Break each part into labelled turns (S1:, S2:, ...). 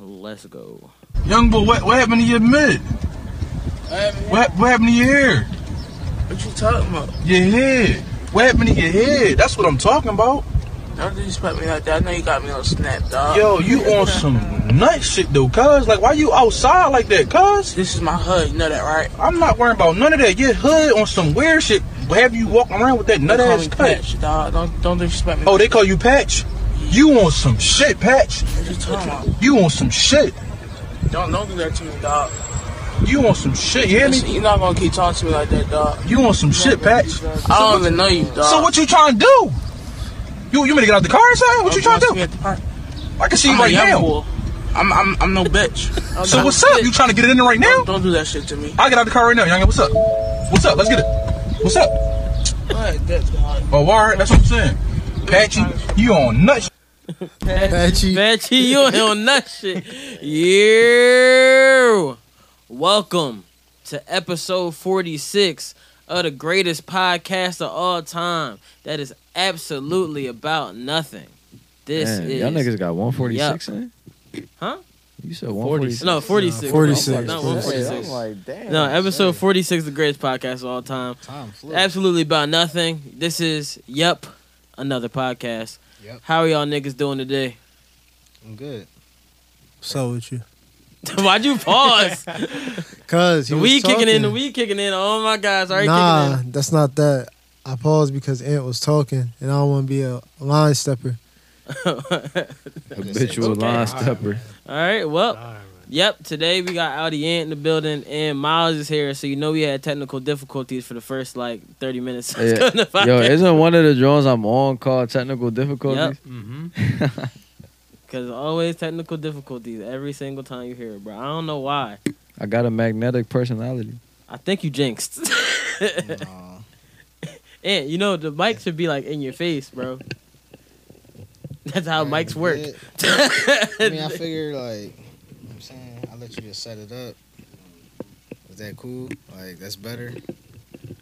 S1: Let's go.
S2: Young boy, what, what happened to your mid? What, what happened to your hair?
S3: What you talking about?
S2: Your head. What happened to your head? That's what I'm talking about.
S3: Don't disrespect me like that. I know you got me on snap, dog.
S2: Yo, you on some nut shit though, cuz. Like, why you outside like that, cuz?
S3: This is my hood. You know that, right?
S2: I'm not worrying about none of that. Your hood on some weird shit. Have you walking around with that nut
S3: They call
S2: ass
S3: me
S2: cut?
S3: Patch, dog. Don't don't disrespect me.
S2: Oh, they call you Patch? You on some shit, Patch.
S3: What you talking about?
S2: You on some shit.
S3: Don't don't do that to me, dog.
S2: You on some shit, you hear me?
S3: Listen, You're not gonna keep talking to me like that, dog.
S2: You on some shit, Patch.
S3: I don't even know you, dog.
S2: So what you trying to do? You you mean to get out the car or something? What you trying to do? I can see you
S3: I'm a
S2: right
S3: young
S2: now.
S3: boy. I'm I'm I'm no bitch. I'm
S2: So
S3: not
S2: what's
S3: a
S2: up?
S3: bitch.
S2: You trying to get it in there right now?
S3: Don't, don't do that shit to me.
S2: I get out the car right now, young. What's up? What's up? Let's get it. What's up?
S3: What? That's dog.
S2: Oh, all right. That's what I'm saying. Patchy, you on nuts?
S4: Patchy.
S1: Betchy, you ain't on that shit. Yeah. Welcome to episode 46 of the greatest podcast of all time. That is absolutely about nothing. This
S5: Damn,
S1: is
S5: y'all niggas got 146 in?
S1: Huh?
S5: You said 146.
S1: no 46.
S4: No, 46.
S1: No,
S4: Yeah,
S1: not
S4: I'm
S1: 146.
S5: like, damn.
S1: No, episode 46 the greatest podcast of all time.
S4: Time flew.
S1: Absolutely about nothing. This is Yep, another podcast.
S4: Yep.
S1: How are y'all niggas doing today?
S4: I'm good.
S6: So with you.
S1: Why'd you pause?
S6: Cause he
S1: the
S6: was
S1: weed kicking in, the
S6: talking.
S1: weed kicking in. Oh my God, it's already
S6: Nah,
S1: kicking
S6: that's not that. I paused because Ant was talking, and I don't want to be a line stepper.
S5: Habitual line stepper.
S1: in. All right, well, yep. Today we got Audi Ant in the building, and Miles is here. So you know we had technical difficulties for the first like thirty minutes.
S5: Yeah.
S1: of the
S5: Yo,
S1: podcast.
S5: isn't one of the drones I'm on called technical difficulties?
S1: Cause always technical difficulties every single time you hear it, bro. I don't know why.
S5: I got a magnetic personality.
S1: I think you jinxed. And you know the mic should be like in your face, bro. That's how mics work.
S4: I mean, I figured like, you know what I'm saying, I let you just set it up. Is that cool? Like, that's better.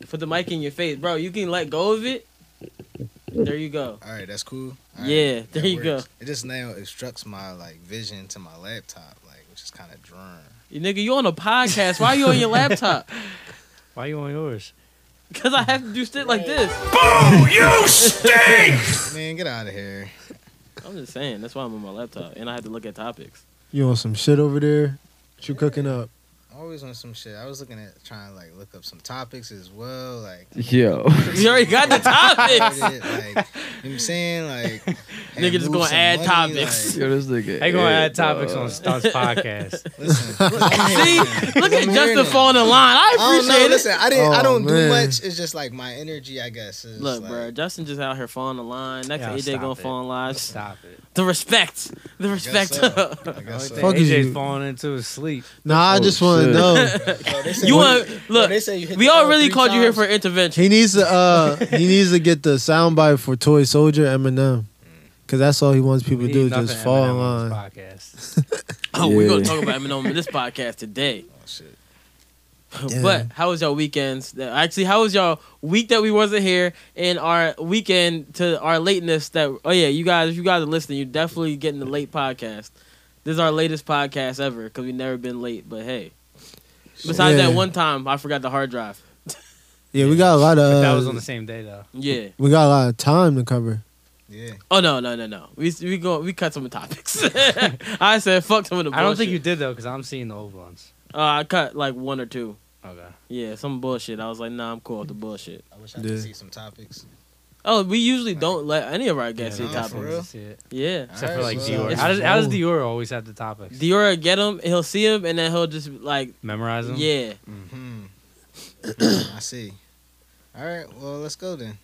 S1: Put the mic in your face, bro. You can let go of it. There you go.
S4: All right, that's cool. All
S1: Yeah, there
S4: that
S1: you go.
S4: It just now obstructs my like vision to my laptop, like which is kind of drawn.
S1: You nigga, you on a podcast. Why you on your laptop?
S7: Why you on yours?
S1: Cause I have to do shit like this.
S4: Man, get out of here.
S1: I'm just saying. That's why I'm on my laptop, and I have to look at topics.
S6: You want some shit over there? What you cooking up?
S4: I'm always on some shit. I was looking at trying to like look up some topics as well, like.
S5: Yo.
S1: You already got the topics.
S4: Like, you know what I'm saying? Like, and
S1: Nigga just
S4: move
S1: gonna
S4: some
S1: add
S4: money,
S1: topics.
S4: like,
S5: Yo, this nigga.
S7: They gonna
S5: ill,
S7: add topics
S5: dog.
S7: on Stunt's podcast.
S4: listen,
S1: See, look at
S4: I'm hearing
S1: Justin
S4: it.
S1: falling in line. I
S4: I don't know.
S1: appreciate it.
S4: Listen, I didn't. I
S6: Oh,
S4: don't do
S6: man.
S4: much. It's just like my energy, I guess. Is
S1: Look,
S4: like,
S1: bro, Justin just out here falling in line. Next
S7: Yeah,
S1: to AJ
S7: stop
S1: gonna
S7: it.
S1: fall in line.
S7: Stop it.
S1: The respect, the
S4: I
S1: respect.
S4: guess so. I guess so.
S6: Fuck is
S7: AJ's
S6: you.
S7: falling into his sleep.
S6: Nah, I
S5: Oh,
S6: just want
S5: shit.
S6: to know.
S4: Bro, they say
S1: you
S4: you-
S1: want
S4: bro,
S1: look?
S4: they say you hit
S1: We
S4: the
S1: all
S4: ball
S1: really
S4: three
S1: called you here
S4: times.
S1: for intervention.
S6: He needs to uh he needs to get the soundbite for Toy Soldier Eminem, cause that's all he wants people to
S7: We
S6: do
S7: need nothing
S6: just fall in
S7: Eminem on
S6: line.
S7: this Podcast.
S1: Oh, we're gonna
S5: Yeah.
S1: talk about Eminem in this podcast today.
S4: Oh, shit.
S6: Yeah.
S1: But how was y'all weekends? Actually, how was y'all week that we wasn't here and our weekend to our lateness that oh yeah, you guys if you guys are listening, you're definitely getting the late podcast. This is our latest podcast ever because we've never been late, but hey. Besides
S6: Yeah.
S1: that one time I forgot the hard drive.
S6: Yeah, we got a lot of
S7: But
S6: uh,
S7: that was on the same day though.
S1: Yeah.
S6: we got a lot of time to cover.
S4: Yeah.
S1: Oh no, no, no, no. We we go we cut some of the topics. I said fuck some of the bullshit.
S7: I don't think you did though, because I'm seeing the old ones.
S1: uh, I cut like one or two.
S7: Okay.
S1: Yeah, some bullshit. I was like, nah, I'm cool with the bullshit.
S4: I wish I could
S6: Yeah.
S4: see some topics.
S1: Oh, we usually don't let any of our guests
S4: Yeah,
S1: see
S4: nah, for
S1: topics.
S4: real.
S7: See it.
S1: Yeah.
S7: Except
S4: All
S7: for
S4: right,
S7: like
S4: so-
S7: Dior.
S4: It's
S7: How does, how does
S6: old.
S7: Dior always have the topics?
S1: Diora get him, he'll see him, and then he'll just like,
S7: Memorize Mm. them.
S1: yeah.
S4: Hmm. I see. All right. Well, let's go then.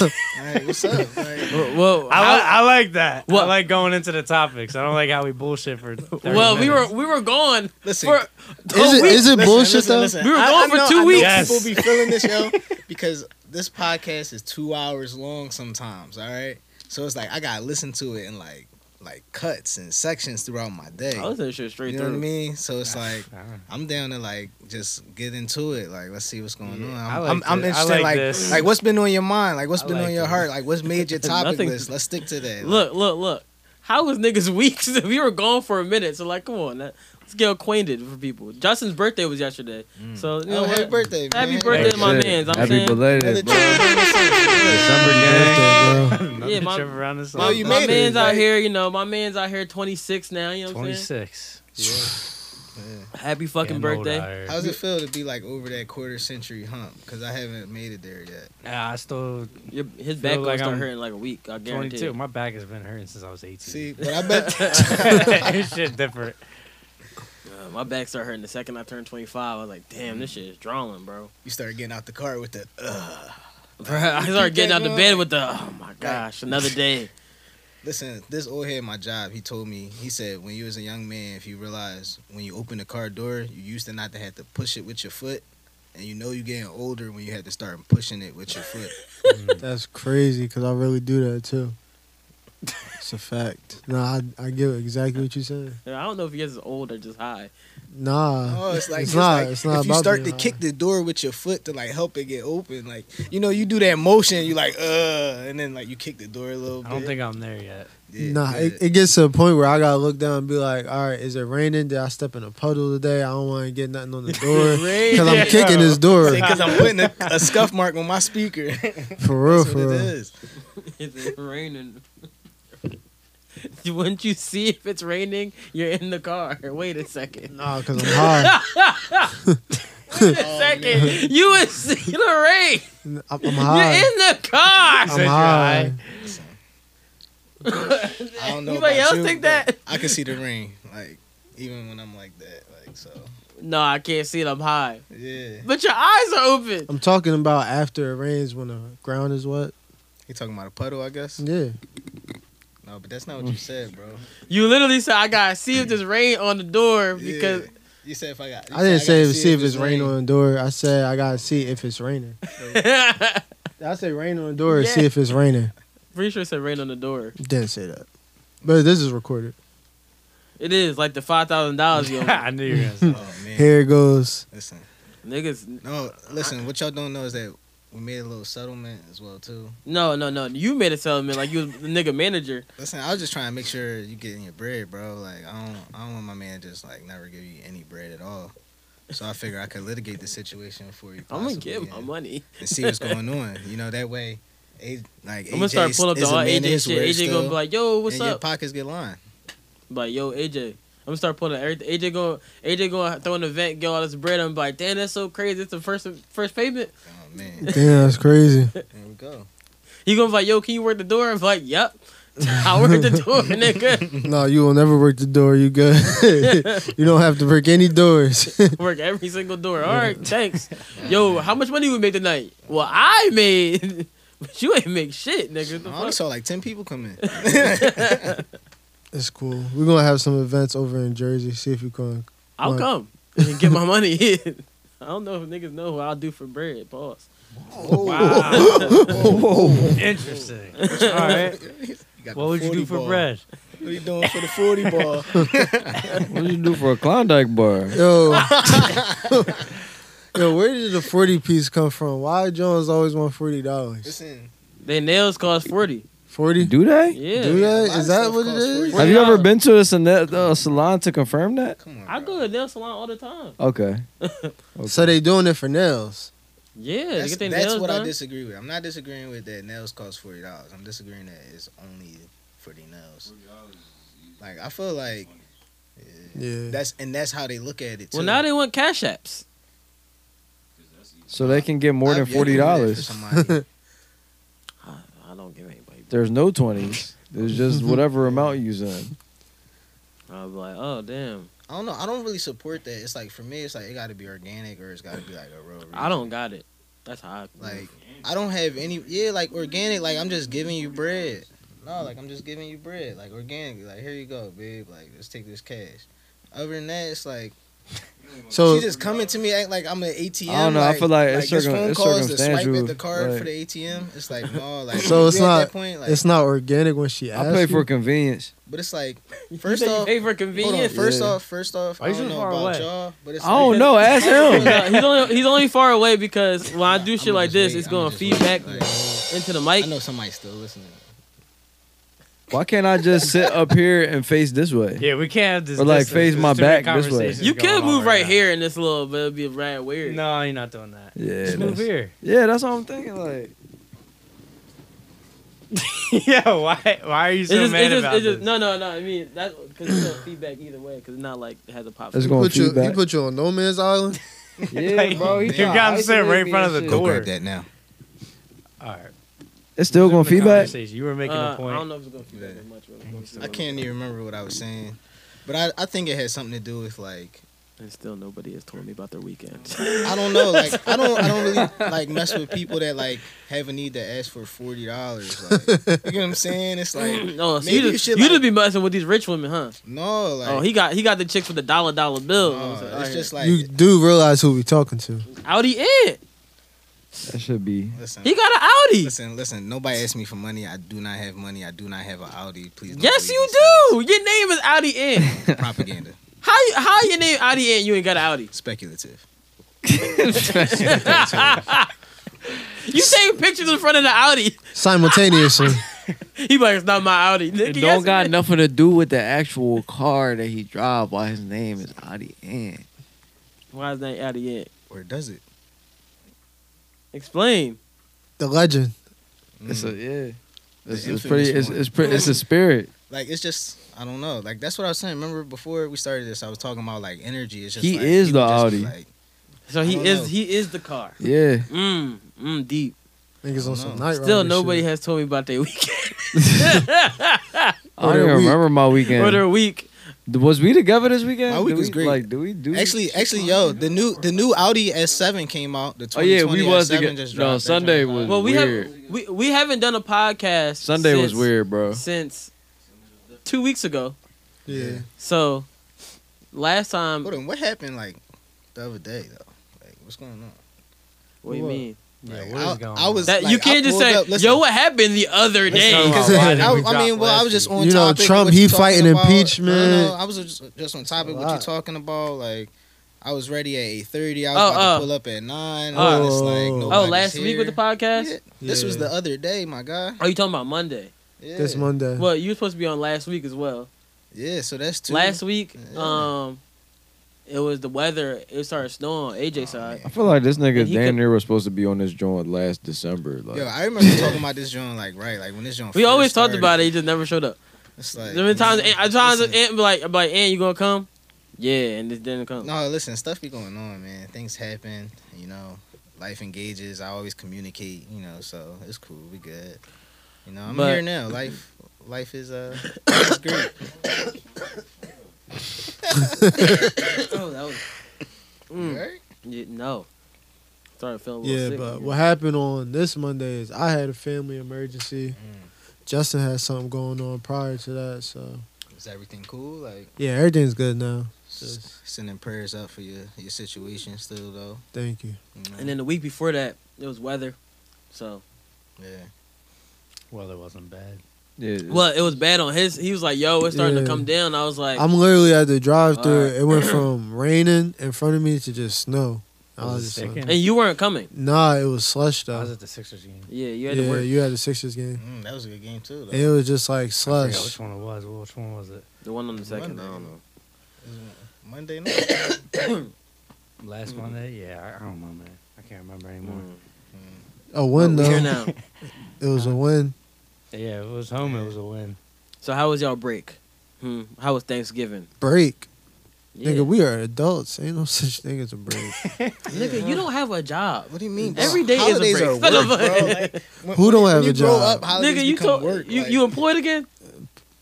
S4: All right. What's up? Like,
S1: Well, well,
S7: I, li- I like that.
S1: What?
S7: I like going into the topics. I don't like how we bullshit for. 30
S1: well, we were
S7: minutes.
S1: we were gone
S4: listen.
S1: for
S6: Is it is it
S4: Listen,
S6: bullshit
S4: listen,
S6: though?
S4: listen.
S1: We were
S4: I-
S1: gone
S4: I
S1: for
S4: know-
S1: two
S4: I know
S1: weeks.
S7: Yes.
S4: People be feeling this, yo, because this podcast is two hours long sometimes. All right, so it's like I gotta listen to it in like like cuts and sections throughout my day.
S6: Oh,
S1: I was in shit straight
S4: you know
S1: through.
S4: what I mean? So it's like
S7: I don't know.
S4: I'm down to like just get into it. Like let's see what's going on.
S7: I
S4: I'm,
S7: like
S4: I'm, I'm
S7: thi- I
S4: interested.
S7: like
S4: Like
S7: this.
S4: like what's been on your mind? Like what's
S7: I
S4: been
S7: like
S4: on your
S7: this.
S4: heart? Like what's made your topic
S1: Nothing.
S4: list? Let's stick to that.
S1: Look, look, look. How was niggas weeks? we were gone for a minute, so like, come on, that, let's get acquainted for people. Justin's birthday was yesterday, so you know
S4: Oh, happy
S1: what?
S4: birthday,
S1: Happy
S4: man.
S1: birthday to my
S5: Shit.
S1: mans. I'm
S5: Happy
S1: saying,
S5: belated, bro. December gang.
S6: Birthday, bro.
S7: Another
S1: Yeah, my-
S7: trip around this
S4: Well,
S1: my,
S4: you
S1: my
S4: made it,
S1: man's out
S4: like-
S1: here, you know, my man's out here, 26 now. You know what I'm
S7: 26.
S1: saying? Happy fucking
S7: Getting old out
S1: birthday.
S7: here.
S4: How does it feel to be like over that quarter century hump? Because I haven't made it there yet.
S7: Nah, I still
S1: Your, his back gonna
S7: like
S1: start
S7: I'm
S1: hurting like a week. I guarantee.
S7: 22.
S1: it.
S7: My back has been hurting since I was 18.
S4: See, but I bet
S7: it's shit different.
S1: Uh, my back started hurting the second I turned 25. I was like, damn, this shit is drawing, bro.
S4: you start getting out the car with the. Uh,
S1: Bruh, I started getting out the
S4: going
S1: bed
S4: on.
S1: with the, oh my gosh, another day.
S4: listen, this old head, at my job, he told me. He said when you was a young man, if you realize when you open the car door, you used to not to have to push it with your foot, and you know you getting older when you had to start pushing it with your foot. Mm.
S6: That's crazy because I really do that too. It's a fact. Nah, I, I get exactly what you're saying.
S1: I don't know if he gets old or just high.
S6: Nah,
S4: Oh, it's like, it's
S6: not.
S4: like
S6: it's not
S4: if you
S6: about
S4: start to
S6: being
S4: kick
S6: high.
S4: the door with your foot to like help it get open, like you know, you do that motion, you like uh, and then like you kick the door a little
S7: I
S4: bit.
S7: don't think I'm there yet.
S4: Yeah,
S6: nah,
S4: yeah.
S6: It, it gets to a point where I gotta look down and be like, all right, is it raining? Did I step in a puddle today? I don't want to get nothing on the door because I'm kicking this door
S4: because I'm putting a, a scuff mark on my speaker.
S6: for real,
S4: That's
S6: for
S4: what it
S6: real.
S4: is.
S1: It's raining. Wouldn't you see if it's raining? You're in the car. Wait a second.
S6: Nah, because I'm high.
S4: Oh,
S1: Wait a second. You would see the rain.
S6: I'm, I'm high.
S1: You're in the car.
S6: I'm high.
S4: I don't know.
S1: Anybody
S4: about
S1: else
S4: you,
S1: think
S4: but
S1: that?
S4: I can see the ring, like even when I'm like that, like so.
S1: No, I can't see it. I'm high.
S4: Yeah,
S1: But your eyes are open.
S6: I'm talking about after it rains when the ground is wet.
S4: you talking about a puddle, I guess.
S6: Yeah,
S4: No, but that's
S6: Mm.
S4: not what you said, bro.
S1: You literally said, I gotta see if there's rain on the door because
S4: Yeah. you said if I got, you
S6: I didn't
S4: said
S6: say
S4: gotta
S6: see if it's
S4: rain.
S6: raining on the door. I said I gotta see if it's raining. I said rain on the door and see
S1: Yeah.
S6: if it's raining.
S1: pretty sure it said rain on the door.
S6: Didn't say that. But this is recorded.
S1: It is like the five thousand dollars you owe me.
S7: I knew you were gonna say.
S4: Oh man,
S6: Here it goes.
S4: listen.
S1: niggas.
S4: No, listen. What y'all don't know is that we made a little settlement as well too.
S1: No, no, no. You made a settlement like you was the nigga manager.
S4: Listen, I was just trying to make sure you getting your bread, bro. Like I don't, I don't want my man just like never give you any bread at all. So I figure I could litigate the situation for you.
S1: I'm gonna
S4: possibly
S1: get my
S4: and-
S1: money.
S4: and see what's going on. You know that way, A, like
S1: I'm gonna start pulling up the
S4: is a
S1: all
S4: man
S1: AJ
S4: his word
S1: shit. AJ
S4: still,
S1: gonna be like, yo, what's
S4: and Your
S1: up?
S4: pockets get lined.
S1: Like, yo, AJ. I'm gonna start pulling up everything. AJ going, AJ going, throw an event, get all this bread. I'm like, damn, that's so crazy. It's the first first payment.
S4: Oh man,
S6: Damn, that's crazy.
S4: there we go.
S1: He gonna be like, yo, can you work the door? I'm like, yep. I work the door, nigga.
S6: No, you will never work the door. You good? you don't have to break any doors.
S1: Work every single door. All right, thanks. Yo, how much money we make tonight? Well, I made, but you ain't make shit, nigga. The
S4: I
S1: fuck?
S4: only saw like ten people come in.
S6: it's cool. We're gonna have some events over in Jersey. See if you can.
S1: I'll
S6: Right.
S1: come and get my money in. I don't know if niggas know what I'll do for bread. Pause.
S7: Wow. Interesting. All right.
S4: You got the
S7: What would you
S4: 40
S7: do for
S4: ball.
S7: bread?
S4: What are you doing for the forty ball?
S5: What did you do for a Klondike bar?
S6: Yo, yo, where did the forty piece come from? Why Jones always want forty dollars?
S4: Listen,
S1: Their nails cost forty.
S6: Forty?
S5: Do they?
S1: Yeah.
S6: Do
S4: a
S6: that? Is
S4: lot of
S6: that
S4: stuff
S6: what it
S4: costs
S6: is?
S1: $40.
S5: Have you ever been to a sal- uh, salon to confirm that?
S4: come on.
S1: I
S4: bro.
S1: go to nail salon all the time.
S5: Okay.
S6: So they doing it for nails.
S1: Yeah, they
S4: That's,
S1: get their
S4: that's
S1: nails
S4: what
S1: done.
S4: I disagree with. I'm not disagreeing with that nails cost forty dollars. I'm disagreeing that it's only for the nails. Like I feel like
S6: Yeah.
S4: that's and that's how they look at it too.
S1: well, now they want cash apps.
S5: So they can get more than
S4: I've yet to do
S5: forty
S4: that for
S5: dollars.
S4: somebody.
S1: I don't give anybody.
S5: There's no twenties. There's just whatever amount you send.
S1: I'll be like, oh damn,
S4: I don't know. I don't really support that. It's like for me, it's like it got to be organic or it's got to be like a real.
S1: I don't got it. That's how. I
S4: like. I don't have any. Yeah, like organic. Like I'm just giving you bread. No, like I'm just giving you bread. Like organically. Like here you go, babe. Like let's take this cash. Other than that, it's like.
S6: So
S4: she just coming to me act like I'm an ATM.
S5: I don't know, I feel like it's
S4: this
S5: circum- it's
S4: to swipe
S5: circumstantial,
S4: at the card
S5: right.
S4: for the ATM. It's like no, like
S6: So
S4: you
S6: it's
S4: at that
S6: not-
S4: point, like,
S6: it's not organic when she
S5: I
S6: asks.
S5: pay for
S6: you?
S5: convenience.
S4: but it's like
S1: You
S4: first
S1: think you
S4: off,
S1: pay for
S4: hold on,
S1: convenience.
S4: first
S5: Yeah.
S4: off, first off,
S7: Why
S4: I
S7: you so
S4: don't know
S7: far
S4: about
S7: away?
S4: y'all, but it's
S5: I don't know. Ask
S1: No,
S5: him.
S1: he's only he's only far away because when I do shit
S4: I'ma
S1: like this,
S4: just wait,
S1: it's
S4: I'ma
S1: going to
S4: just
S1: feedback
S4: wait, like,
S1: into the
S4: I
S1: mic.
S4: know somebody's still listening.
S5: Why can't I just sit up here and face this way?
S7: Yeah, we can't have this.
S5: Or, like,
S7: distance.
S5: face
S7: There's
S5: my
S7: too many
S5: back this way.
S7: conversations
S1: You
S7: going
S1: can
S7: on
S1: move right,
S7: now.
S1: here in this little, but it'd be rad weird.
S7: No, you're not doing that.
S5: Yeah,
S7: Just move
S5: that's-
S7: here.
S5: yeah, that's what I'm thinking. Like,
S7: yeah, why? Why are you
S1: It
S7: so
S1: just,
S7: mad
S1: it just,
S7: about
S1: it just,
S7: this?
S1: no, no, no. I mean, that because it's no feedback either way. Because it's not like it has a pop.
S5: it's
S6: He
S5: going
S6: put, you, he
S5: feedback.
S6: put you on no man's island.
S5: yeah, bro.
S7: You got him sitting right in front of the
S4: Go
S7: Door.
S4: grab that now.
S7: All right.
S5: It's still going
S7: Resume the
S5: feedback.
S7: conversation. You were making
S1: Uh,
S7: a
S1: I
S7: point.
S1: don't know if it's gonna feedback that much. Really.
S4: I can't even remember what I was saying, but I, I think it had something to do with like
S1: And still, nobody has told me about their weekend.
S4: I don't know like I don't I don't really like mess with people that like have a need to ask for forty dollars. Like, you know what I'm saying? It's like
S1: no, Oh, so
S4: Maybe
S1: you
S4: you
S1: just you,
S4: should,
S1: just
S4: like-
S1: be messing with these rich women, huh?
S4: no, like
S1: oh, he got he got the chicks with the dollar dollar bill.
S4: no,
S1: I was like,
S4: it's
S1: alright.
S4: just like
S6: you do realize who we talking to.
S1: Audi in.
S5: That should be.
S4: listen.
S1: He got an Audi.
S4: Listen, listen. Nobody asked me for money. I do not have money. I do not have an Audi. Please. don't
S1: Yes,
S4: believe
S1: you
S4: this.
S1: do. Your name is Audi in.
S4: Propaganda.
S1: How you- how your name Audi in? You ain't got an Audi.
S4: Speculative.
S1: You taking pictures in front of the Audi.
S6: Simultaneously.
S1: He like it's not my Audi. Nigga,
S8: It
S1: yes,
S8: don't got
S1: it-
S8: nothing to do with the actual car that he drive. Why his name is Audi N.
S1: Why is that Audi in?
S4: Or does it?
S1: Explain.
S6: the legend.
S8: It's a yeah.
S4: It's-
S8: It's,
S4: The it's pretty-
S8: pretty.
S4: infamous
S8: It's,
S4: it's- it's
S8: it's pretty. It's a spirit.
S4: Like it's just I don't know. Like that's what I was saying. Remember before we started this, I was talking about like energy. It's just
S8: He
S4: like,
S8: is
S4: people
S8: the
S4: just be
S8: Audi.
S4: Like,
S1: So he
S4: I don't
S1: is
S4: know.
S1: he is the car.
S8: Yeah.
S1: Mm, mm, deep.
S6: Niggas on some
S4: know.
S6: night
S1: Still,
S6: Rider
S1: nobody
S6: shit.
S1: has told me about their weekend
S8: I don't even
S6: week.
S8: remember my
S1: or their
S8: weekend.
S1: week.
S8: Was we together this weekend?
S4: My
S8: Did
S4: week was
S8: we,
S4: great.
S8: Like, do we do?
S4: actually, actually, yo, the new the new Audi S7 came out. The
S8: Oh yeah,
S4: 2020
S8: we was
S4: S7
S8: together.
S4: just dropped.
S8: No,
S4: That
S8: Sunday
S4: joint
S8: was
S1: Well, we
S8: weird.
S1: have we, we haven't done a podcast.
S8: Sunday was
S1: since-
S8: weird, bro.
S1: since two weeks ago.
S6: Yeah.
S1: So last time,
S4: Hold on, what happened like the other day though? Like what's going on?
S1: what do you
S6: What?
S1: mean?
S7: Yeah,
S4: Like,
S7: what
S4: I,
S7: is going
S4: I was.
S1: That
S4: like,
S1: you can't
S4: I
S1: just
S4: pulled
S1: say,
S4: up- listen,
S1: "Yo, what happened the other day?"
S7: Because-
S6: Because-
S7: Why did
S4: I,
S7: we
S4: I mean,
S7: drop
S4: well, I
S7: last
S4: was just
S7: week?
S4: on.
S6: You know,
S4: topic
S6: Trump,
S4: what you
S6: he
S4: talking
S6: fighting
S4: about.
S6: impeachment.
S4: No, no, no, I was just, just on topic. What you
S6: lot.
S4: talking about? Like, I was ready at eight thirty. I was
S1: Oh,
S4: about
S1: uh,
S4: to pull up at nine.
S1: oh.
S4: Oh, it's like,
S1: Oh,
S4: nobody's
S1: last week with the
S4: here.
S1: podcast.
S4: Yeah, This was
S6: Yeah.
S4: the other day, my guy.
S1: Are you talking about Monday?
S4: Yeah.
S6: This Monday.
S1: Well, you were supposed to be on last week as well.
S4: Yeah, so that's two.
S1: Last week,
S4: Yeah.
S1: um, it was the weather. It started snowing on
S4: Oh,
S1: AJ's side.
S5: I feel like this
S1: And
S5: nigga
S1: he
S5: damn
S1: could-
S5: near was supposed to be on this joint last December. Like,
S4: Yo, I remember talking about this joint like right, like when this joint.
S1: We
S4: first
S1: always talked
S4: started,
S1: about it. He just never showed up.
S4: It's like
S1: There been times, I times,
S4: listen,
S1: Ant be like, I'm like, Ant, you gonna come? Yeah, and it didn't come.
S4: No, listen, stuff be going on, man. Things happen, you know. Life engages. I always communicate, you know, so it's cool. We good. You know, I'm
S1: But-
S4: here now. Life, life is uh, it's great.
S1: oh, that was. Mm.
S4: Right?
S1: Yeah, no. Started feeling a little
S6: Yeah,
S1: sick.
S6: but what happened on this Monday is I had a family emergency.
S4: Mm.
S6: Justin had something going on prior to that, so
S4: Is everything cool? Like,
S6: yeah, everything's good now.
S4: s- sending prayers up for your your situation still though.
S6: Thank you.
S4: you know?
S1: And then the week before that, it was weather. So
S4: yeah,
S7: Well, it wasn't bad.
S5: yeah, it's-
S1: well, it was bad on his. He was like, "Yo, it's starting to
S6: Yeah.
S1: come down." I was like,
S6: I'm literally at the drive-through.
S1: Alright.
S6: It went from raining in front of me to just snow. I
S7: Was
S6: was
S7: it
S6: just like,
S7: sticking?
S1: "And you weren't coming."
S6: nah, it was slush
S7: I
S6: though.
S7: was at the Sixers game.
S1: Yeah, you had
S6: yeah,
S1: to work.
S6: you had a Sixers game.
S4: Mm, that was a good game too. Though.
S6: And it was just like
S7: I forgot
S6: slush.
S7: which one it was. Which one was it?
S1: The one on the second.
S4: Monday.
S1: I don't know. Mm-hmm.
S4: Monday night.
S7: Last Monday? Yeah, I, I don't know, man. I can't remember anymore. Oh,
S6: A win
S1: But
S6: though.
S1: we Oh, here now.
S6: It was a win.
S7: Yeah, if it was home. It was a win.
S1: So how was y'all break? Hmm. How was Thanksgiving?
S6: Break,
S1: Yeah.
S6: nigga. We are adults. Ain't no such thing as a break.
S1: Nigga, you don't have a job.
S4: What do you mean?
S1: Every day is a
S4: Holidays
S1: break.
S4: are
S1: Son of
S4: work,
S1: a-
S4: bro. Like, when-
S6: Who don't
S4: when
S6: have
S4: you
S6: a
S4: grow
S6: job?
S4: Up, holidays
S1: Nigga, you
S4: become
S1: told
S4: work.
S1: you
S4: like-
S1: you employed again?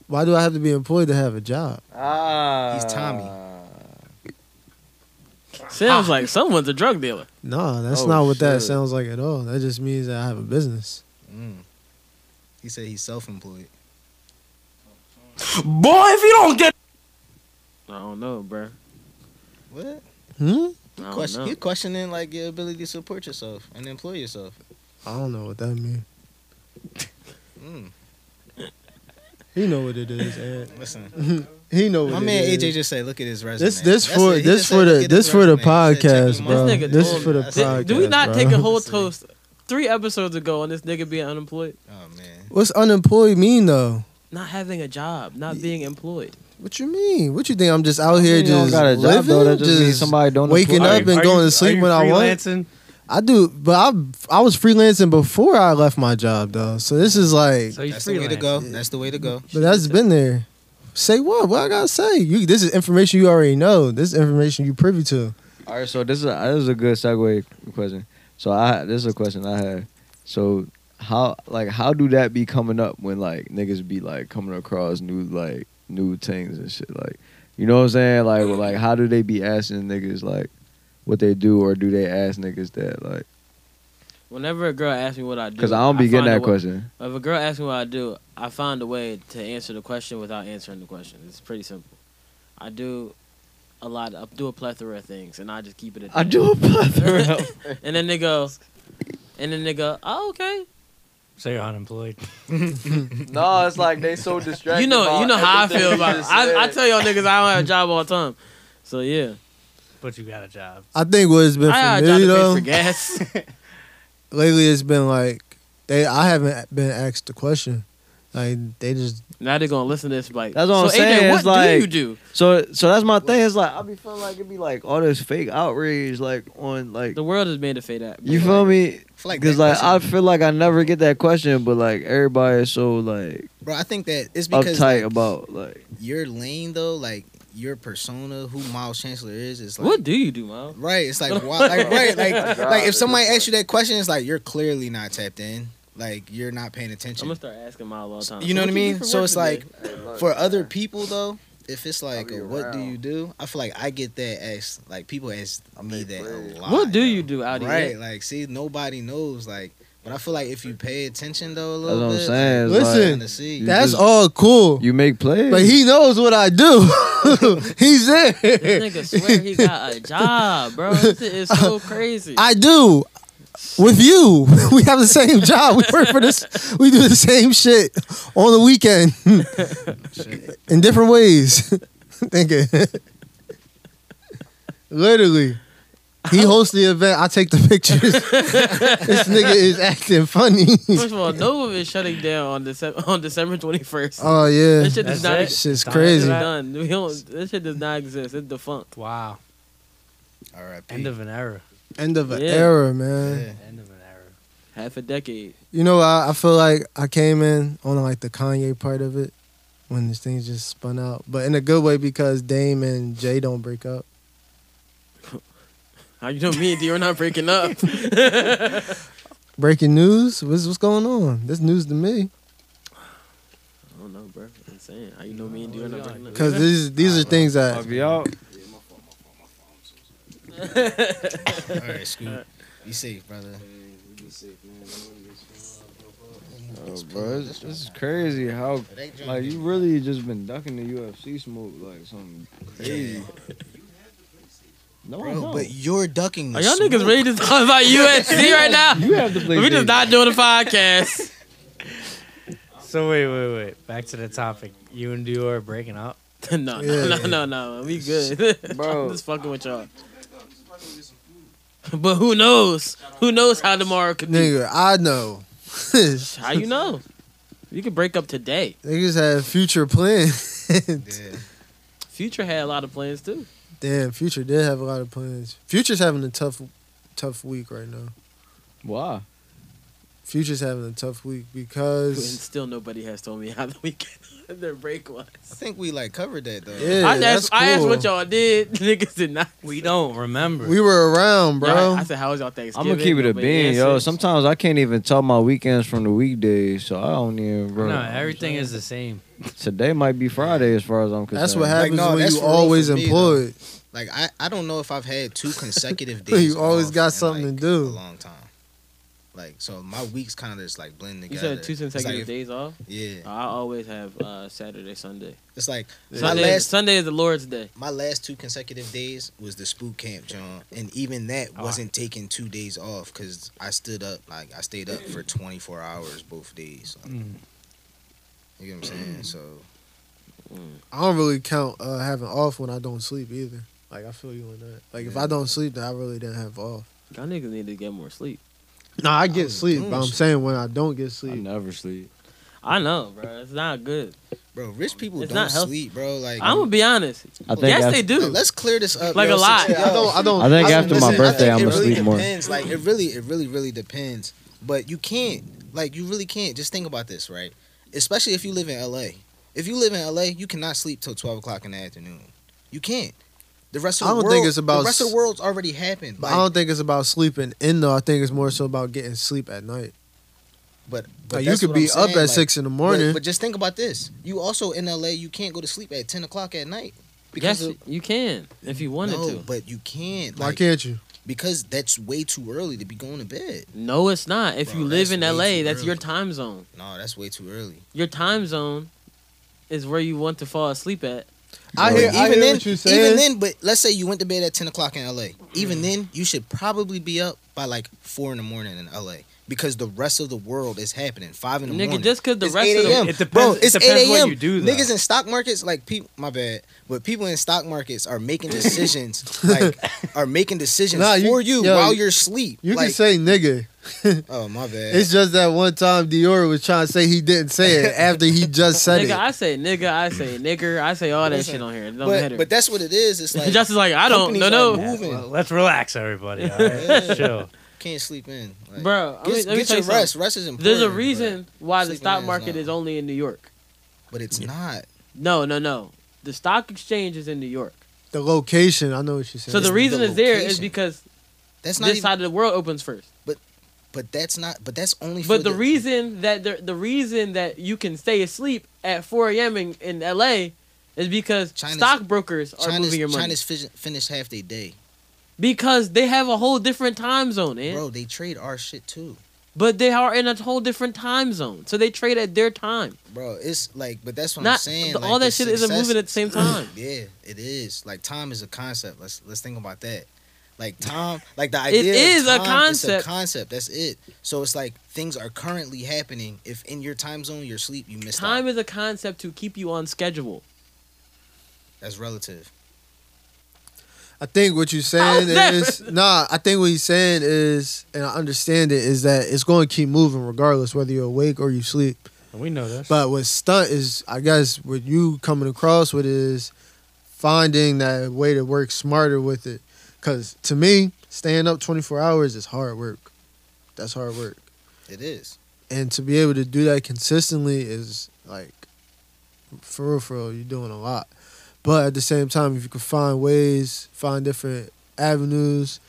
S6: Why do I have to be employed to have a job?
S8: Ah.
S4: He's Tommy.
S1: Sounds like someone's a drug dealer.
S6: No, that's
S5: Oh,
S6: not what that
S5: shit.
S6: sounds like at all. That just means that I have a business.
S4: Mm. He said he's self-employed.
S3: Boy, if you don't get
S1: I don't know, bro.
S4: What?
S6: Hmm?
S1: I don't
S4: Question,
S1: know.
S4: you questioning like your ability to support yourself and employ yourself.
S6: I don't know what that means.
S4: Mm.
S6: He know what it is, Ant.
S4: Listen,
S6: He know what
S4: my
S6: it
S4: man
S6: is.
S4: AJ just said, "Look at his resume."
S6: This this
S4: That's
S6: for
S4: it. He
S6: this
S4: just
S6: for
S4: said,
S6: the
S4: "Look at his
S6: this for the
S4: resume." He said,
S6: podcast,
S4: "Check
S6: bro.
S1: This nigga
S6: This
S1: told
S6: is for the
S4: me. I said,
S6: podcast.
S1: Did, do we not
S6: bro.
S1: take a whole
S4: Let's see.
S1: toast three episodes ago on this nigga being unemployed?
S4: Oh man,
S6: What's unemployed mean though?
S1: not having a job, not being employed.
S6: What you mean? What you think? I'm just out here
S5: You don't
S6: just
S5: got a job,
S6: living?
S5: though. That just means somebody don't
S6: waking
S5: employ
S6: up
S5: you.
S6: and going to sleep when I want.
S7: Freelancing.
S6: I do, but I I was freelancing before I left my job though. So this is like,
S7: So he's
S4: That's the way to
S7: freelancing.
S4: go. That's the way to go.
S6: but that's been there. Say what? What I gotta say? You this is information you already know. This is information you privy to.
S5: All right, so this is a, this is a good segue question. So I this is a question I had. So how like how do that be coming up when like niggas be like coming across new like new things and shit like you know what I'm saying like well, like how do they be asking niggas like what they do or do they ask niggas that like
S1: Whenever a girl asks me what I do,
S5: because I don't be getting
S1: find a
S5: that
S1: wa-
S5: question.
S1: If a girl asks me what I do, I find a way to answer the question without answering the question. It's pretty simple. I do a lot. I do a plethora of things, and I just keep it. At
S5: I
S1: that.
S5: do a plethora.
S1: and then they go, and then they go, oh okay.
S7: So you're unemployed.
S5: no, it's like they so distracted.
S1: You know, you know how I feel about it. I, I tell y'all niggas I don't have a job all the time. So yeah,
S7: But you got a job.
S6: I think what has been
S1: I got
S6: for
S1: a job
S6: me
S1: to
S6: though
S1: pay for gas.
S6: lately, it's been like they I haven't been asked the question. Like they just
S1: now they're gonna listen to this like.
S5: That's what
S1: so
S5: I'm saying.
S1: AJ,
S5: It's
S1: what do
S5: like-
S1: you do?
S5: So so that's my thing. It's like I be feeling like it be like all this fake outrage like on like
S1: The world is made to fade that.
S5: you feel me?
S4: I feel like
S5: Because
S4: that
S5: like
S4: question-
S5: I feel like I never get that question, but like everybody is so like
S4: bro, I think that it's because
S5: uptight
S4: like,
S5: about like
S4: your lane though, like your persona, who Miles Chancellor is, is like
S1: What do you do, Miles?
S4: Right. It's like why, like right, like like if somebody asks you that question, it's like you're clearly not tapped in. Like you're not paying
S1: I'm gonna
S4: attention.
S1: start asking Miles all the time.
S4: You know
S1: So
S4: what I
S1: do
S4: mean?
S1: for
S4: So
S1: work
S4: it's
S1: today?
S4: like for other people though, if it's like
S8: be
S4: a, what do
S8: around.
S4: you do? I feel like I get that asked. Like people ask me that a lot.
S1: what do
S4: though.
S1: you do out here?
S4: Right. Like see, nobody knows. Like, but I feel like if you pay attention though a
S5: that's what
S4: little
S5: I'm
S4: bit,
S5: saying. It's
S4: like,
S5: like,
S6: Listen.
S4: kinda see.
S5: You
S6: that's
S5: just-
S6: all cool.
S5: you make Oh, plays.
S6: But he knows what I do. He's there.
S1: This nigga swear he got a job, bro. This shit is so crazy.
S6: I do. With you, we have the same job. We work for this. We do the same shit on the weekend in different ways. Think it. Literally, he hosts the event. I take the pictures. this nigga is acting funny.
S1: First of all, Nova is shutting down on December on December 21st.
S6: oh yeah,
S1: That shit does
S7: That's
S1: not
S7: it?
S1: exist.
S6: shit's
S7: Time
S1: It's
S6: crazy.
S7: to that.
S1: done. We don't, that shit does not exist. It's defunct.
S7: Wow. End
S4: R.I.P.
S7: of an era.
S6: End of an
S1: Yeah.
S6: era, man.
S4: Yeah.
S7: End of an era.
S1: Half a decade.
S6: You know, I, I feel like I came in on like the Kanye part of it when this thing just spun out, but in a good way because Dame and Jay don't break up.
S1: How you know me and D are not breaking up?
S6: Breaking news? What's what's going on? This news to me
S1: I don't know, bro. I'm saying, how you know me and D are not breaking up?
S6: because these these are things that
S4: All right, Scoop. Be safe, brother.
S5: Oh, bro, this, this is crazy how like you really just been ducking the UFC smoke like something crazy. No, I
S4: Bro,
S5: don't.
S4: but you're ducking. the
S1: Are y'all
S4: smoke.
S1: niggas ready to talk about USC right now?
S5: you have to play.
S1: We just
S5: big.
S1: not doing the podcast.
S7: So wait, wait, wait. Back to the topic. You and Dior are breaking up.
S1: no, no,
S6: Yeah,
S1: no,
S6: yeah.
S1: no, no. We good.
S5: Bro.
S1: I'm just fucking with y'all. But who knows? Who knows how tomorrow could be?
S6: nigga I know. Niggas
S1: How you know? You could break up today.
S6: have future plans.
S4: Yeah.
S1: Future had a lot of plans too.
S6: Damn, Future did have a lot of plans. Future's having a tough tough week right now.
S5: Why?
S6: Future's having a tough week
S1: And
S6: because
S1: still nobody has told me how the weekend their break was.
S4: I think we like covered that though.
S6: Yeah.
S1: I,
S6: that's
S1: asked, I asked
S6: cool.
S1: what y'all did. Niggas did not.
S7: We don't remember.
S6: we were around, bro.
S1: Y'all- I said, how was y'all
S5: I'm
S1: Thanksgiving?
S5: gonna keep it a
S1: Nobody
S5: bean, yo.
S1: answered.
S5: Sometimes I can't even tell my weekends from the weekdays, so I don't even. Bro,
S7: no, everything is the same.
S5: Today might be Friday as far as I'm concerned.
S6: that's what
S4: Like,
S6: happens
S4: no,
S6: when
S4: that's
S6: you
S4: for real
S6: always
S4: for me, though.
S6: employed.
S4: Like I, I don't know if I've had two consecutive
S6: You
S4: days.
S6: always
S4: off
S6: got
S4: in,
S6: something to
S4: like,
S6: do.
S4: A long time. Like so, my weeks kind of just like blend
S1: You said
S4: together.
S1: two
S4: It's like
S1: consecutive
S4: if-
S1: days off.
S4: Yeah,
S1: I always have uh, Saturday, Sunday.
S4: it's like my
S1: Sunday,
S4: last
S1: Sunday is the Lord's day.
S4: my last two consecutive days was the spook camp, John, and even that
S1: Ah.
S4: wasn't taking two days off because I stood up like I stayed up for 24 hours both days. Like,
S7: Mm.
S4: You know what I'm saying? So
S6: I don't really count uh, having off when I don't sleep either. Like I feel you on that. Like if I don't sleep, then I really didn't have off.
S1: Y'all niggas need to get more sleep.
S6: Nah, I get
S4: was
S6: sleep,
S4: doing
S6: but I'm
S4: shit.
S6: saying when I don't get
S5: I
S6: sleep,
S5: never sleep.
S1: I know, bro. It's not good.
S4: bro. Rich people
S1: It's
S4: don't
S1: not healthy.
S4: sleep, bro. Like
S1: I'm gonna be honest.
S5: I think
S1: Yes,
S5: after-
S1: they do.
S4: Let's clear this up.
S1: Like a
S4: yo,
S1: lot.
S4: since-
S6: I don't. I don't.
S5: I think
S4: I-
S5: after my
S4: listen, I
S5: birthday,
S4: think
S5: I'm
S4: it
S5: gonna
S4: really
S5: sleep more.
S4: depends. Like it really, it really, really depends. But you can't, like, you really can't. Just think about this, right? Especially if you live in LA. If you live in LA, you cannot sleep till twelve o'clock in the afternoon. You can't. The rest of
S6: I
S4: the
S6: don't
S4: world,
S6: think it's about
S4: the rest of
S6: s-
S4: the world's already happened.
S6: But
S4: Like,
S6: I don't think it's about sleeping in though. I think it's more so about getting sleep at night.
S4: but, but
S6: Like you
S4: that's
S6: could
S4: what I'm
S6: be up
S4: saying,
S6: at
S4: like,
S6: six in the
S4: but-
S6: morning.
S4: But, just think about this. You also in LA, you can't go to sleep at ten o'clock at night
S1: Yes,
S4: because of,
S1: you can if you wanted
S4: no,
S1: to.
S4: but you can't.
S6: why
S4: Like,
S6: can't you?
S4: because that's way too early to be going to bed.
S1: No, it's not. If
S4: Bro,
S1: you live
S4: that's
S1: in
S4: way
S1: LA,
S4: too
S1: that's your
S4: early.
S1: time zone.
S4: No, that's way too early.
S1: Your time zone is where you want to fall asleep at.
S6: I
S4: But
S6: hear. I hear
S4: then,
S6: what you're
S4: even
S6: saying.
S4: then, but let's say you went to bed at ten o'clock in LA. Even then, you should probably be up by like four in the morning in LA because the rest of the world is happening five in the
S1: Nigga,
S4: morning.
S1: just because the
S4: It's
S1: rest
S4: 8
S1: of
S4: a.m.
S1: the
S7: It depends.
S4: Bro, it's
S7: it depends
S4: 8 a.m.
S7: what you do. Though.
S4: Niggas in stock markets, like people, my bad, but people in stock markets are making decisions, like are making decisions
S6: Nah, you-
S4: for you
S6: yo,
S4: while you're asleep.
S6: You
S4: like,
S6: can say nigga.
S4: oh my bad.
S6: It's just that one time Dior was trying to say he didn't say it after he just said
S1: nigga,
S6: it.
S1: I say nigga, I say nigger, I say all that shit on here. Don't
S4: but,
S1: matter.
S4: but that's what it is. It's like
S1: Justin's like, I don't, no,
S4: companies
S1: no,
S4: are
S7: Yeah,
S4: moving.
S7: well, let's relax, everybody. All right?
S4: Yeah.
S7: Chill.
S4: can't sleep in, like,
S1: bro.
S4: Get,
S1: let me, let me
S4: get
S1: tell
S4: your
S1: you something.
S4: rest. Rest is important.
S1: There's a
S4: but-
S1: reason why the
S4: Sleeping
S1: stock
S4: is
S1: market
S4: not-
S1: is only in New York.
S4: but it's not.
S1: No, no, no. The stock exchange is in New York.
S6: The location. I know what you're saying.
S1: So
S4: It's
S1: the
S4: the
S1: reason it's there is
S4: location.
S1: because
S4: That's not.
S1: this
S4: Even,
S1: side of the world opens first.
S4: but that's not. But that's only. for
S1: But the reason that the, the reason that you can stay asleep at 4 a.m. In, in L.A. is because
S4: China's-
S1: stockbrokers are
S4: China's,
S1: moving your money
S4: China's fish, finished half their day,
S1: because they have a whole different time zone, man.
S4: bro. They trade our shit too,
S1: But they are in a whole different time zone, so they trade at their time.
S4: bro. It's like, but that's what I'm
S1: Not
S4: saying.
S1: the-
S4: like,
S1: all
S4: the
S1: that shit isn't
S4: success-
S1: moving at the same time.
S4: Yeah, it is. Like time is a concept. Let's let's think about that. Like time, like the idea.
S1: It is a
S4: of time is
S1: concept.
S4: a concept. That's it. So it's like things are currently happening. If in your time zone you're asleep, you miss
S1: time
S4: time.
S1: is a concept to keep you on schedule.
S4: That's relative.
S6: I think what you're
S1: I was
S6: saying
S1: there.
S6: is nah. I think what he's saying is, and I understand it, is that it's going to keep moving regardless whether you're awake or you sleep.
S7: We know this.
S6: But what stunt is, I guess, what you coming across with is finding that way to work smarter with it. Because to me, staying up 24 hours is hard work. That's hard work.
S4: It is.
S6: And to be able to do that consistently is like, for real, for real, you're doing a lot. But at the same time, if you can find ways, find different avenues,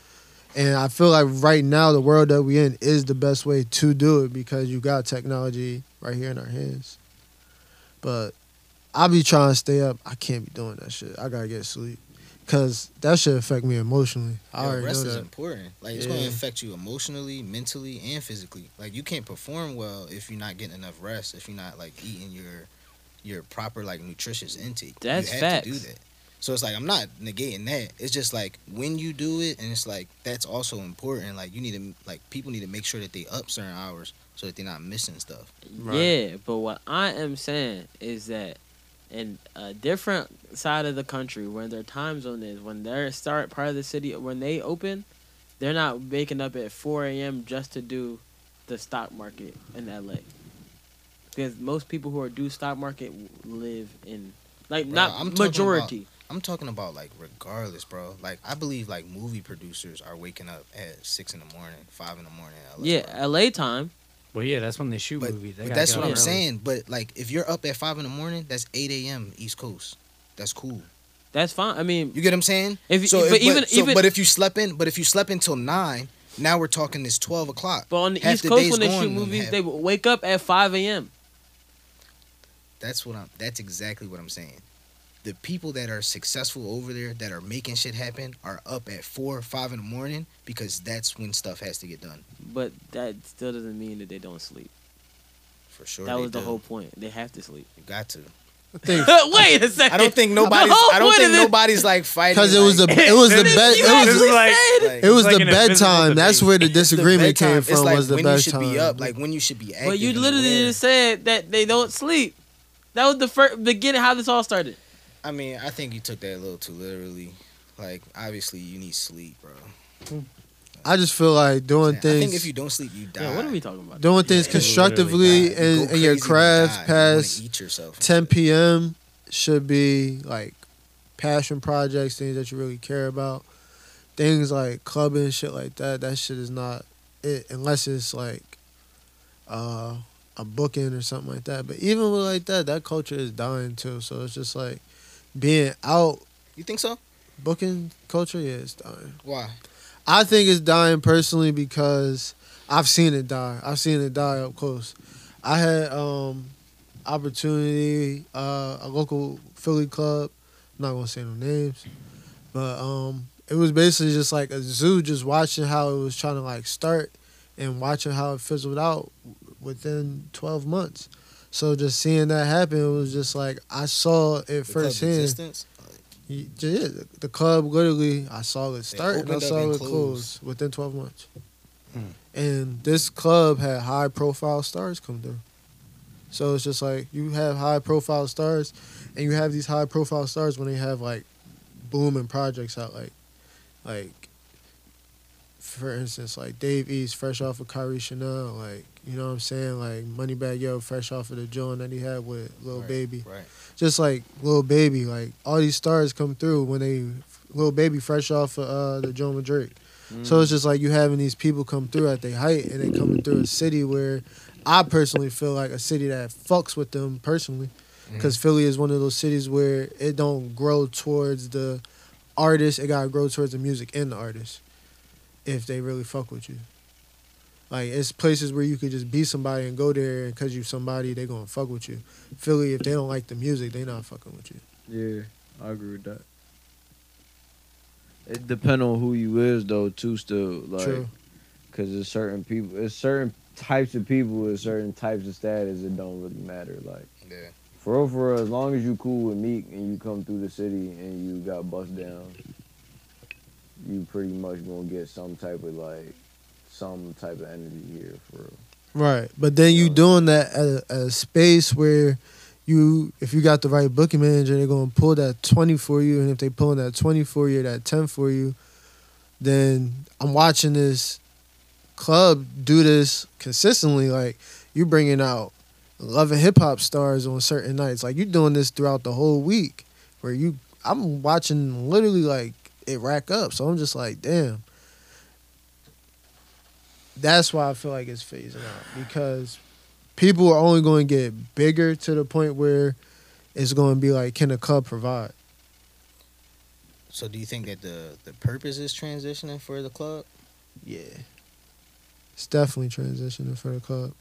S6: and I feel like right now the world that we're in is the best way to do it because you got technology right here in our hands. But I be trying to stay up. I can't be doing that shit. I gotta get sleep because that should affect me emotionally. I
S4: Yo,
S6: already know
S4: rest is
S6: that.
S4: important. Like it's
S6: Yeah.
S4: going to affect you emotionally, mentally, and physically. Like you can't perform well if you're not getting enough rest. If you're not like eating your your proper like nutritious intake.
S1: That's
S4: you have to do
S1: facts.
S4: that. So it's like I'm not negating that. It's just like when you do it, and it's like that's also important. Like you need to like people need to make sure that they up certain hours so that they're not missing stuff.
S1: Yeah, but what I am saying is that in a different side of the country, where their time zone is, when they're start part of the city, when they open, they're not waking up at 4 a.m. just to do the stock market in LA. Because most people who are do stock market w- live in like
S4: Bro,
S1: not
S4: I'm talking
S1: majority.
S4: I'm talking about like regardless, bro. Like I believe like movie producers are waking up at six in the morning, five in the morning. in LA, bro.
S1: yeah, LA time.
S7: well, yeah, that's when they shoot
S4: But,
S7: movies. They
S4: but
S7: gotta
S4: that's
S7: get
S4: what
S7: up
S4: I'm
S7: early.
S4: saying. But like, if you're up at five in the morning, that's eight a.m. East Coast. That's cool.
S1: That's fine. I mean,
S4: You get what I'm saying?
S1: If-
S4: so,
S1: but even-
S4: so-
S1: even-
S4: but if you slept in, but if you slept until nine, now we're talking this twelve o'clock.
S1: but on the
S4: Half
S1: East
S4: the
S1: Coast
S4: day's
S1: when they
S4: gone
S1: shoot
S4: when
S1: movies,
S4: half-
S1: they w- wake up at 5 a.m.
S4: That's what I'm. That's exactly what I'm saying. The people that are successful over there, that are making shit happen, are up at four, or five in the morning because that's when stuff has to get done
S1: But that still doesn't mean that they don't sleep.
S4: for sure.
S1: That
S4: they
S1: was the
S4: do.
S1: whole point. They have to sleep.
S4: You got to.
S1: Wait a second.
S4: I don't think nobody's.
S1: whole
S4: I don't
S1: point
S4: think
S1: of this-
S4: nobody's like fighting.
S6: Because it was the
S4: like-
S6: it was the
S1: You
S6: best. It was
S1: actually
S6: the,
S7: like-
S1: said it.
S4: like-
S6: it was
S7: It's like
S6: the
S7: an invisible
S6: bedtime. That's
S7: debate.
S6: where the disagreement
S4: bedtime.
S6: came
S4: It's
S6: from.
S4: like
S6: was the
S4: when
S6: best
S4: you should
S6: time.
S4: be up, like when you should be active.
S1: But you
S4: and
S1: literally
S4: aware.
S1: just said that they don't sleep. That was the first beginning how this all started.
S4: I mean, I think you took that a little too literally. Like, obviously, you need sleep, bro.
S6: I just feel like doing
S4: I
S6: things
S4: think if you don't sleep, you die.
S1: Yeah, what are we talking about?
S6: doing things
S4: Yeah, you
S6: constructively
S4: You go
S6: and, and your
S4: crazy, you die.
S6: craft
S4: You wanna
S6: past
S4: eat yourself.
S6: 10 p.m. should be like passion projects, things that you really care about. Things like clubbing and shit like that. That shit is not it unless it's like uh, a booking or something like that. But even with like that, that culture is dying too. So it's just like being out
S4: You think so?
S6: booking culture, yeah, it's dying.
S4: Why?
S6: I think it's dying personally because I've seen it die. I've seen it die up close. I had um opportunity uh a local Philly club. I'm not gonna say no names, but um it was basically just like a zoo, just watching how it was trying to like start and watching how it fizzled out within 12 months. So just seeing that happen, it was just like I saw it
S4: The club
S6: firsthand.
S4: existence?
S6: You- j- Yeah, the- the club literally, I saw it start and I
S4: opened up
S6: saw
S4: and
S6: it
S4: closed.
S6: close within 12 months. And this club had high profile stars come through. So it's just like you have high profile stars and you have these high profile stars when they have like booming projects out like like for instance like Dave East fresh off of Kyrie Chanel like you know what I'm saying like Moneybag Yo fresh off of the joint that he had with Lil
S4: Right,
S6: Baby
S4: Right.
S6: just like little baby, like all these stars come through when they little baby fresh off of, uh, the Joe Drake. So it's just like you having these people come through at their height, and they coming through a city where I personally feel like a city that fucks with them personally, because Philly is one of those cities where it don't grow towards the artist; it gotta grow towards the music and the artist if they really fuck with you. Like it's places where you could just be somebody and go there, and cause you somebody, they gonna fuck with you. Philly, if they don't like the music, they not fucking with you.
S5: Yeah, I agree with that. It depend on who you is though too. Still like,
S6: True.
S5: cause there's certain people, it's certain types of people with certain types of status. It don't really matter. Like,
S4: Yeah.
S5: for real, for real, as long as you cool with Meek and you come through the city and you got bust down, you pretty much gonna get some type of like, some type of energy here for real.
S6: Right, but then you
S5: Yeah.
S6: doing that at a, at a space where you, if you got the right booking manager, they're gonna pull that twenty for you, and if they pulling that twenty for you, or that ten for you, then I'm watching this club do this consistently. Like you bringing out love and hip hop stars on certain nights, like you doing this throughout the whole week, where you, I'm watching literally like it rack up. So I'm just like, damn. that's why I feel like it's phasing out because people are only going to get bigger to the point where it's going to be like, can the club provide?
S4: So do you think that the the purpose is transitioning for the club?
S6: Yeah, it's definitely transitioning for the club.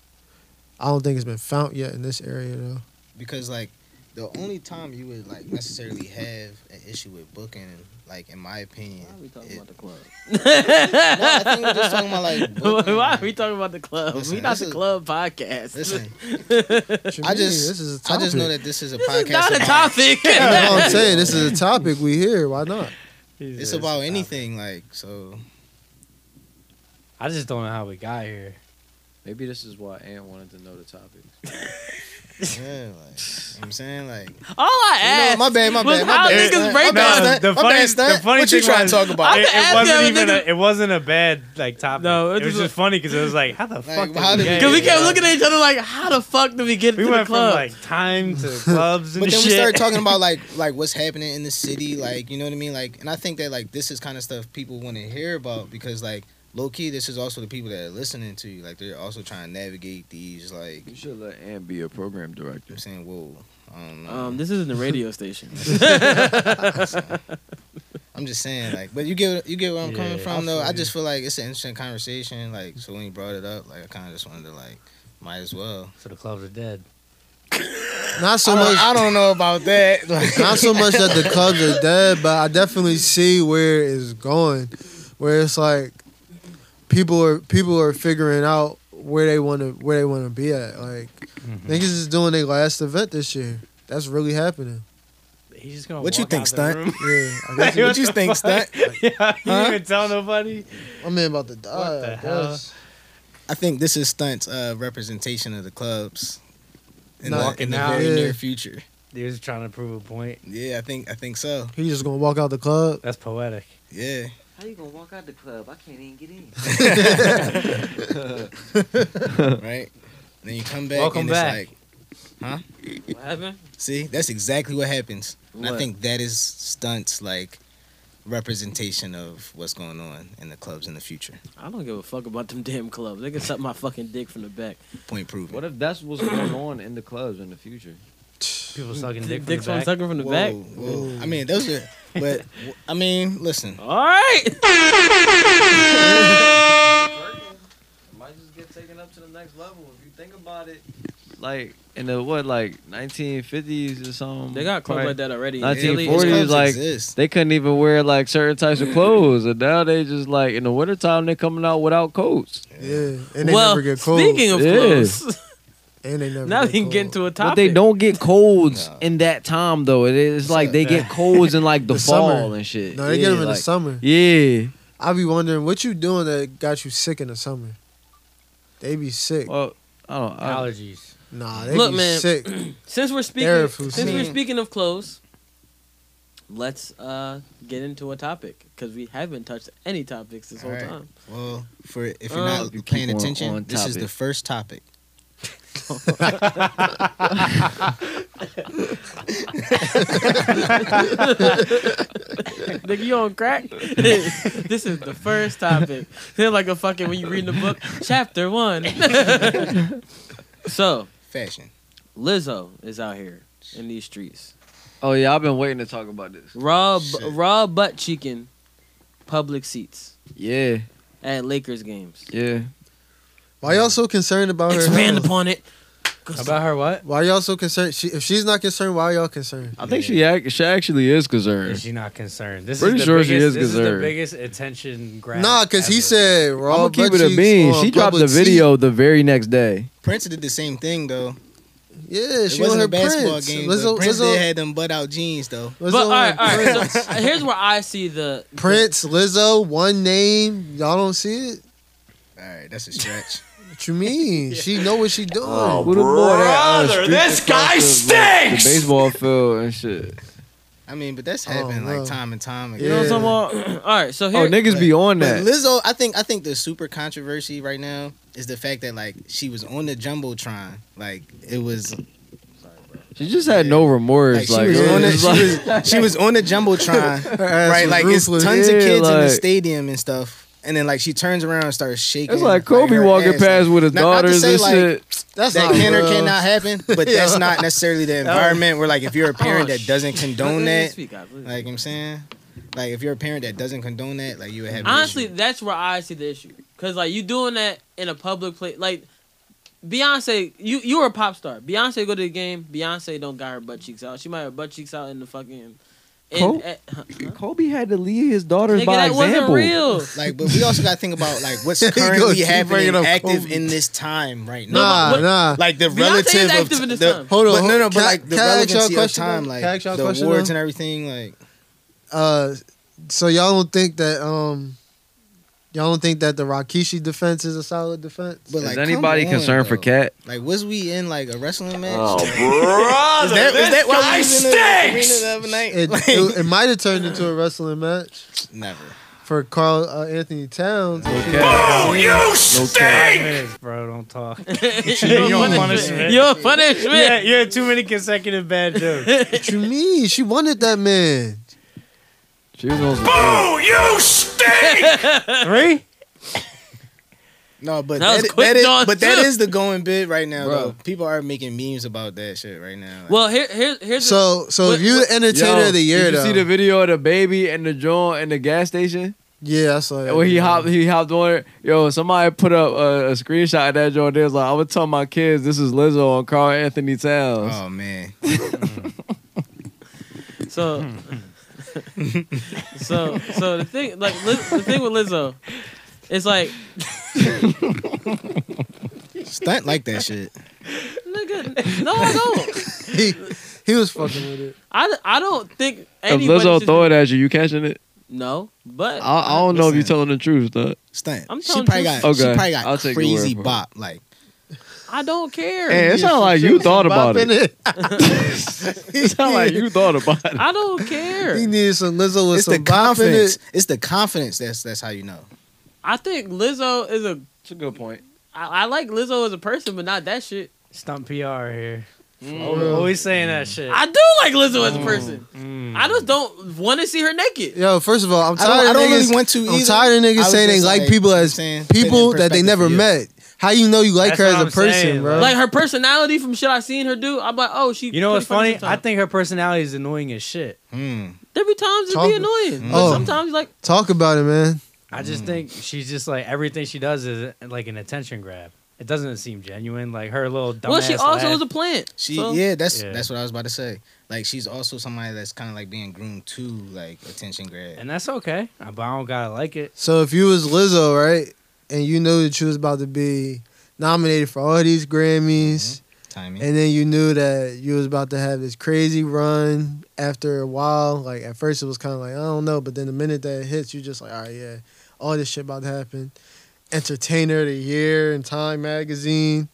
S6: I don't think it's been found yet in this area though.
S4: Because like the only time you would like necessarily have an issue with booking, like in my opinion,
S1: Why are we talking
S4: it-
S1: about the club?
S4: no, I think we're just talking about like. booking.
S1: Why are we talking about the club? we
S4: Listen,
S1: not
S4: this
S1: the
S4: is-
S1: club podcast.
S4: Listen,
S6: To
S4: I
S6: me,
S4: just
S6: this is a
S4: I
S6: topic.
S4: just know that this is a
S1: this
S4: podcast.
S1: is not a
S4: about-
S1: topic.
S6: That's what I'm saying. This is a topic we hear. Why not?
S4: It's about anything like so.
S7: I just don't know how we got here.
S8: Maybe this is why Ant wanted to know the topic.
S4: Yeah, like you know what I'm saying like.
S1: All I
S4: You know,
S1: asked.
S4: my bad, my
S1: was
S4: bad,
S1: how
S4: my bad.
S1: niggas
S4: Stunt.
S1: break
S4: my bad,
S1: down.
S4: stunt.
S7: The
S4: my
S7: funny-
S4: bad, stunt.
S7: the funny
S4: what you
S7: thing
S4: trying
S7: was-
S4: to talk about?
S1: I'm
S7: It, it
S1: asking
S7: wasn't
S1: him,
S7: even
S1: nigga.
S7: a, it wasn't a bad like topic.
S1: No,
S7: No,
S1: it
S7: it, was
S1: was-
S7: just funny because it was like, how the fuck? Did
S4: how
S7: we, get
S4: did we-
S1: Cause we
S7: here?
S1: kept looking at each other like, how the fuck did we get
S7: We
S1: to the
S7: went
S1: club?
S7: from like time to clubs and
S4: But then
S7: shit.
S4: we started talking about like like what's happening in the city, like you know what I mean, like, and I think that like this is kind of stuff people want to hear about because like low key, this is also the people that are listening to you, like they're also trying to navigate these, like you
S5: You should let Ant be a program
S4: know what
S5: director.
S4: I'm saying, whoa, I don't know.
S1: um, this isn't the radio station.
S4: I'm just saying, like, but you get you get where I'm coming
S7: Yeah,
S4: from
S7: I
S4: though.
S7: feel
S4: I
S7: you.
S4: just feel like it's an interesting conversation, like, so when you brought it up, like, I kind of just wanted to like, might as well.
S7: so the clubs are dead.
S6: Not so
S4: I
S6: much.
S4: don't, I don't know about that. Like,
S6: not so much that the clubs are dead, but I definitely see where it's going, where it's like people are people are figuring out where they want to where they want to be at. Like niggas is doing their last event this year. That's really happening.
S7: He's just gonna.
S4: What you
S7: walk
S4: think,
S7: out the room.
S4: stunt?
S6: Yeah, I,
S7: Like,
S6: guess
S4: what you
S7: the
S4: think,
S7: fuck?
S4: stunt?
S7: yeah, you
S4: Huh?
S7: didn't even tell nobody.
S6: I'm in about to die.
S7: What the
S6: I
S7: hell?
S6: guess.
S4: I think this is Stunt's uh, representation of the clubs in,
S6: Nah,
S4: the, in the
S7: nah.
S4: very
S6: Yeah.
S4: near future.
S7: He was trying to prove a point.
S4: Yeah, I think I think so.
S6: He just gonna walk out the club.
S7: That's poetic.
S4: Yeah,
S9: How you gonna walk out the club? I can't even get in.
S4: right? And then you come back
S7: Welcome
S4: and
S7: back.
S4: it's like,
S1: What happened?
S4: see, that's exactly what happens. And I
S1: What?
S4: think that is stunts like representation of what's going on in the clubs in the future.
S1: I don't give a fuck about them damn clubs. They can suck my fucking dick from the back.
S4: Point proven.
S5: What if that's what's going on in the clubs in the future?
S7: People sucking dick from
S1: Dick's
S7: the
S1: from
S7: back.
S1: sucking from the
S4: Whoa,
S1: back.
S4: whoa. I mean, those are, but I mean, listen.
S1: All right.
S5: might just get taken up to the next level if you think about it. Like in the what, like 1950s or something.
S1: They got clubs
S5: Probably-
S1: like that already.
S5: Not
S1: Italy,
S4: those
S5: 40s,
S4: clubs
S5: like-
S4: exist.
S5: They couldn't even wear like certain types of clothes, and now they just like in the wintertime they coming out without coats.
S6: Yeah, and they
S1: well,
S6: never get cold.
S1: speaking of
S5: Yeah.
S1: clubs,
S6: and they never
S1: now we
S6: get
S1: can
S6: cold.
S1: get into a topic.
S5: But they don't get colds
S4: No.
S5: in that time though. It is like they get colds in like the,
S6: The
S5: fall
S6: summer.
S5: and shit.
S6: No, they
S5: yeah,
S6: get them in
S5: like,
S6: the summer.
S5: Yeah.
S6: I be wondering what you doing that got you sick in the summer. They be sick.
S5: Well, I don't. I,
S7: Allergies.
S6: nah, they
S1: Look,
S6: be
S1: man.
S6: sick.
S1: Since we're speaking,
S6: Therapy,
S1: since
S6: man.
S1: we're speaking of clothes, let's uh, get into a topic because we haven't touched any topics this whole
S4: All right.
S1: time.
S4: Well, for if you're
S1: Uh,
S4: not
S5: You keep
S4: paying
S5: on-
S4: attention,
S5: on
S4: this is the
S5: topic.
S4: first topic.
S1: Nigga, you on crack? this is the first topic. Feel like a fucking when you reading the book, chapter one. so
S4: Fashion.
S1: Lizzo is out here in these streets.
S5: oh yeah, I've been waiting to talk about this.
S1: Raw,
S4: Shit.
S1: raw butt chicken, public seats
S5: Yeah,
S1: at Lakers games.
S5: yeah.
S6: Why y'all so concerned about her?
S1: Expand
S6: health?
S1: upon it.
S7: About her what?
S6: Why y'all so concerned? She, if she's not concerned, why y'all concerned?
S5: I think she act, she actually is concerned.
S7: Is she not concerned? This
S5: Pretty
S7: is the
S5: sure
S7: biggest,
S5: she is
S7: this
S5: concerned.
S7: the biggest attention grab.
S6: Nah, cause he
S7: ever.
S6: said
S5: I'm
S6: raw.
S5: gonna keep
S6: butt
S5: it a
S6: cheeks
S5: bean.
S6: on
S5: She dropped the
S6: public
S5: video the very next day.
S4: Prince did the same thing though.
S6: seat. Yeah,
S4: It
S6: she on
S4: wasn't
S6: her
S4: a basketball
S6: Prince.
S4: game.
S6: Lizzo,
S4: but Prince
S6: Lizzo,
S4: did had them butt out jeans though.
S6: Lizzo
S1: But all
S6: on
S1: right, all
S6: Prince.
S1: right. So here's where I see the
S6: Prince, Lizzo, one name. Y'all don't see it.
S4: All right, that's a stretch.
S6: What you mean? She know what she doing.
S5: Who the boy that, uh, streaked across the, like, the baseball field and shit.
S4: I mean, but that's
S6: Oh,
S4: happened
S6: no.
S4: like time and time again.
S1: You know what
S6: Yeah.
S1: I'm talking about? all right, so
S5: Oh,
S1: here.
S5: niggas be on
S4: But
S5: that.
S4: Lizzo, I think I think the super controversy right now is the fact that like she was on the jumbotron, like it was
S5: She just had no
S4: like,
S5: remorse.
S4: she,
S5: Like,
S4: was
S5: it was
S4: on the,
S5: just
S4: she,
S5: like-
S4: was, she was on the jumbotron,
S6: Her ass
S4: right?
S6: was
S4: Like
S6: ruthless.
S4: it's tons of
S5: Yeah,
S4: kids in the
S5: like-
S4: stadium and stuff, and then like she turns around and starts shaking.
S5: it's like Kobe
S4: her
S5: walking
S4: ass,
S5: past
S4: like,
S5: with his
S4: not- not to
S5: daughters
S4: say,
S5: and
S4: like,
S5: shit.
S6: That's
S4: that
S6: not
S4: can or
S6: love.
S4: cannot happen, but
S6: Yeah.
S4: that's not necessarily the environment where like if you're a parent that doesn't condone that,
S1: Speak up, please.
S4: like I'm saying, like if you're a parent that doesn't condone that, like you would have an
S1: Honestly,
S4: issue.
S1: that's where I see the issue. Cause like you doing that in a public place, like Beyonce, you you were a pop star. Beyonce go to the game. Beyonce don't got her butt cheeks out. She might have butt cheeks out in the fucking. In,
S5: Cool.
S1: eh, huh?
S5: Kobe had to lead his daughters
S1: Nigga,
S5: by
S1: that wasn't
S5: example.
S1: real.
S4: Like, but we also got to think about like what's
S6: He gonna
S4: currently
S6: keep
S4: happening,
S6: bringing up
S4: active
S6: Kobe.
S4: in this time right now.
S6: Nah,
S1: what-
S6: nah.
S4: Like the
S1: Beyonce
S4: relative
S1: is
S4: of
S1: active in this
S4: the,
S1: time.
S6: Hold on,
S4: but no, no,
S6: hold-
S4: but
S6: can I-
S4: like the
S6: can I ask y'all a
S4: relevancy of
S6: question,
S4: time,
S6: though?
S4: like
S6: Can I ask y'all a
S4: the
S6: question,
S4: awards
S6: though?
S4: and everything, like
S6: Uh, so y'all don't think that um, y'all don't think that the Rakishi defense is a solid defense?
S4: but like
S5: Is
S4: come
S5: anybody
S4: on,
S5: concerned for
S4: though.
S5: Cat?
S4: Like, was we in like a wrestling match? Oh, brother, is that, is that why we was in the arena the other night?
S6: It,
S4: Like,
S6: it, it might have turned into a wrestling match
S4: never.
S6: for Carl uh, Anthony Towns.
S5: Oh,
S7: Five minutes, bro. Don't talk.
S1: You're
S7: Your
S1: a
S7: punishment.
S1: You're a punishment.
S7: yeah, you had too many consecutive bad jokes.
S6: What you mean? She wanted that man.
S5: She was on some
S7: Three?
S4: No, but
S1: That was
S4: that,
S1: quick
S4: that is,
S1: done,
S4: but that
S1: too.
S4: is the going bit right now,
S5: Bro.
S4: though. People are making memes about that shit right now. Like,
S1: Well, here, here here's the-
S6: So, so
S1: What-
S6: if you the entertainer
S5: Yo,
S6: of the year,
S5: Did you
S6: though,
S5: see the video of the baby and the joint and the gas station?
S6: yeah, I saw that.
S5: When he
S6: video.
S5: hopped, he hopped on it. Yo, somebody put up a, a screenshot of that joint. They was like, I would tell my kids this is Lizzo on Carl Anthony Towns.
S4: oh man,
S1: So, so, so the thing, like Liz, the thing with Lizzo, it's like,
S4: stunt like that shit.
S1: nigga, no, I don't.
S6: he, he was fucking with it.
S1: I, I don't think
S5: if
S1: anybody.
S5: Lizzo
S1: should-
S5: throw it at you, you catching it?
S1: No, but
S5: I, I don't know if you're
S4: Listen.
S5: telling the truth, though.
S4: Stunt.
S1: I'm
S4: she
S1: telling
S4: probably
S1: you-
S4: got. She
S5: Okay,
S4: probably
S5: I'll
S4: got
S5: take your
S4: crazy
S5: word for it.
S4: bop. Like
S1: I don't care.
S5: Hey, it sounds like you thought about
S6: Bopping
S5: it.
S6: it.
S5: It sounds like you thought about it.
S1: I don't care.
S6: He needed some Lizzo with
S4: It's the
S6: some bop in
S4: confidence.
S6: it.
S4: It's the confidence. That's that's how you know.
S1: I think Lizzo is a.
S8: It's a good point.
S1: I, I like Lizzo as a person, but not that shit.
S7: Stump PR here. Mm. Oh,
S4: Mm.
S7: Always saying that shit.
S1: I do like Lizzo
S5: Mm.
S1: as a person. I just don't want to see her naked.
S6: Yo, first of all, I'm
S4: I
S6: tired
S4: don't, I
S6: of
S4: don't
S6: niggas.
S4: really want to.
S6: I'm
S4: either.
S6: tired of
S4: I
S6: niggas
S4: was
S6: saying they
S4: just
S6: like
S4: like,
S6: people as
S4: saying, put it in
S6: people that they
S4: perspective
S6: never
S4: for you.
S6: met. How you know you like
S7: That's
S6: her
S7: what
S6: as a
S7: I'm
S6: person,
S7: saying,
S6: bro?
S1: Like her personality from shit I seen her do, I'm like, oh, she.
S7: you know what's
S1: pretty
S7: funny?
S1: funny
S7: I
S1: sometimes.
S7: think her personality is annoying as shit.
S4: Hmm.
S1: there be times it
S6: Talk-
S1: be annoying. But
S6: Oh.
S1: sometimes like
S6: Talk about it, man.
S7: I
S6: Mm.
S7: just think she's just like everything she does is like an attention grab. It doesn't seem genuine. Like her little dumbass.
S1: well, she also
S7: laugh.
S1: was a plant.
S4: She
S1: so-
S4: yeah, that's
S7: Yeah.
S4: that's what I was about to say. Like she's also somebody that's kind of like being groomed to like attention grab.
S7: and that's okay. I- Uh, But I don't gotta like it.
S6: So if you was Lizzo, right, and you knew that you was about to be nominated for all these
S5: Mm-hmm.
S6: Grammys,
S4: Timing.
S6: and then you knew that you was about to have this crazy run. After a while, like at first it was kind of like I don't know, but then the minute that it hits, you just like, all right, yeah, all this shit about to happen. Entertainer of the year in Time Magazine.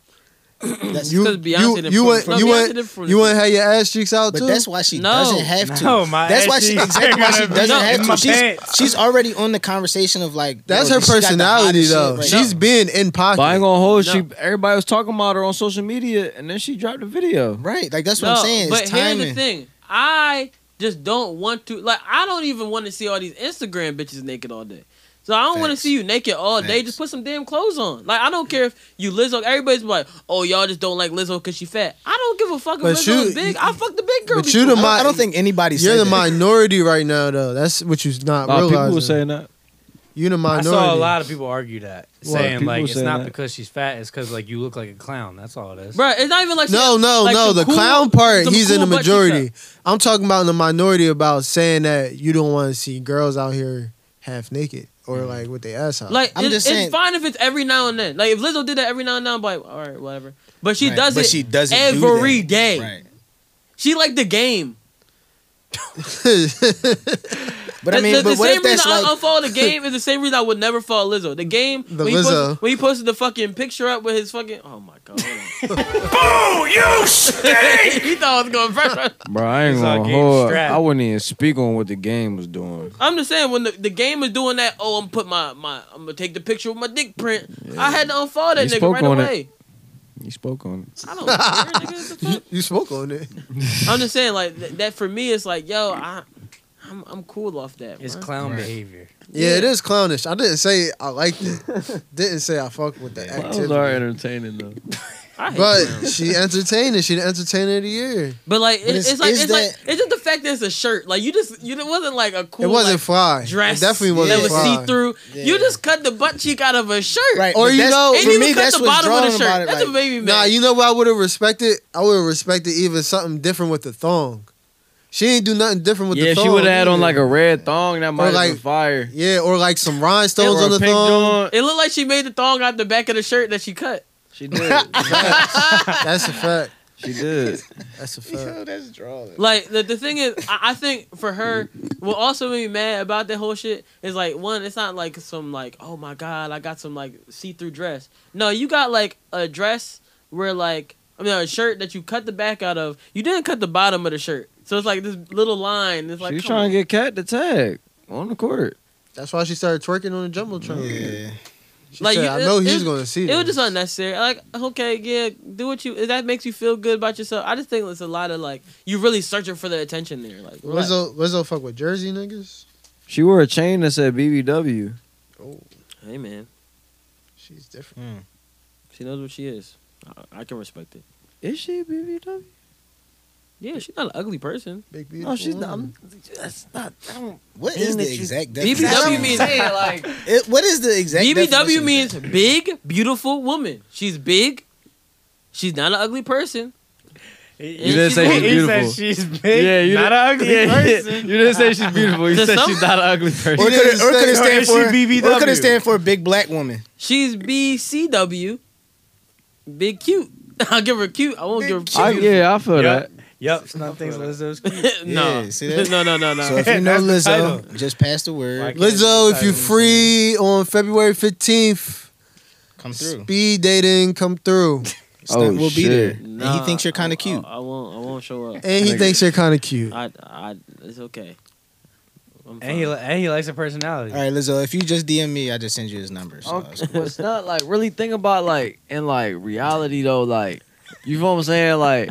S4: That's-
S6: you,
S1: because Beyonce
S6: you,
S1: didn't
S6: you
S1: prove
S6: went,
S1: it. No,
S6: you
S1: Beyonce
S6: went,
S1: didn't prove
S6: you
S1: it.
S6: went, had your ass cheeks out
S4: But
S6: too.
S4: that's why she
S1: No.
S4: doesn't have to.
S7: No, my
S4: that's why
S7: ass
S4: she
S7: cheeks
S4: exactly why she
S7: are
S4: doesn't
S1: in
S4: have
S7: my
S4: to. She's,
S7: pants.
S4: she's already on the conversation of like
S6: That's
S4: yo,
S6: her
S4: she got the
S6: personality
S4: hottest shit
S6: though.
S4: right
S6: She's
S4: now.
S6: been in pocket.
S5: But I ain't gonna hold.
S1: No.
S5: Oh, She everybody was talking about her on social media, and then she dropped a video.
S4: right. Like that's what I'm saying.
S1: But
S4: it's
S1: here's
S4: timing.
S1: the thing. I just don't want to like I don't even want to see all these Instagram bitches naked all day. So I don't want to
S4: Facts.
S1: see you naked all day.
S4: Facts.
S1: Just put some damn clothes on. Like I don't care if you Lizzo. Everybody's like, "Oh, y'all just don't like Lizzo because she fat." I don't give a fuck if
S6: But
S1: Lizzo
S6: you-
S1: is big. I fuck the big girl.
S6: but you the
S1: before.
S4: I, don't, I
S6: mi-
S4: don't think anybody.
S6: You're
S4: said
S6: the
S4: that.
S6: minority right now though. That's what you're
S5: A
S6: not
S5: lot of people
S6: realizing.
S5: were saying that.
S6: You're the
S7: I
S6: minority.
S7: saw a lot of people argue that,
S5: Well,
S7: saying
S5: people
S7: like it's
S5: say
S7: not
S5: that.
S7: because she's fat, it's because like you look like a clown. That's all it is.
S1: Bruh, It's not even like
S6: No,
S1: some-
S6: no,
S1: like
S6: no.
S1: some
S6: The
S1: cool-
S6: clown part,
S1: some
S6: he's in the
S1: cool butt cheeks up.
S6: majority. I'm talking about in the minority about saying that you don't want to see girls out here half naked or
S7: Mm.
S6: like with their ass out.
S1: Like
S4: I'm
S1: it's,
S4: just
S1: it's
S4: saying-
S1: fine if it's every now and then. Like if Lizzo did that every now and then, I'm like, all right, whatever. But she
S4: Right,
S1: does
S4: but
S1: it
S4: she doesn't
S1: every
S4: do that.
S1: day.
S4: Right.
S1: She like the game.
S4: But
S1: the,
S4: I mean,
S1: the,
S4: but
S1: the
S4: what
S1: same
S4: if that's
S1: reason I
S4: like?
S1: unfollow the game is the same reason I would never follow Lizzo. The game
S6: The
S1: when, he
S6: Lizzo.
S1: posted, when he posted the fucking picture up with his fucking oh my god, hold
S2: Boo! You stink!
S1: on. he thought I was going first.
S5: Bro, I ain't
S7: It's all
S5: gonna
S7: game
S5: hold.
S7: strapped.
S5: I wouldn't even speak on what the game was doing.
S1: I'm just saying when the, the game is doing that, oh I'm put my, my I'm gonna take the picture with my dick print. I had to unfollow that
S5: He
S1: nigga
S5: spoke
S1: right
S5: on it.
S1: away.
S5: You spoke on it.
S1: I don't care, nigga. What the fuck?
S6: you smoke on it.
S1: I'm just saying like th- that for me it's like yo I I'm, I'm cool off that.
S7: It's
S1: bruh.
S7: clown
S4: Right.
S7: behavior.
S6: Yeah, it is clownish. I didn't say I liked it. didn't say I fuck with the
S5: That was our
S6: activity.
S5: entertaining though.
S1: I hate
S6: But
S1: clowns.
S6: she entertained it. She the entertainer of the year.
S1: But like it's,
S4: But is-
S1: it's like
S4: is
S1: it's like
S4: that-
S1: it's just the fact that it's a shirt. Like you just you it wasn't like a cool.
S6: it wasn't
S1: like,
S6: fly.
S1: dress.
S6: It definitely wasn't
S1: that was
S6: fly.
S1: see through. You
S4: Yeah.
S1: just cut the butt cheek out of a shirt.
S4: Right.
S6: Or
S4: but
S6: you
S4: that's-
S6: know-
S1: And
S4: for
S1: even
S4: me,
S1: cut
S4: that's
S1: the
S4: what's
S1: bottom of the shirt.
S4: drawing about it.
S1: That's
S4: like,
S1: what made me mad.
S6: Nah, you know what I would have respected? I would have respected even something different with the thong. She ain't do nothing different with
S5: yeah,
S6: the thong.
S5: she would have had on like
S6: either.
S5: a red thong. That might have
S6: like,
S5: been fire.
S6: Yeah, or like some rhinestones
S5: Or a
S6: on the
S5: pink
S6: thong.
S5: joint.
S1: it looked like she made the thong out the back of the shirt that she cut.
S5: She did.
S6: That's a fact.
S5: she did.
S6: That's a fact.
S4: that's drawing.
S1: Like the, the thing is, I, I think for her, what also made me mad about that whole shit is like one, it's not like some like oh my god, I got some like see through dress. No, you got like a dress where like I mean a shirt that you cut the back out of. You didn't cut the bottom of the shirt, so it's like this little line. It's like
S5: she was
S1: come
S5: trying
S1: on.
S5: to get Cat the tag on the court.
S6: That's why she started twerking on the jumbotron.
S4: Yeah.
S6: She
S1: Like,
S6: said,
S1: you-
S6: I
S1: it-
S6: know
S1: it
S6: he's
S1: was-
S6: gonna see
S1: It
S6: this.
S1: was just unnecessary. Like, okay, yeah, do what you. If that makes you feel good about yourself, I just think it's a lot of like you really searching for the attention there. Like, relax.
S6: Lizzo, Lizzo fuck with Jersey niggas.
S5: She wore a chain that said BBW.
S6: Oh,
S1: hey man,
S6: she's different.
S4: Hmm.
S1: she knows what she is. I, I can respect it.
S5: Is she BBW?
S1: Yeah, she's not an ugly person.
S6: Big beautiful.
S5: No, she's not.
S6: woman.
S5: I'm- that's not. I don't,
S4: What
S5: Mean
S4: is
S5: that
S4: the
S5: you-
S4: exact
S1: BBW
S4: definition?
S1: means like
S4: It- What is the exact
S1: BBW
S4: definition?
S1: means big, beautiful woman. She's big. She's not an ugly person.
S7: You
S1: didn't say she's
S5: beautiful.
S7: Said she's big.
S5: yeah, you
S7: not
S5: didn't-
S7: an ugly
S5: yeah, yeah.
S7: person.
S5: You didn't say she's beautiful. You
S1: To
S5: said
S1: some-
S5: she's not an ugly person.
S4: Or
S6: You
S4: could it,
S6: didn't
S4: or could
S6: say-
S4: it stand
S7: Is she
S4: for
S7: BBW?
S4: Or could it stand for big black woman?
S1: She's BCW. Big cute. I'll give her cute. I won't give
S5: I,
S1: her.
S5: yeah, I feel
S7: Yep.
S5: that.
S7: Yep. Some things Lizzo's cute.
S1: no.
S4: Yeah, see that?
S1: no, no, no, no,
S4: So if you know
S7: That's the
S4: Lizzo, just pass the word.
S7: Like-
S6: Lizzo, if you free on February fifteenth,
S4: Come through.
S6: speed dating, come through.
S4: Stunt will be
S10: Oh,
S4: there.
S10: shit.
S4: And
S1: Nah,
S4: he thinks you're
S1: I-
S4: kind of cute.
S1: I, I won't. I won't show up.
S6: And he
S10: Nigga.
S6: thinks you're kind of cute.
S1: I. I. It's okay. I'm
S7: And he,
S1: fine.
S7: li- and he likes a personality.
S4: All right, Lizzo, if you just DM me, I just send you his number. So it's
S5: Okay. Well, Oh, it's not like really think about like in like reality though. Like you know what I'm saying? Like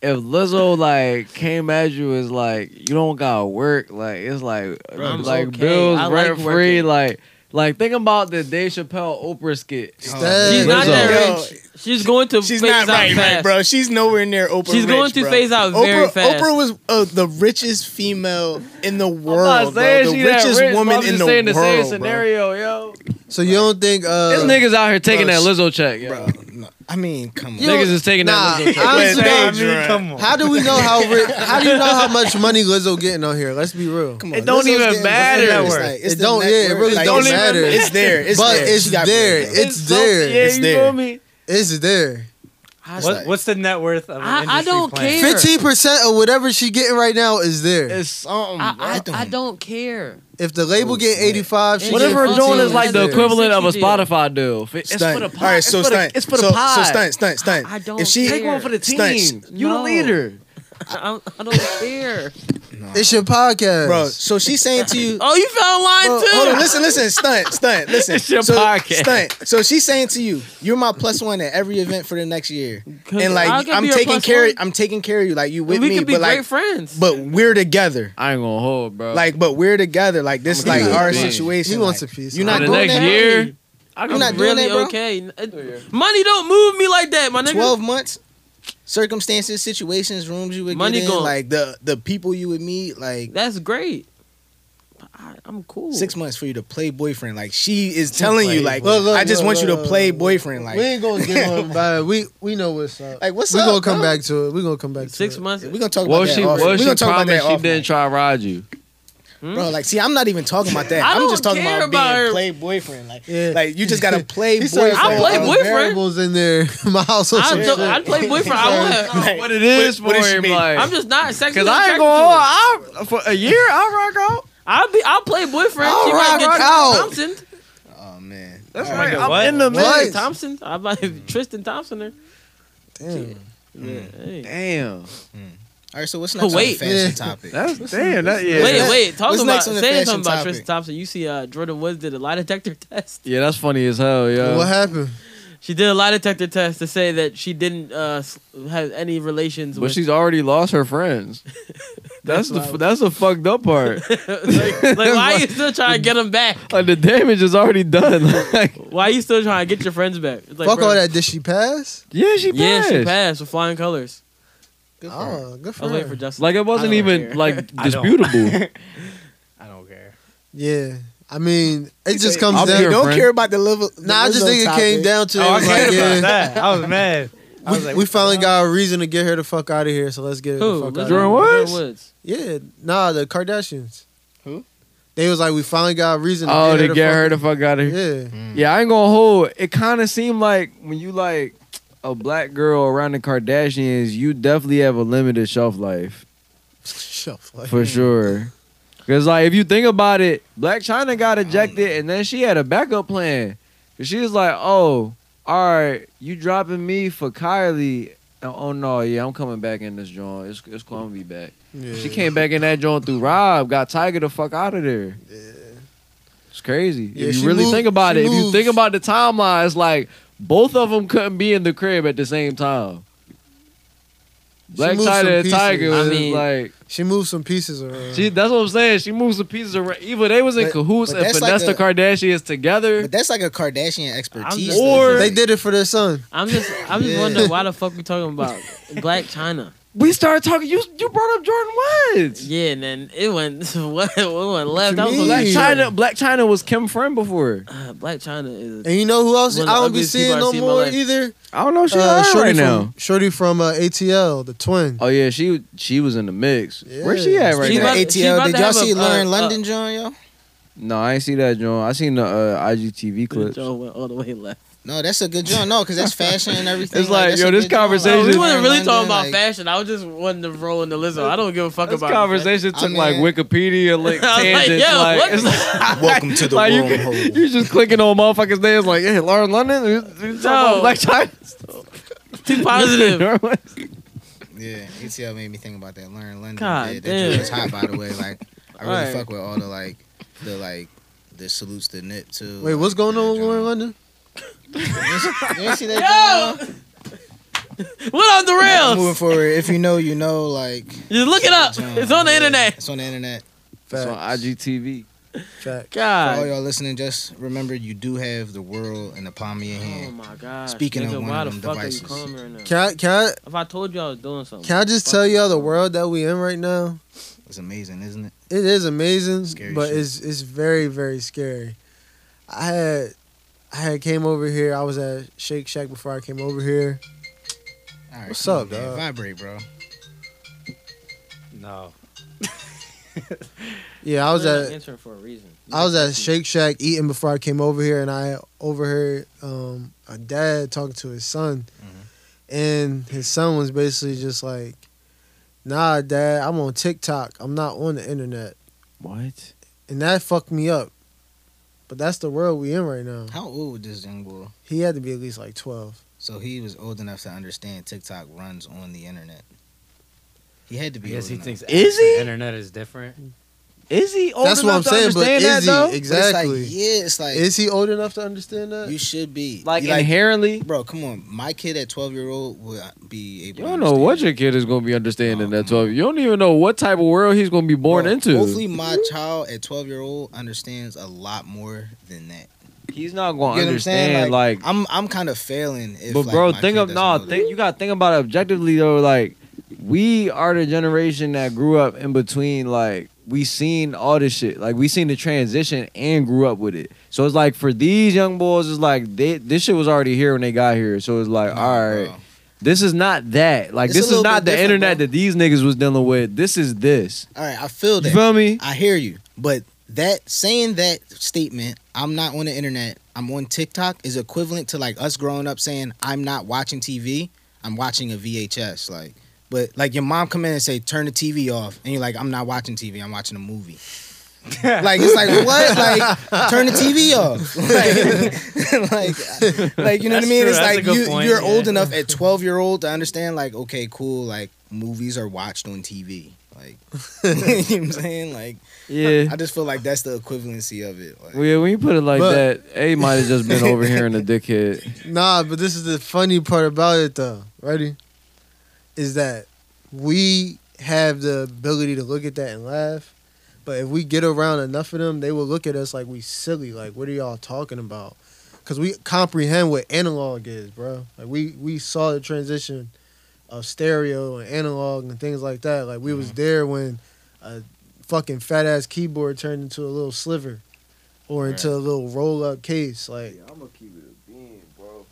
S5: if Lizzo like came at you is like you don't got work. Like it's like
S1: Bro, I'm
S5: like
S1: okay.
S5: bills
S1: I like
S5: rent free.
S1: working.
S5: Like like think about the Dave Chappelle Oprah skit.
S4: Stay.
S1: She's not
S5: Lizzo.
S1: that rich. She's going to
S11: She's
S1: phase
S11: not
S1: out
S11: right,
S1: fast.
S11: right, bro. She's nowhere near Oprah.
S1: She's
S11: rich,
S1: going to
S11: bro.
S1: phase out
S11: Oprah,
S1: very fast.
S11: Oprah was uh, the richest female in the world.
S5: I'm not
S11: bro.
S5: saying
S11: the
S5: she that
S11: richest
S5: rich, but
S11: woman
S5: I'm just
S11: in the
S5: saying
S11: world.
S5: the same
S11: bro.
S5: scenario, yo.
S6: So you don't think uh
S5: This niggas out here taking
S4: bro,
S5: that Lizzo check, yo.
S4: Bro, no, I mean, come on.
S5: Niggas is taking
S6: Nah,
S5: that Lizzo check.
S6: honestly,
S7: I
S11: Wait,
S7: mean, come on.
S6: how do we know how ri- how do you know how much money Lizzo getting on here? Let's be real.
S4: Come
S5: It don't
S4: Lizzo's
S5: even
S4: getting-
S5: matter.
S4: It's like, it's
S6: It
S4: the
S6: don't-
S4: net
S6: yeah, it
S4: worth.
S6: really don't
S4: it's-
S6: matter.
S4: It's there. It's
S6: but
S4: there.
S6: it's
S4: She got
S6: there.
S4: bread, bro.
S6: It's,
S5: so-
S6: there.
S5: Yeah,
S4: It's
S5: you
S4: there.
S5: feel me?
S6: It's there.
S1: I-
S4: It's
S7: What,
S4: like-
S7: what's the net worth of an
S1: I- I
S7: industry
S1: don't
S7: plant?
S1: care.
S6: Fifteen percent of whatever she getting right now is there.
S5: It's something.
S1: I, I,
S4: Right on.
S1: I don't care.
S6: if the label
S4: Oh,
S6: get
S4: snap.
S6: eighty five, she
S5: Whatever
S6: get
S5: her
S6: 15,
S5: doing is like the
S6: it's there.
S5: equivalent of a
S1: 360 deal.
S5: Spotify deal. F- It's
S4: Stunt.
S5: for the pod.
S4: All right,
S5: it's
S4: so
S5: for the-
S4: stunt.
S5: it's for the
S4: so,
S5: pod.
S4: So stunt, stunt, stunt.
S1: I don't
S4: If she
S5: Take one for the team.
S4: Stunts.
S5: You the
S1: No.
S5: leader.
S1: I, I don't care.
S6: It's your podcast,
S4: bro, so she's saying to you,
S1: Oh, you fell in line
S4: Bro,
S1: too.
S4: hold on, listen, listen, stunt, stunt, listen.
S5: It's your
S4: so,
S5: podcast.
S4: Stunt. So she's saying to you, you're my plus one at every event for the next year,
S1: Could-
S4: and
S1: I
S4: like
S1: could be
S4: I'm
S1: your
S4: taking
S1: plus
S4: care,
S1: one.
S4: I'm taking care of you, like you with
S1: we
S4: me,
S1: could be
S4: but
S1: great
S4: like,
S1: friends.
S4: but we're together,
S5: I ain't gonna hold, bro.
S4: like, but we're together, like this, is
S5: I'ma
S4: like
S5: give you a
S4: our
S5: bean.
S4: situation.
S6: He wants
S4: like,
S6: a piece
S4: You're
S6: of
S4: not
S5: the
S4: doing
S5: next
S4: that.
S5: year. I
S4: You're
S5: can
S4: not
S5: not
S4: doing
S1: really
S4: that, bro.
S1: okay. It- Money don't move me like that, my nigga.
S4: Twelve months, circumstances, situations, rooms you would
S1: Money
S4: get in,
S1: gone.
S4: like the the people you would meet, like
S1: That's great. But I, I'm cool.
S4: six months for you to play boyfriend. Like she is telling you, like
S6: Look, look,
S4: I just
S6: look,
S4: want
S6: look,
S4: you to
S6: look,
S4: play
S6: look.
S4: boyfriend.
S6: we
S4: Like
S6: ain't gonna give him about it. We we know what's up.
S4: like what's
S6: we
S4: up?
S6: gonna come
S4: bro?
S6: back to it. We gonna come back.
S1: Six
S6: to
S1: months.
S4: We're gonna talk about
S5: Well,
S4: that.
S5: she,
S4: off-
S5: well,
S4: We're
S5: she
S4: gonna talk about
S5: promised
S4: that.
S5: she
S4: off
S5: didn't
S4: mic.
S5: try to ride you.
S4: Bro, like, see, I'm not even talking about that.
S1: I
S4: I'm just
S1: don't
S4: talking
S1: care
S4: about,
S1: about
S4: being
S1: her.
S4: play boyfriend. Like,
S6: Yeah.
S4: like you just gotta play
S6: it. He
S4: boyfriend.
S6: said
S1: I play
S6: all the
S1: boyfriend.
S6: Variables in there. My household.
S1: I'd,
S6: shit.
S1: do- I'd play boyfriend. I won't have,
S5: What it is
S4: what
S5: for
S4: does she
S5: him,
S4: mean?
S5: like,
S1: I'm just not sexually
S5: cause I ain't
S1: attracted
S5: gonna
S1: to her.
S5: hold. I, for a year, I rock out.
S1: I'll be. I'll play boyfriend.
S6: I'll
S1: she might
S6: rock
S1: get
S6: out.
S1: Thompson.
S4: Oh man,
S5: That's
S7: Oh my
S5: right.
S7: God,
S5: I'm
S7: what?
S5: in the
S6: What?
S5: mix.
S1: Thompson. I might
S4: Mm.
S1: have Tristan Thompson there.
S6: Damn.
S1: Hey.
S5: Damn.
S4: all right. So what's next
S1: Oh, Wait.
S4: on the fashion
S6: Yeah.
S4: topic?
S5: That's damn. That yeah.
S1: Wait,
S5: that-
S1: wait. Talk
S4: what's
S1: about
S4: next on the
S1: saying
S4: fashion
S1: something about
S4: topic?
S1: Tristan Thompson. You see, uh, Jordan Woods did a lie detector test.
S5: Yeah, that's funny as hell, yo.
S6: What happened?
S1: She did a lie detector test to say that she didn't uh, s- have any relations
S5: But
S1: with.
S5: she's already lost her friends. That's the that's the fucked up part.
S1: like, like, why are you still trying to get them back?
S5: Like the damage is already done. Like,
S1: Why are you still trying to get your friends back? It's like,
S6: Fuck
S1: bro,
S6: all that. Did she pass?
S5: yeah, she passed.
S1: Yeah, she passed with flying colors.
S4: Good for her.
S6: Oh, good
S1: I
S6: for
S1: was
S6: her.
S1: waiting for Justin.
S5: Like it wasn't
S1: I don't
S5: even
S1: care.
S5: like
S7: I don't.
S5: disputable.
S7: I don't care.
S6: yeah. I mean, it just
S4: So,
S6: comes
S5: I'm
S6: down.
S5: here.
S4: You don't
S5: friend.
S4: care about the level. the
S6: Nah, I just
S4: Lizzo
S6: think it
S4: topic.
S6: came down to. it
S7: Oh, I
S6: was
S7: cared
S6: like, yeah,
S7: about that. I was mad. I was
S6: we,
S7: like,
S6: we finally got a reason to get her the fuck out of here, so let's get her
S1: Who?
S6: the fuck out
S1: Lizzo-
S6: of here.
S5: Jordan Woods?
S6: Yeah, nah, the Kardashians.
S4: Who?
S6: They was like, we finally got a reason. To
S5: oh,
S6: get
S5: to get her
S6: her
S5: the fuck out of
S6: the
S5: here.
S6: fuck- Yeah,
S4: Mm.
S5: Yeah. I ain't gonna hold. It kind of seemed like when you like a black girl around the Kardashians, you definitely have a limited shelf life
S6: shelf life.
S5: for sure. Cause like if you think about it, Black China got ejected, and then she had a backup plan. 'Cause she was like, "Oh, all right, you dropping me for Kylie? Oh no, yeah, I'm coming back in this joint. It's it's gonna be back."
S6: Yeah.
S5: She came back in that joint through Rob, got Tiger the fuck out of there. Yeah. It's crazy.
S6: Yeah,
S5: if
S6: she
S5: you really
S6: moved-
S5: think about
S6: she
S5: it, if you
S6: moved.
S5: think about the timeline, it's like both of them couldn't be in the crib at the same time. Black
S6: moved some
S5: China and
S6: pieces.
S5: Tiger was
S1: I
S5: just
S1: mean-
S5: like
S6: She moved some pieces around.
S5: she, that's what I'm saying. She moves the pieces around. Either they was in
S4: But-
S5: cahoots
S4: but
S5: and
S4: that's
S5: finessed
S4: like
S5: the Kardashians together.
S4: But that's like a Kardashian expertise.
S1: just-
S5: Or-
S6: they did it for their son.
S1: I'm just, I'm just
S6: Yeah.
S1: wondering why the fuck we talking about Black China.
S5: We started talking. You you brought up Jordan Woods.
S1: Yeah, and then it went, what, it went left.
S6: you
S1: That was Black
S6: mean?
S5: Black
S6: Yeah.
S5: China. Black China was Kim friend before.
S1: China. Uh, Black China is.
S6: And you know who else
S1: One of
S6: I
S1: the
S6: don't be
S1: ugliest people
S6: seeing
S1: I've
S6: no
S1: seen in my
S6: more
S1: life.
S6: either?
S5: I don't know. if She
S6: Uh,
S5: all right
S6: Shorty
S5: right
S6: from,
S5: now.
S6: Shorty from uh, ATL, the twin.
S5: Oh yeah, she she was in the mix.
S6: Yeah.
S5: Where she at right
S1: She
S5: now?
S1: about- she
S4: ATL.
S1: about
S4: Did
S1: to
S4: y'all
S1: have a-
S4: see Lauren
S1: uh,
S4: London, John? Yo,
S5: no, I ain't see that joint. I seen the uh, IGTV clips.
S1: Joe went all the way left.
S4: no, that's a good John. No, because that's fashion and everything.
S5: It's like,
S4: that's
S5: yo,
S4: a
S5: this
S4: good joint.
S5: conversation-
S1: No,
S5: They
S1: we
S5: just-
S1: wasn't really talking about
S4: London, like-
S1: fashion. I was just wanting to roll into Lizzo. I don't give a fuck
S5: This
S1: about the
S5: conversation
S4: I
S5: took like
S4: mean-
S5: Wikipedia like
S1: I was like,
S5: tangents.
S1: yo,
S5: like,
S1: what?
S5: it's like-
S4: Welcome to the
S5: like, you,
S4: wormhole.
S5: you just clicking on motherfuckers' names like, yeah, Lauren London. You- you talking about
S1: No.
S5: Black China.
S1: fashion. Too positive.
S4: Yeah, ATL made me think about that. Learn London.
S1: God
S4: that,
S1: damn.
S4: that joint was hot, by the way. Like, I really
S1: Alright.
S4: fuck with all the like, the like, the salutes to Nip too.
S6: Wait, what's going on with
S4: Lauren
S6: Lauren London?
S4: You ain't see that?
S1: Yo! what on the
S4: Like, moving
S1: rails?
S4: forward, if you know, you know. Like,
S1: Just look it up.
S4: joint,
S1: It's on the
S4: yeah,
S1: internet.
S4: It's on the internet.
S6: Facts.
S5: IGTV.
S6: Facts.
S4: For all
S1: God.
S4: y'all listening, just remember you do have the world in the palm of your
S1: Oh
S4: hand.
S1: my God.
S4: Speaking of
S1: Nigga,
S4: one
S1: why
S4: of
S1: the
S4: them
S1: fuck
S4: devices.
S1: are you calling me right now?
S6: Can I, can I
S1: If I told you I was doing something,
S6: can I just tell y'all the world that we in right now?
S4: It's amazing, isn't it?
S6: It is amazing,
S4: Scary
S6: but
S4: shit.
S6: it's it's very very scary. I had I had came over here. I was at Shake Shack before I came over here.
S4: All right,
S6: What's
S4: come
S6: up,
S4: on, man.
S6: dog?
S4: Vibrate, bro.
S7: No.
S6: Yeah, I was
S1: You're not
S6: at
S1: answering for a reason. You
S6: I was
S1: just
S6: at
S1: text me.
S6: Shake Shack eating before I came over here, and I overheard um, a dad talking to his son,
S1: Mm-hmm.
S6: and his son was basically just like, "Nah, dad, I'm on TikTok. I'm not on the internet,"
S5: What?
S6: and that fucked me up. But that's the world we in right now.
S4: How old was this young boy?
S6: He had to be at least like twelve.
S4: So he was old enough to understand TikTok runs on the internet. He had to
S7: I
S4: be.
S7: guess
S4: old
S7: he
S4: enough.
S7: thinks
S5: Is
S7: the
S5: he?
S7: internet is different.
S5: Is he old
S6: that's what I'm
S5: enough
S6: saying.
S5: to
S6: But
S5: understand
S6: is
S5: that
S6: he
S5: though?
S4: But it's like,
S6: exactly?
S4: yeah, it's like
S6: Is he old enough to understand that?
S4: you should be
S5: Like,
S4: You like
S5: inherently,
S4: Bro, come on. My kid at 12 year old would be able
S5: you
S4: to
S5: don't know what
S4: understand.
S5: your kid is gonna be understanding
S4: Oh,
S5: at
S4: come
S5: twelve. You don't even know what type of world he's gonna be born
S4: Bro,
S5: into.
S4: Hopefully, my child at 12 year old understands a lot more than that.
S5: he's not
S4: You
S5: gonna
S4: know what I'm saying?
S5: understand. Like,
S4: I'm I'm kind of failing. If,
S5: but
S4: like,
S5: bro,
S4: my
S5: think
S4: kid
S5: of
S4: doesn't
S5: no.
S4: know that.
S5: Think you gotta think about it objectively though. Like, we are the generation that grew up in between. Like, we seen all this shit. Like, we seen the transition and grew up with it. So it's like for these young boys, it's like they, this shit was already here when they got here. So it's like,
S4: Nah,
S5: all right.
S4: bro.
S5: This is not that. Like
S4: It's a
S5: this is
S4: little
S5: not
S4: bit
S5: the
S4: different,
S5: internet
S4: bro.
S5: that these niggas was dealing with. This is this.
S4: All right, I feel
S5: You
S4: that.
S5: feel me?
S4: I hear you, but that saying that statement, I'm not on the internet, I'm on TikTok, is equivalent to like us growing up saying I'm not watching TV, I'm watching a VHS. Like, but like your mom come in and say turn the TV off, and you're like I'm not watching TV, I'm watching a movie. like it's like what? Like turn the TV off. Like, like, like, you know
S7: That's
S4: what I mean?
S7: true. That's
S4: It's
S7: a
S4: like
S7: good
S4: you
S7: point,
S4: you're
S7: yeah.
S4: old enough
S5: Mm-hmm.
S4: at 12 year old to understand like okay cool like movies are watched on TV. Like you know what I'm saying? Like
S5: Yeah.
S4: I just feel like that's the equivalency of it. Like,
S5: Well, yeah, when you put it like
S6: But-
S5: that, A might have just been over here in a dickhead.
S6: Nah, but this is the funny part about it though. Ready? Is that we have the ability to look at that and laugh. But if we get around enough of them, they will look at us like we silly. Like, what are y'all talking about? Cause we comprehend what analog is, bro. Like we we saw the transition of stereo and analog and things like that. Like we was there when a fucking fat ass keyboard turned into a little sliver or into a little roll up case. Like
S12: I'm gonna keep it a bean, bro.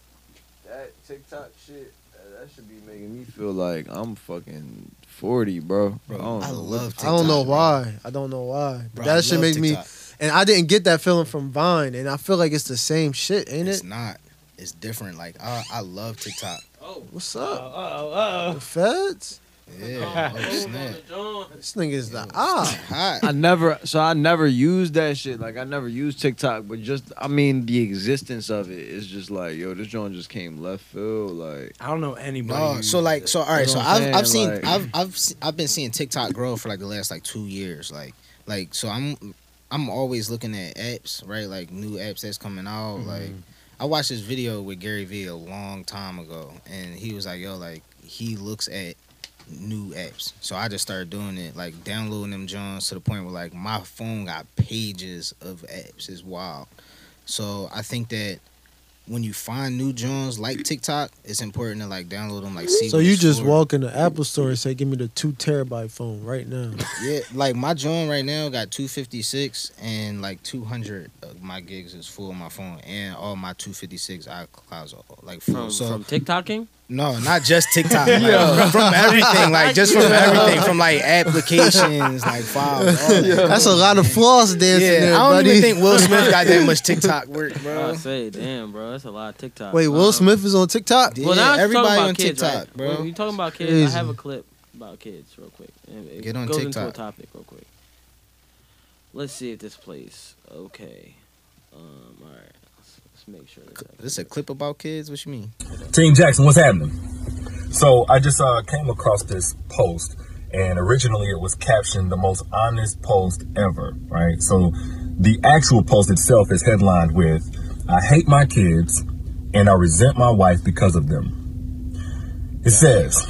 S12: That TikTok shit, that should be making me feel like I'm fucking forty, bro.
S4: Bro,
S12: I don't
S4: I
S12: know what
S4: love
S6: I don't know
S4: TikTok, bro.
S6: why. I don't know why.
S4: Bro, I
S6: that shit
S4: love
S6: make me.
S4: TikTok.
S6: And I didn't get that feeling from Vine, and I feel like it's the same shit, ain't
S4: It's
S6: it?
S4: not. It's different. Like I, I love TikTok.
S6: What's
S7: Uh
S6: up,
S7: oh, uh
S6: the feds?
S4: Yeah. Oh snap.
S1: John.
S6: This nigga's the
S4: It's
S6: ah.
S4: hot.
S5: I never, so I never used that shit. Like I never used TikTok, but just I mean the existence of it is just like, yo, this joint just came left field. Like
S7: I don't know anybody.
S4: No,
S7: who
S4: so
S7: uses
S4: like,
S7: it.
S4: so all right,
S5: You know
S4: so
S5: what
S4: I've
S5: I'm
S4: I've
S5: saying?
S4: seen
S5: Like-
S4: I've I've se- I've been seeing TikTok grow for like the last like two years, like like so I'm I'm always looking at apps, right? Like new apps that's coming out.
S5: Mm-hmm.
S4: Like I watched this video with Gary Vee a long time ago, and he was like, yo, like he looks at new apps, so I just started doing it, like downloading them Johns to the point where like my phone got pages of apps. It's wild. So I think that. When you find new Johns like TikTok, it's important to like download them, like see.
S6: So
S4: what
S6: you
S4: it's
S6: just
S4: for.
S6: walk in the Apple store and say, "Give me the two terabyte phone right now."
S4: Yeah, like my joint right now got 256 and like 200 of my gigs is full on my phone and all my 256 iClouds are like full.
S1: From,
S4: so
S1: from TikToking?
S4: no, not just TikTok. like, From everything, like just from everything, from like applications, like files. All that.
S6: That's a lot of floss
S4: Yeah,
S6: dancing there,
S4: I don't
S6: buddy.
S4: even think Will Smith got that much TikTok work,
S1: I
S4: bro.
S1: say, damn, bro, that's a lot of TikTok.
S6: Wait, Will
S1: Um,
S6: Smith is on TikTok.
S4: Yeah,
S1: Well, now you're
S4: everybody
S1: talking about
S4: on
S1: kids,
S4: TikTok,
S1: right?
S4: bro.
S1: When you talking about kids,
S6: Crazy.
S1: I have a clip about kids, real quick. And it
S4: Get on
S1: goes into a
S4: TikTok.
S1: topic, real quick. Let's see if this plays. Okay. Um. All right. Let's, let's make sure. That's
S4: This a clip about kids? What you mean?
S13: Team Jackson, what's happening? So I just uh, came across this post, and originally it was captioned "The Most Honest Post Ever." Right. So the actual post itself is headlined with "I hate my kids, and I resent my wife because of them." It says,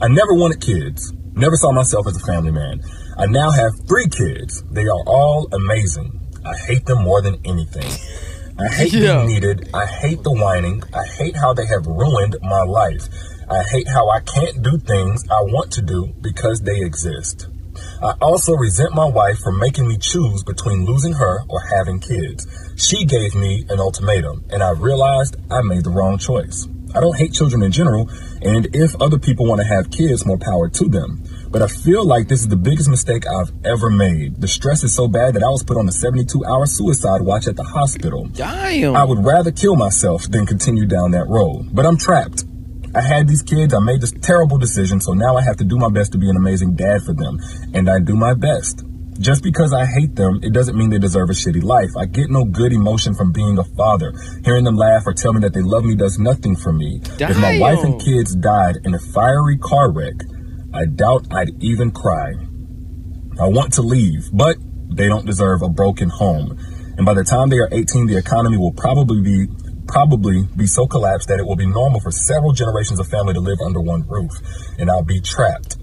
S13: "I never wanted kids. Never saw myself as a family man. I now have three kids. They are all amazing. I hate them more than anything." I hate
S1: Yeah.
S13: being needed. I hate the whining. I hate how they have ruined my life. I hate how I can't do things I want to do because they exist. I also resent my wife for making me choose between losing her or having kids. She gave me an ultimatum, and I realized I made the wrong choice. I don't hate children in general, and if other people want to have kids, more power to them. But I feel like this is the biggest mistake I've ever made. The stress is so bad that I was put on a 72 hour suicide watch at the hospital. I would rather kill myself than continue down that road. But I'm trapped. I had these kids, I made this terrible decision, so now I have to do my best to be an amazing dad for them. And I do my best. Just because I hate them, it doesn't mean they deserve a shitty life. I get no good emotion from being a father. Hearing them laugh or tell me that they love me does nothing for me. If my wife and kids died in a fiery car wreck, I doubt I'd even cry. I want to leave, but they don't deserve a broken home. And by the time they are 18, the economy will probably be probably be so collapsed that it will be normal for several generations of family to live under one roof, and I'll be trapped.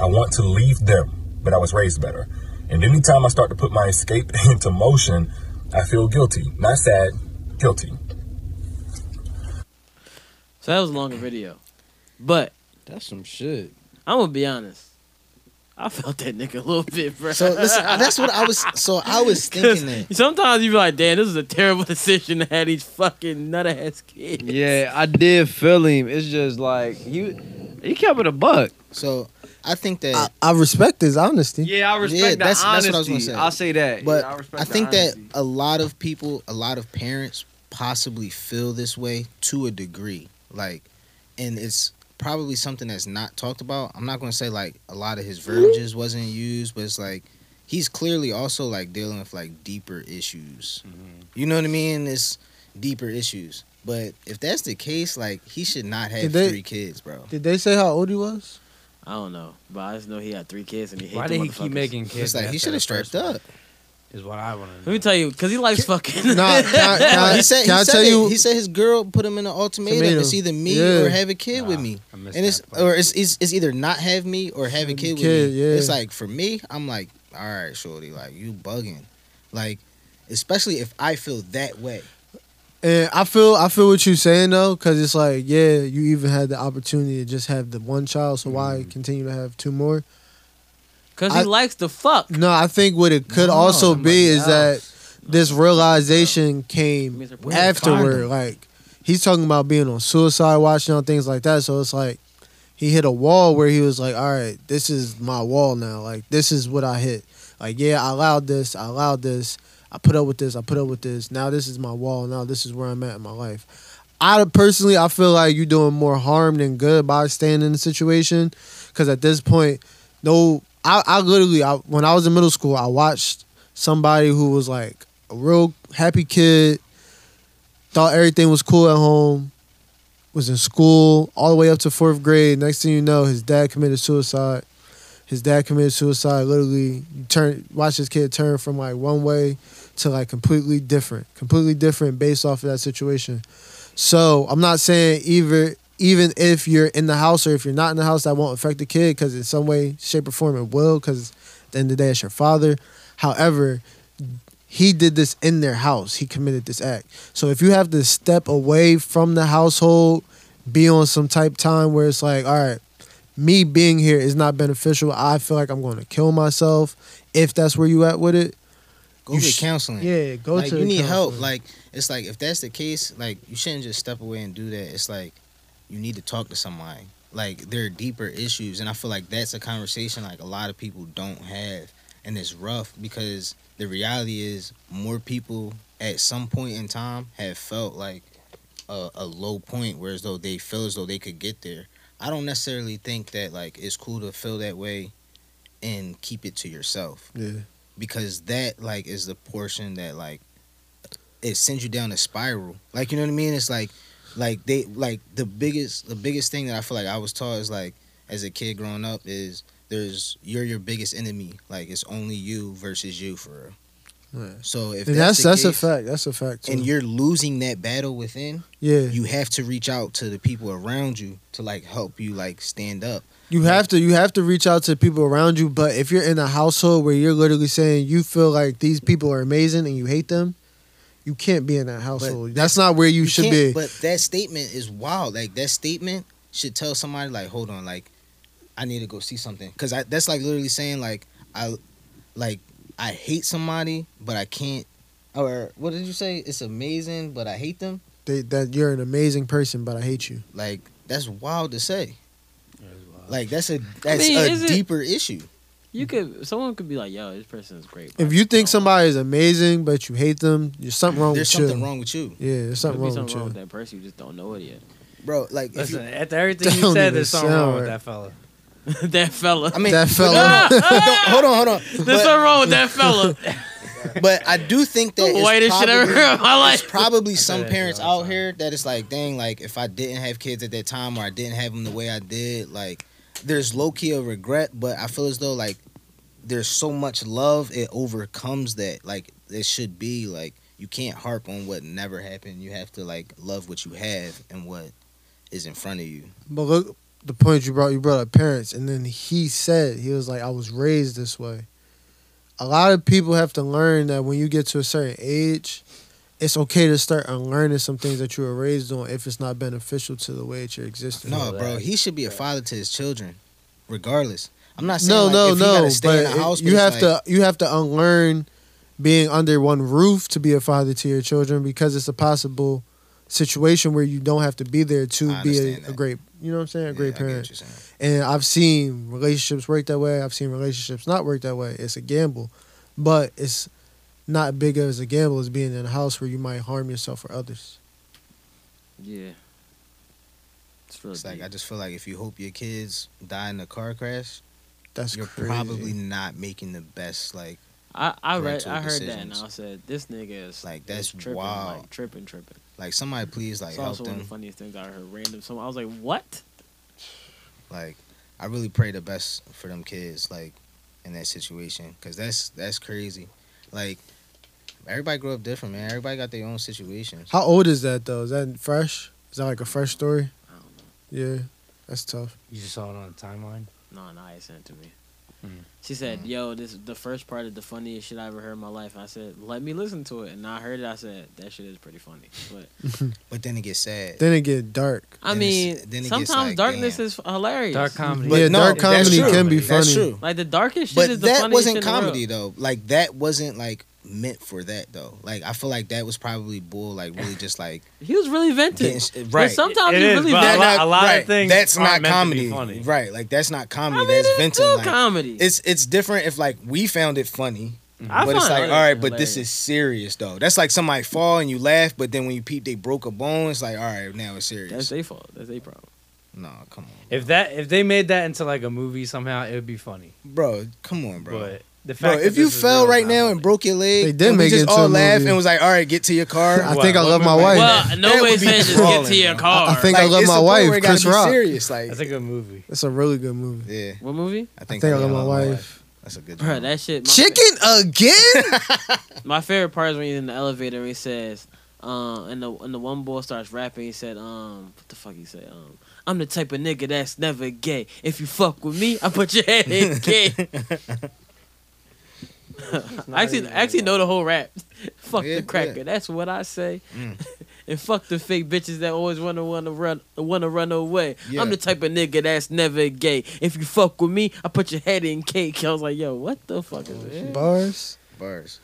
S13: I want to leave them, but I was raised better. And anytime I start to put my escape into motion, I feel guilty. Not sad, guilty.
S1: So that was a longer video, but
S5: That's some shit.
S1: I'm gonna be honest. I felt that nigga a little bit, bro.
S4: So listen, that's what I was. So I was thinking that.
S1: Sometimes you be like, damn, this is a terrible decision to have these fucking nut ass kids.
S5: Yeah, I did feel him. It's just like he he kept it a buck.
S4: So I think that.
S6: I, I respect his honesty.
S5: Yeah, I
S4: respect Yeah, the that's- that's what I was gonna honesty. say. I'll
S5: say that.
S4: but I, think that a lot of people, a lot of parents possibly feel this way to a degree. Like, and it's probably something that's not talked about. I'm not going to say like a lot of his verbiage wasn't used, but it's like he's clearly also like dealing with like deeper issues. You know what I mean? It's deeper issues. But if that's the case, like he should not have
S6: Did they-
S4: three kids, bro.
S6: Did they say how old he was?
S1: I don't know, but I just know he had three kids and he hated
S7: Why did he keep making kids?
S4: It's like he
S7: after
S4: should
S7: the
S4: have strapped
S7: first one,
S4: up.
S7: Is what I want to
S1: Let
S7: know.
S1: me tell you, because he likes fucking.
S6: Nah, nah, nah.
S4: he said, he
S6: Can I
S4: said
S6: tell
S4: it.
S6: you-
S4: he said his girl put him in an ultimatum.
S6: Ultimatum.
S4: It's either me
S6: Yeah.
S4: or have a kid with
S7: Nah,
S4: me.
S7: I missed
S4: And it's
S7: that part.
S4: or it's, it's it's either not have me or have a
S6: Have a
S4: kid,
S6: kid,
S4: with me.
S6: yeah.
S4: It's like for me, I'm like, all right, shorty, like you bugging, like especially if I feel that way.
S6: And I feel I feel what you're saying though, because it's like, yeah, you even had the opportunity to just have the one child, so
S4: Mm.
S6: why continue to have two more?
S1: Because he
S6: I-
S1: likes to fuck.
S6: No, I think what it could also be is that this realization came
S1: Means they're putting
S6: afterward. Like he's talking about being on suicide watch and all things like that. So it's like he hit a wall where he was like, "All right, this is my wall now. Like this is what I hit. Like yeah, I allowed this. I allowed this. I put up with this. I put up with this. Now this is my wall. Now this is where I'm at in my life." I personally, I feel like you're doing more harm than good by staying in the situation, because at this point, no I, I literally I, when I was in middle school I watched somebody who was like a real happy kid thought everything was cool at home was in school all the way up to fourth grade next thing you know his dad committed suicide his dad committed suicide literally you turn watch this kid turn from like one way to like completely different completely different based off of that situation so i'm not saying either even if you're in the house or if you're not in the house that won't affect the kid because in some way shape or form it will because at the end of the day it's your father however he did this in their house he committed this act so if you have to step away from the household be on some type time where it's like all right me being here is not beneficial i feel like i'm going to kill myself if that's where you at with it
S4: Go
S6: You
S4: get
S6: sh-
S4: counseling.
S6: yeah go
S4: like
S6: to
S4: you
S6: the
S4: need help.
S6: counselor.
S4: Like it's like if that's the case, like you shouldn't just step away and do that. It's like you need to talk to somebody. Like there are deeper issues, and I feel like that's a conversation like a lot of people don't have, and it's rough because the reality is more people at some point in time have felt like a, a low point, whereas though they feel as though they could get there. I don't necessarily think that like it's cool to feel that way, and keep it to yourself
S6: yeah
S4: because that like is the portion that like it sends you down a spiral. Like you know what I mean? It's like like they like the biggest the biggest thing that I feel like I was taught is like as a kid growing up is there's you're your biggest enemy. Like it's only you versus you for real.
S6: Yeah.
S4: So if
S6: and that's that's,
S4: the
S6: a
S4: case,
S6: fact. That's a fact. Too.
S4: and you're losing that battle within,
S6: yeah, you,
S4: you have to reach out to the people around you to like help you like stand up.
S6: have to you have to reach out to people around you. But if you're in a household where you're literally saying you feel like these people are amazing and you hate them, you can't be in that household. that's not where you,
S4: You
S6: should
S4: can't-
S6: be.
S4: But that statement is wild. Like that statement should tell somebody like, hold on, like I need to go see something because that's like literally saying like I like I hate somebody, but I can't. Or what did you say? It's amazing, but I hate them.
S6: they, that you're an amazing person, but I hate you.
S4: Like that's wild to say. Like that's a that's
S1: mean, is
S4: a
S1: it-
S4: deeper issue.
S1: You could someone could be like, yo, this person is great.
S6: If you think somebody is amazing but you hate them, there's something wrong
S4: There's
S6: with you.
S4: something wrong with you,
S6: Yeah, there's
S1: something
S6: something
S1: be
S6: wrong
S1: something
S6: with
S1: wrong
S6: you.
S1: with that person, you just don't know it yet.
S4: bro. Like if you,
S7: Listen, after everything you
S6: Don't
S7: said,
S6: even
S7: there's something wrong with
S6: sound
S7: that fella.
S1: that fella.
S4: I mean,
S6: That
S4: but
S6: fella.
S4: no, no, no, don't- hold on, hold on.
S1: there's
S4: But-
S1: something wrong with that fella.
S4: But I do think that
S1: the
S4: it's
S1: whitest shit I ever
S4: probably,
S1: heard in my
S4: There's
S1: life.
S4: probably some
S7: that
S4: parents
S7: all
S4: out
S7: the time.
S4: here that it's like, dang, like if I didn't have kids at that time or I didn't have them the way I did, like there's low key a regret, but I feel as though like there's so much love it overcomes that. Like it should be like you can't harp on what never happened. You have to like love what you have and what is in front of you.
S6: But look, the point you brought, you brought up parents, and then he said he was like, "I was raised this way." A lot of people have to learn that when you get to a certain age, it's okay to start unlearning some things that you were raised on if it's not beneficial to the way that you're existing.
S4: No, bro, he should be a father to his children, regardless. I'm not saying
S6: no,
S4: like,
S6: no,
S4: if you
S6: no.
S4: gotta stay in
S6: but
S4: a house,
S6: you have to you have to unlearn being under one roof to be a father to your children because it's a possible situation where you don't have to be there to
S4: I
S6: be a,
S4: understand
S6: a
S4: that.
S6: great you know what I'm saying a great parent.
S4: parents.
S6: And I've seen relationships work that way. I've seen relationships not work that way. It's a gamble, but it's not big as a gamble as being in a house where you might harm yourself or others.
S1: yeah. It's real
S4: It's like
S1: deep.
S4: I just feel like if you hope your kids die in a car crash,
S6: That's
S4: you're
S6: crazy.
S4: probably not making the best. Like,
S1: I, I read
S4: parental
S1: I heard that and
S4: decisions.
S1: I said this nigga is
S4: Like, that's
S1: is tripping,
S4: wild.
S1: like tripping tripping.
S4: like somebody please like
S1: It's
S4: help
S1: also one of
S4: them.
S1: the funniest things I heard random. So I was like, what?
S4: Like, I really pray the best for them kids. Like, in that situation, because that's that's crazy. Like, everybody grew up different, man. Everybody got their own situations.
S6: How old is that though? Is that fresh? Is that like a fresh story?
S1: I don't know.
S6: Yeah, that's tough.
S7: You just saw it on the timeline.
S1: No, no, I sent it to me.
S7: Mm.
S1: She said,
S4: Hmm.
S1: "Yo, this is the first part of the funniest shit I ever heard in my life." And I said, "Let me listen to it." And I heard it. I said, "That shit is pretty funny." But
S4: But then it gets sad.
S6: Then it get dark.
S1: I
S4: Then
S1: mean,
S4: it's- then it gets
S1: sometimes
S4: like,
S1: darkness
S4: damn.
S1: is hilarious.
S7: Dark comedy.
S4: But
S6: yeah,
S4: no,
S6: dark
S4: that's
S6: comedy
S4: true.
S6: can be funny.
S4: That's true.
S1: Like the darkest shit is
S4: But
S1: the
S4: that
S1: funniest shit
S4: wasn't
S1: in the world.
S4: comedy though. Like that wasn't like meant for that though. Like I feel like that was probably bull. Like really just like
S1: He was really venting.
S4: getting sh-
S1: But
S4: right.
S1: sometimes
S7: It
S1: you
S7: is,
S1: really
S7: but
S1: vent.
S7: a lot-
S4: That-
S7: a lot of
S4: right,
S7: things
S4: That's
S7: aren't
S4: not
S7: meant to be
S4: comedy,
S7: funny.
S4: right? Like that's not
S1: I
S4: comedy.
S1: mean,
S4: that's
S1: it's
S4: venting.
S1: still
S4: like,
S1: comedy. Mm-hmm.
S4: It's it's different if like we found it funny,
S1: I
S4: but it's
S1: find
S4: like all
S1: others
S4: right, but this
S1: hilarious.
S4: is serious though. That's like somebody fall and you laugh, but then when you peep they broke a bone. It's like all right, now
S1: that's
S4: it's serious.
S1: their fault. That's their problem.
S4: no, come on,
S7: If that if they made that into like a movie somehow, it would be funny.
S4: bro, come on, bro.
S7: But the
S4: Bro,
S7: fact
S4: if
S7: that
S4: you
S7: this is
S4: fell
S7: real
S4: right
S7: is
S4: now
S7: not
S4: and
S7: funny.
S4: broke your leg,
S6: They did
S4: and we
S6: make it
S4: just
S6: into
S4: all
S6: a
S4: laughed
S6: movie.
S4: and was like, "All right, get to your car."
S6: I
S4: Like,
S6: think I
S7: What
S6: love my
S7: movie?
S6: wife.
S1: Well, nobody's
S4: would be
S1: saying just get
S4: crawling,
S1: to your
S4: bro.
S1: car.
S6: I think I love
S4: it's
S6: my
S4: a point
S6: wife,
S4: where it gotta
S6: Chris
S4: be
S6: Rock.
S4: Serious, like
S7: That's a good movie.
S6: It's a really good movie.
S4: yeah,
S1: what movie?
S4: I
S6: I
S4: think,
S6: think I love my wife.
S4: That's a good.
S1: Bro,
S4: one.
S1: that shit. My
S6: Chicken again?
S1: My favorite part is when he's in the elevator and he says, um, and the and the one boy starts rapping. He said, um, what the fuck he said? Um, I'm the type of nigga that's never gay. If you fuck with me, I put your head in gay. I actually, I actually know the whole rap. fuck
S4: Yeah,
S1: the cracker,
S4: yeah.
S1: that's what I say.
S4: Mm.
S1: and fuck the fake bitches that always wanna wanna run wanna run away.
S4: Yeah.
S1: I'm the type of nigga that's never gay. If you fuck with me, I put your head in cake. I was like, yo, what the fuck is this?
S6: Bars.
S4: bars.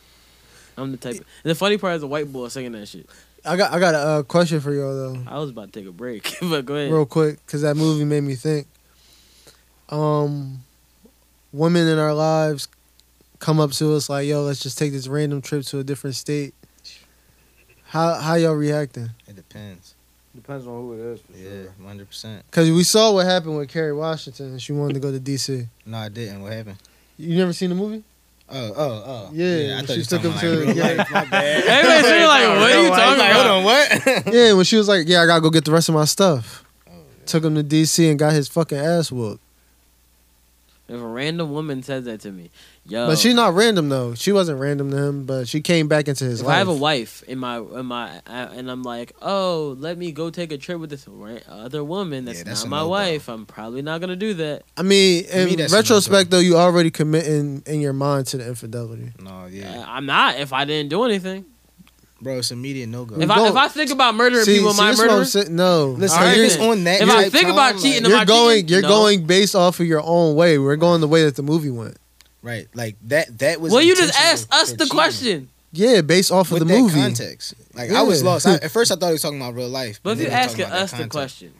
S1: I'm the type. Of, and the funny part is the white boy singing that shit.
S6: I got I got a uh, question for y'all though,
S1: I was about to take a break, Uh, but go ahead.
S6: real quick, because that movie made me think. Um, women in our lives come up to us like, "Yo, let's just take this random trip to a different state." How how y'all reacting?
S4: It depends.
S5: Depends on who it is. For
S4: Yeah, one hundred percent.
S6: Because we saw what happened with Kerry Washington. She wanted to go to D.C.
S4: No, I didn't. What happened?
S6: You never seen the movie?
S4: Oh, oh, oh.
S6: Yeah,
S4: I thought
S6: she
S4: you
S6: took
S4: were
S6: him
S4: talking
S6: to-
S4: like real
S6: yeah.
S4: life, my bad.
S1: Everybody's sitting like, what are you
S4: I was
S1: talking
S4: like,
S1: about?
S4: hold on, what?
S6: Yeah, when she was like, "Yeah, I gotta go get the rest of my stuff," took him to DC and got his fucking ass whooped.
S1: If a random woman says that to me, yo,
S6: But she not random though. She wasn't random to him, but she came back into his
S1: if
S6: life.
S1: I have a wife in my in my I, and I'm like, oh, let me go take a trip with this ra- other woman that's,
S4: Yeah, that's
S1: not
S4: a
S1: my
S4: no-go.
S1: wife, I'm probably not gonna do that.
S6: I mean, in
S4: me, that's a
S6: retrospect though, you already committing in your mind to the infidelity.
S4: No, yeah,
S1: Uh, I'm not if I didn't do anything.
S4: bro, it's immediate no go.
S1: If I if
S6: don't-
S1: I think about murdering
S6: See,
S1: people,
S6: see,
S1: my
S6: this is what
S1: murderer.
S6: I'm saying. No,
S4: Listen,
S1: All right,
S4: you're
S1: then.
S4: just on that.
S1: If I
S4: type
S1: think about
S4: time,
S1: cheating,
S4: like,
S1: am I
S6: you're going,
S1: cheating?
S6: you're
S1: No.
S6: going based off of your own way. We're going the way that the movie went.
S4: right, like that. That was.
S1: Well, you just
S4: intentional
S1: asked us
S4: for
S1: the
S4: cheating.
S1: question.
S6: Yeah, based off of
S4: With
S6: the
S4: that
S6: movie.
S4: context, like I was
S6: Yeah.
S4: lost. I, at first, I thought he was talking about real life.
S1: But if
S4: then
S1: you're
S4: he was
S1: asking
S4: talking about
S1: us
S4: that
S1: the
S4: context.
S1: question,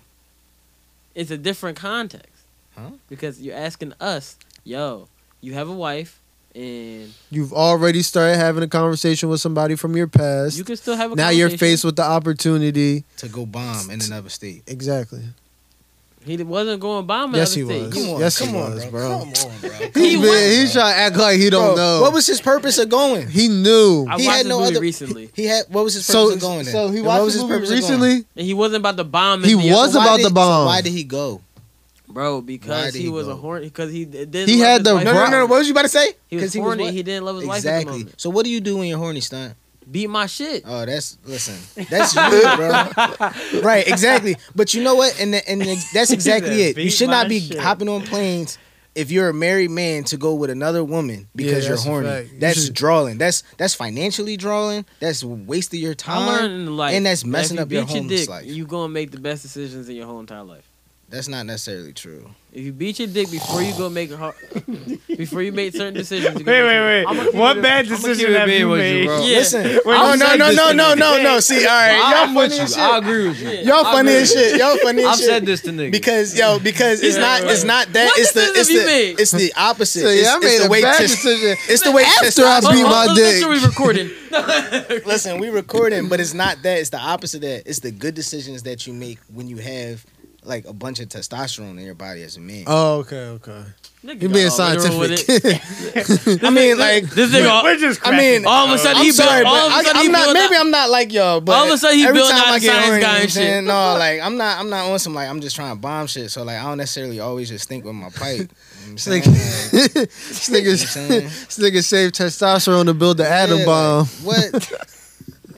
S1: it's a different context.
S4: Huh?
S1: Because you're asking us, yo, you have a wife and
S6: You've already started having a conversation with somebody from your past.
S1: you can still have a
S6: now you're
S1: conversation.
S6: faced with the opportunity.
S4: to go bomb in another state.
S6: Exactly.
S1: He wasn't going bombing.
S6: Yes,
S1: other
S6: he was.
S1: states.
S4: Come on,
S6: Yes, he
S4: come on,
S6: was,
S4: bro.
S6: bro.
S4: Come on, bro.
S6: He's,
S1: He
S6: been,
S1: was.
S6: he's trying to act like he don't
S4: Bro,
S6: know.
S4: What was his purpose of going?
S6: he knew.
S1: I watched
S4: he had
S1: this
S4: no
S1: movie
S4: other
S1: recently,
S4: He had what was his purpose
S6: so,
S4: of going? then?
S6: so he
S4: And what
S6: watched
S4: was
S6: the
S4: his
S6: movie
S4: purpose of going?
S6: recently.
S1: and he wasn't about to bomb.
S6: He
S1: in the
S6: was
S1: other-
S4: Why
S6: about
S4: did-
S6: the bomb.
S4: So why did he go?
S1: bro
S4: Why
S1: because
S4: did
S1: he
S4: he
S1: was a
S4: go?
S1: horn because he didn't.
S6: He
S1: love
S6: had
S1: his
S6: the
S1: wife
S6: No,
S1: at
S6: no,
S1: the
S6: no, no,
S1: moment.
S4: was you about to say?
S1: He was
S4: 'Cause he was
S1: horny.
S4: what?
S1: He didn't love his wife at the
S4: Exactly.
S1: moment.
S4: So what do you do when you're horny, stunt?
S1: Beat my shit.
S4: Oh, that's listen. That's you, bro. right, exactly. But you know what? And the, and the- that's exactly it. You
S7: Beat
S4: should
S7: my
S4: not be
S7: shit.
S4: hopping on planes if you're a married man to go with another woman because
S6: Yeah,
S4: you're
S6: that's a
S4: horny.
S6: fact. You
S4: That's
S6: should-
S4: drawing. That's that's financially drawing. That's waste of your
S1: I
S4: time.
S1: learned in life,
S4: and that's
S1: that
S4: messing
S1: if
S4: up
S1: you
S4: your
S1: beat your
S4: homeless
S1: dick,
S4: life.
S1: You gonna make the best decisions in your whole entire life.
S4: That's not necessarily true.
S1: If you beat your dick before you go make a har- before you make certain decisions. you
S7: Wait,
S1: gonna
S7: wait,
S1: make- I'ma
S7: wait.
S1: keep
S7: What
S1: it-
S7: bad
S1: I'ma keep
S7: decision
S1: it-
S7: have you
S5: with you,
S7: made?
S5: bro.
S1: Yeah.
S4: Listen.
S7: Wait,
S4: oh
S7: you
S4: no
S7: said
S4: no
S7: this
S4: no
S7: to
S4: no
S7: me.
S4: no no. See, all right, y'all
S5: I'm
S4: funny
S5: with you.
S4: as
S5: I
S4: shit.
S5: agree with you.
S4: Y'all funny as shit. Y'all funny
S5: I've
S4: as shit.
S5: said this to niggas.
S4: Because yo, because it's
S1: Yeah,
S4: not
S1: right.
S4: it's not that
S1: What
S4: it's the
S1: decision
S4: it's
S1: have you
S4: the
S1: made?
S4: it's the opposite.
S6: So, yeah,
S4: it's,
S6: I
S4: it's
S6: made
S4: the
S6: a
S4: way
S6: bad
S4: tes-
S6: decision.
S4: It's the way
S6: After I
S4: testosterone-
S6: beat my
S1: let's Make
S6: dick.
S1: sure we recording.
S4: Listen, we recording, but it's not that. It's the opposite of that. It's the good decisions that you make when you have like a bunch of testosterone in your body as a man.
S6: Oh, okay, okay.
S1: Nigga
S6: You
S1: got
S6: being
S1: all literal with it.
S6: scientific.
S4: I mean, like
S1: This nigga, all,
S7: We're just
S4: I mean,
S1: all of a sudden
S4: I'm
S1: he
S4: sorry,
S1: built. All of
S4: but
S1: a sudden
S4: I,
S1: he
S4: am not.
S1: built.
S4: Maybe I'm not like y'all, but
S1: All of a sudden he
S4: every
S1: built
S4: time
S1: out
S4: I
S1: a
S4: get
S1: science
S4: horny, you know
S1: guy
S4: what
S1: and
S4: I'm
S1: shit.
S4: saying? No, like I'm not. I'm not on some like I'm just trying to bomb shit. So like I don't necessarily always just think with my pipe. You know what I'm
S6: This nigga-
S4: saying?
S6: this nigga this nigga saved testosterone to build the atom
S4: Yeah,
S6: bomb.
S4: Like, what?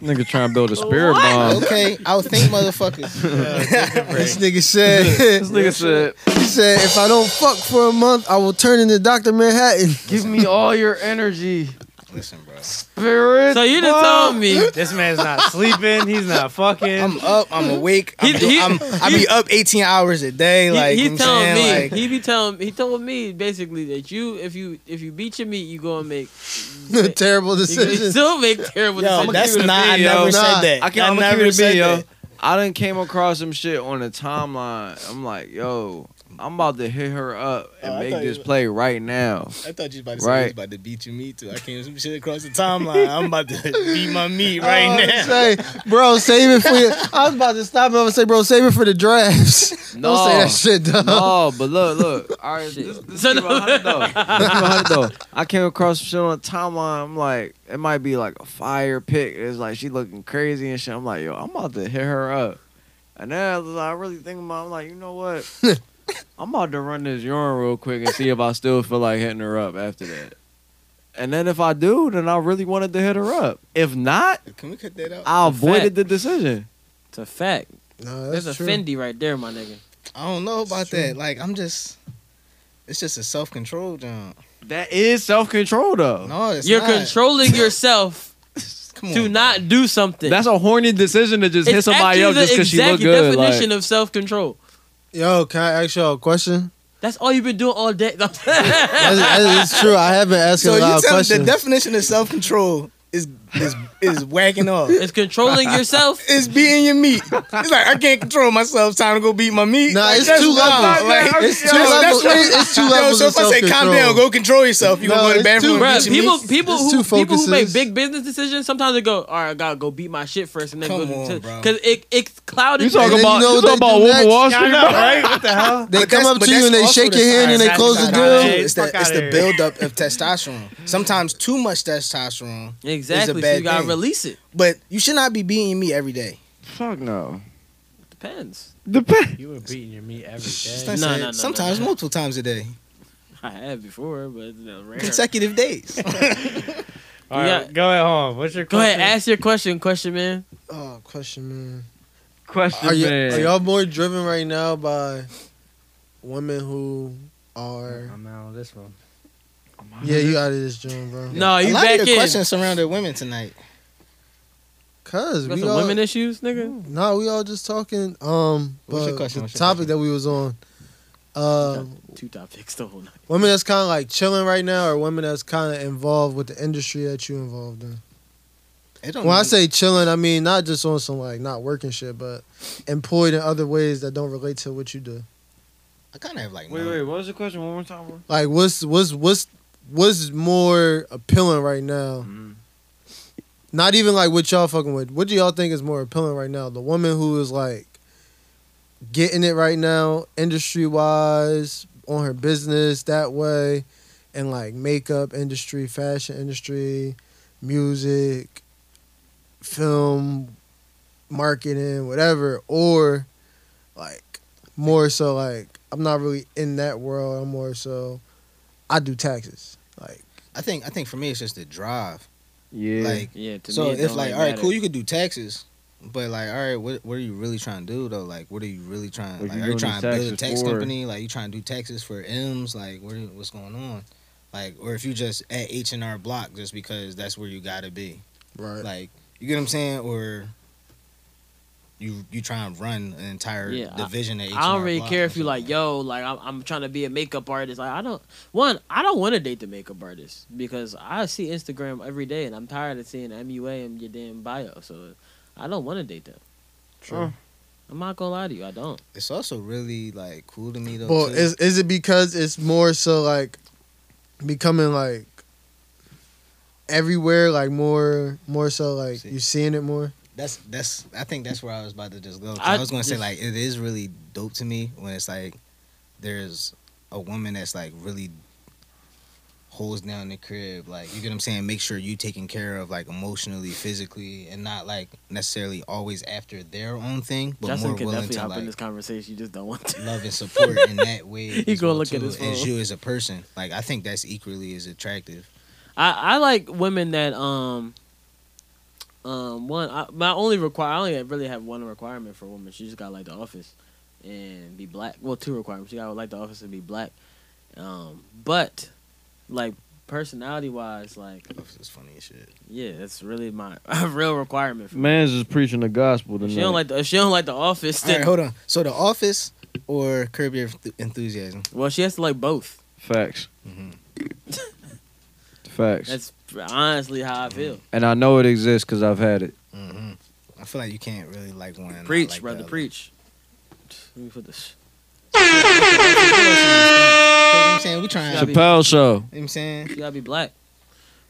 S5: Nigga trying to build a spirit bomb.
S4: Okay, I'll think, motherfuckers.
S6: This nigga said,
S5: This nigga said,
S6: he said, if I don't fuck for a month, I will turn into Dr. Manhattan.
S5: "Give me all your energy,
S4: Listen, bro.
S5: spirit."
S1: So you done told me
S7: This man's not sleeping. He's not fucking.
S4: I'm up. I'm awake. I'm
S1: He-
S4: do-
S1: he-
S4: I'm, I be up 18 hours a day.
S1: he,
S4: Like
S1: he's
S4: you know what
S1: telling
S4: I'm
S1: me
S4: saying? Like,
S1: he be telling he told me basically that you if you if you beat your meat you gonna make
S6: Terrible
S1: you gonna
S6: decision.
S1: still make terrible
S4: yo,
S1: decisions.
S4: that's not. I
S5: yo.
S4: never
S6: Nah,
S4: said that.
S5: I can I'm
S4: never
S5: keep it a
S4: said
S5: bean, yo.
S4: that.
S5: I done came across some shit on the timeline. I'm like, yo, I'm about to hit her up and
S4: Oh, I
S5: make
S4: thought you
S5: this
S4: were-
S5: play right now.
S4: I thought you was about
S5: say you Right. was
S4: about to beat your meat too. I came some shit across the timeline. I'm about to beat my meat
S5: Oh,
S6: I was gonna say, bro, save it for you. I was about to stop him. I was gonna say, bro, save it for the drafts.
S5: No.
S6: Don't say that shit, dog.
S5: No, but look, look. All right, this, this
S1: So
S5: keep it
S1: no-
S5: 100 though. This keep it 100 though. I came across some shit on the timeline. I'm like, it might be like a fire pick. It's like she looking crazy and shit. I'm like, yo, I'm about to hit her up. And then I, was- I really think about. it. I'm like, you know what? I'm about to run this urine real quick and see if I still feel like hitting her up after that. And then if I do, then I really wanted to hit her up. If not,
S4: Can we cut that out?
S5: I
S1: It's a
S5: avoided
S1: fact.
S5: the decision.
S1: It's a fact.
S6: No,
S1: There's a
S6: true.
S1: Fendi right there, my nigga.
S4: I don't know about that. Like I'm just. It's just a self control jump.
S5: That is self control though.
S4: No, it's
S1: You're
S4: not.
S1: controlling yourself
S4: Come on.
S1: to not do something.
S5: That's a horny decision to just hit
S1: It's
S5: somebody
S1: actually
S5: up
S1: the
S5: just because she
S1: exact
S5: look good. like-
S1: definition of self control.
S6: Yo, can I ask y'all a question?
S1: That's all you've been doing all day.
S6: That's, that is true. I have been asking a
S4: So you
S6: lot
S4: tell
S6: of questions.
S4: the definition of self control is is is whacking off.
S1: It's controlling yourself.
S4: It's beating your meat. It's like I can't control myself. Time to go beat my meat.
S6: Nah,
S4: Like,
S6: it's
S4: that's
S6: two
S4: wild.
S6: levels.
S4: Like,
S6: It's two
S4: that's-
S6: levels.
S4: that's what it-
S6: It's two
S4: Yo,
S6: levels
S4: so
S6: of
S4: if I say calm
S6: self-control."
S4: down, go control yourself. You
S6: No,
S4: gonna go to the
S6: it's
S4: bathroom
S6: two-
S4: and
S1: Bruh,
S4: beat your
S1: people,
S4: meat?
S1: people
S6: There's
S1: who
S6: two
S1: people who make
S6: focuses.
S1: big business decisions sometimes they go, all right, I gotta go beat my shit first, and then
S4: Come
S1: go
S4: on,
S1: to
S4: bro.
S1: because it it's clouded.
S5: You talking
S6: then
S5: about
S6: you know
S5: you
S6: what
S5: talking
S6: they
S5: about
S6: do
S5: Wolf of
S6: next?
S5: Wall Street? bro?
S7: right? What the hell?
S6: They
S4: But
S6: come
S4: that's-
S6: up
S4: but
S6: to you
S4: that's
S6: and they
S4: also
S6: shake
S4: the
S6: your hand
S4: sign.
S6: and they
S4: That's
S6: close
S4: the
S6: the
S4: sign.
S6: deal.
S4: It's the,
S7: Fuck
S4: it's
S7: outta
S4: the
S7: here.
S4: buildup of testosterone. Sometimes too much testosterone,
S1: exactly. So
S4: bad
S1: you gotta
S4: thing.
S1: release it.
S4: but you should not be beating your meat every day.
S5: Fuck no.
S1: Depends.
S5: Depend.
S7: You were beating your meat every
S4: Just
S7: day.
S4: like
S1: No,
S4: I
S1: no,
S4: said,
S1: no, no,
S4: sometimes
S1: no.
S4: multiple times a day,
S1: I have before, but it's not rare.
S4: consecutive days.
S7: All right,
S1: Yeah.
S7: go ahead home. What's your
S1: Go
S7: question?
S1: ahead, ask your question, question man.
S6: Oh, question, man.
S5: Question
S6: Are, you,
S5: man.
S6: are y'all more driven right now by women who are?
S7: I'm out of this one.
S6: Yeah, you out of this joint, bro.
S1: No,
S4: a
S1: you
S4: lot
S1: back
S4: of your
S1: in.
S4: questions surrounded women tonight.
S6: cause
S1: Got
S6: we
S1: some
S6: all,
S1: women issues, nigga.
S6: No, we all just talking. Um,
S4: What's your
S6: but the
S4: question? What's your
S6: topic
S4: question?
S6: that we was on. Um,
S1: Two topics the whole night.
S6: women that's kind of like chilling right now, or women that's kind of involved with the industry that you involved in.
S4: It don't
S6: When I
S4: mean-
S6: say chilling, I mean not just on some like not working shit, but employed in other ways that don't relate to what you do.
S4: I kind of have like
S5: Wait,
S4: none.
S5: wait. What was the question? One more time. bro?
S6: Like, what's what's what's what's more appealing right now?
S4: Mm-hmm.
S6: Not even like what y'all fucking with. What do y'all think is more appealing right now? The woman who is like getting it right now, industry wise, on her business that way, and like makeup industry, fashion industry, music, film, marketing, whatever, or like more so like I'm not really in that world. I'm more so I do taxes. Like
S4: I think I think for me it's just the drive.
S5: Yeah.
S4: Like
S1: Yeah, to
S4: so
S1: me, it
S4: if
S1: don't
S4: like
S1: really
S4: all right,
S1: matter.
S4: cool, you could do taxes, but like all right, what what are you really trying to do though? Like what are you really trying?
S5: What
S4: Like,
S5: you
S4: are
S5: doing
S4: you trying
S5: the
S4: to build a
S5: taxes
S4: tax
S5: for?
S4: company? Like you trying to do taxes for M's? Like what are- what's going on? Like or if you just at H and R Block just because that's where you gotta be.
S6: right.
S4: Like you get what I'm saying? Or you you try and run an entire
S1: Yeah, I-
S4: division at H and R
S1: I don't really care if you like, yo, like I'm, I'm trying to be a makeup artist. Like I don't one, I don't want to date the makeup artist because I see Instagram every day and I'm tired of seeing MUA and your damn bio. So I don't want to date them.
S5: True.
S1: I'm not gonna lie to you, I don't.
S4: It's also really like cool to me though.
S6: Well,
S4: too.
S6: is is it because it's more so like becoming like everywhere, like more more so like
S4: See.
S6: you seeing it more?
S4: That's that's. I think that's where I was about to just go. 'Cause
S1: I-
S4: I, was gonna say
S1: yeah.
S4: like it is really dope to me when it's like there's a woman that's like really holds down the crib. Like you get what I'm saying. Make sure you taken care of like emotionally, physically, and not like necessarily always after their own thing, but
S1: Justin
S4: more
S1: can
S4: willing
S1: definitely
S4: to
S1: hop
S4: like
S1: in this conversation. You just don't want to.
S4: love and support in that way.
S1: He
S4: as
S1: gonna
S4: well,
S1: look at
S4: too,
S1: his
S4: as
S1: phone.
S4: you as a person. Like I think that's equally as attractive.
S1: I, I like women that um um one I, my only require I only really have one requirement for a woman. She just got to like the office and be black. Well, two requirements. She got to like the office and be black. Um, but like personality wise, like
S4: It's funny as shit.
S1: yeah, that's really my real requirement. For
S5: Man's just preaching the gospel
S1: if
S5: tonight.
S1: she don't like the, if she don't like the office,
S4: All right,
S1: then
S4: hold on. So the office or curb your Enthu- enthusiasm.
S1: well she has to like both.
S5: Facts.
S4: Mhm.
S5: Facts.
S1: That's honestly how I feel.
S5: and I know it exists because I've had it.
S4: hmm I feel like you can't really like one. and not
S1: Preach,
S4: like the
S1: brother,
S4: other.
S1: preach. Let me put this.
S4: You know what I'm saying we trying.
S1: Gotta
S4: You know
S1: be-
S5: Chappelle Show.
S4: what I'm saying
S1: You gotta be black.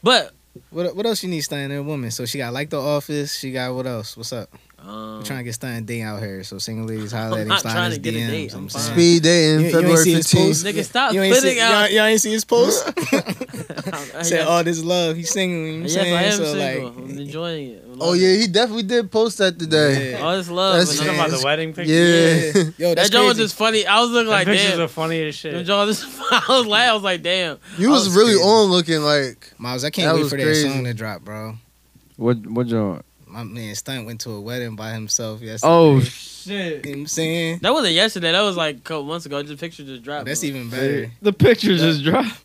S1: But
S4: what what else you need stunned in a woman? So she got like the office. She got what else? What's up?
S1: um,
S4: We're trying to get stunned day out here. So single ladies holler
S1: I'm
S4: at him.
S1: not
S4: slide
S1: trying
S4: his
S1: to get a
S4: DMs,
S1: date,
S4: you know what
S1: I'm
S4: I'm
S1: fine.
S4: saying?
S6: Speed dating
S4: You- you ain't
S6: February
S4: see his
S6: fifteenth.
S4: post?
S1: Nigga, stop
S4: You ain't,
S1: putting
S4: see,
S1: out.
S4: y'all, y'all ain't see his post.
S1: I
S4: Said
S1: guess-
S4: all this love, he's single. You know what I'm
S1: yes,
S4: saying?
S1: I am
S4: so
S1: single.
S4: like,
S1: I'm enjoying it. I'm
S6: Oh
S1: loving
S6: yeah, he definitely did post that
S1: it.
S6: today.
S1: all this Oh, love.
S6: That's-
S1: and
S7: Talking
S1: I'm
S7: about
S1: about
S7: the
S1: to-
S7: wedding picture.
S6: Yeah.
S4: yo,
S1: that
S4: that's
S1: joint was
S4: crazy.
S1: just funny. I was looking like,
S7: pictures
S1: damn.
S7: are funny as shit.
S1: That joint was- I was like, I was like, damn.
S6: you
S4: I
S6: was,
S4: was
S6: really
S4: scared.
S6: on looking like
S4: Miles, I can't
S6: That
S4: wait
S6: was
S4: for
S6: crazy.
S4: that song to drop, bro.
S5: What what joint?
S4: My man Stunt went to a wedding by himself yesterday.
S5: Oh
S4: you
S5: shit.
S4: know what I'm saying?
S1: That wasn't yesterday. That was like a couple months ago. Just picture just dropped.
S4: That's
S1: bro.
S4: even better.
S5: The pictures just dropped.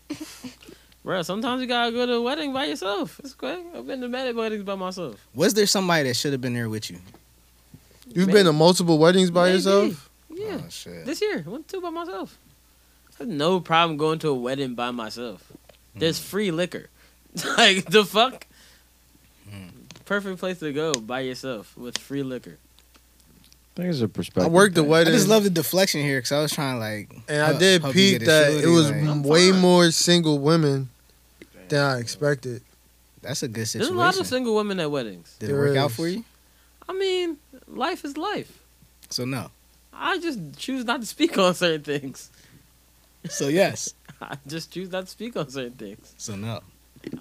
S1: Bro, sometimes you gotta go to a wedding by yourself. It's great. I've been to many weddings by myself.
S4: Was there somebody that should have been there with you?
S6: you've
S1: Maybe.
S6: been to multiple weddings by
S1: Maybe.
S6: yourself.
S1: Yeah,
S4: Oh, shit.
S1: this year I went to by myself. I have no problem going
S4: Mm.
S1: to a wedding by myself. There's free liquor. like the fuck.
S4: Mm.
S1: perfect place to go by yourself with free liquor.
S5: I think it's a perspective.
S6: I worked the
S5: thing.
S4: I
S6: wedding,
S4: just love the deflection here because I was trying to like.
S6: and I
S4: hu-
S6: did
S4: help you
S6: peep
S4: get a
S6: that it
S4: shorty,
S6: was
S4: like,
S6: way more single women than I expected.
S4: that's a good
S1: There's a
S4: situation.
S1: lot of single women at weddings.
S4: Did it work out for
S6: There is.
S4: you?
S1: I mean, life is life.
S4: So no.
S1: I just choose not to speak on certain things.
S4: So yes.
S1: I just choose not to speak on certain things.
S4: So no.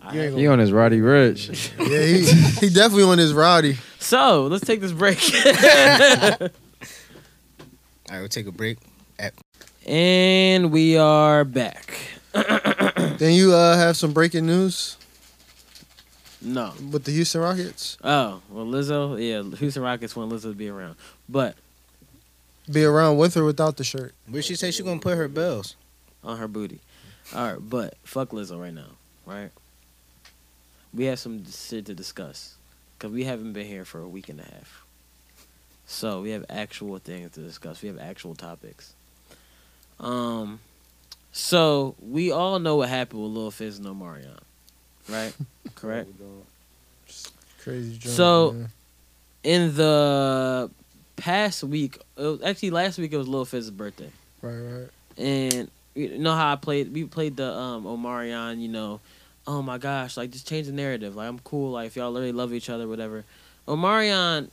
S1: I-
S5: He on his Roddy Rich.
S6: Yeah, he, he definitely on his Roddy.
S1: so let's take this break.
S4: All right, we'll take a break.
S1: and we are back.
S6: Then you uh, have some breaking news
S1: No.
S6: with the Houston Rockets.
S1: Oh, well, Lizzo. Yeah, Houston Rockets want Lizzo to be around. But
S6: Be around with or without the shirt.
S4: Where she say she gonna put her bells?
S1: on her booty. All right, but fuck Lizzo right now, right? We have some shit to discuss because we haven't been here for a week and a half. So we have actual things to discuss. We have actual topics. Um, so we all know what happened with Lil Fizz and Omarion, right? Correct.
S6: Crazy. Drama,
S1: So-
S6: man.
S1: In the past week, it was, actually last week it was Lil Fizz's birthday.
S6: right, right.
S1: and you know how I played. We played the um Omarion. You know, oh my gosh, like just change the narrative. Like I'm cool. Like if y'all really love each other, whatever. Omarion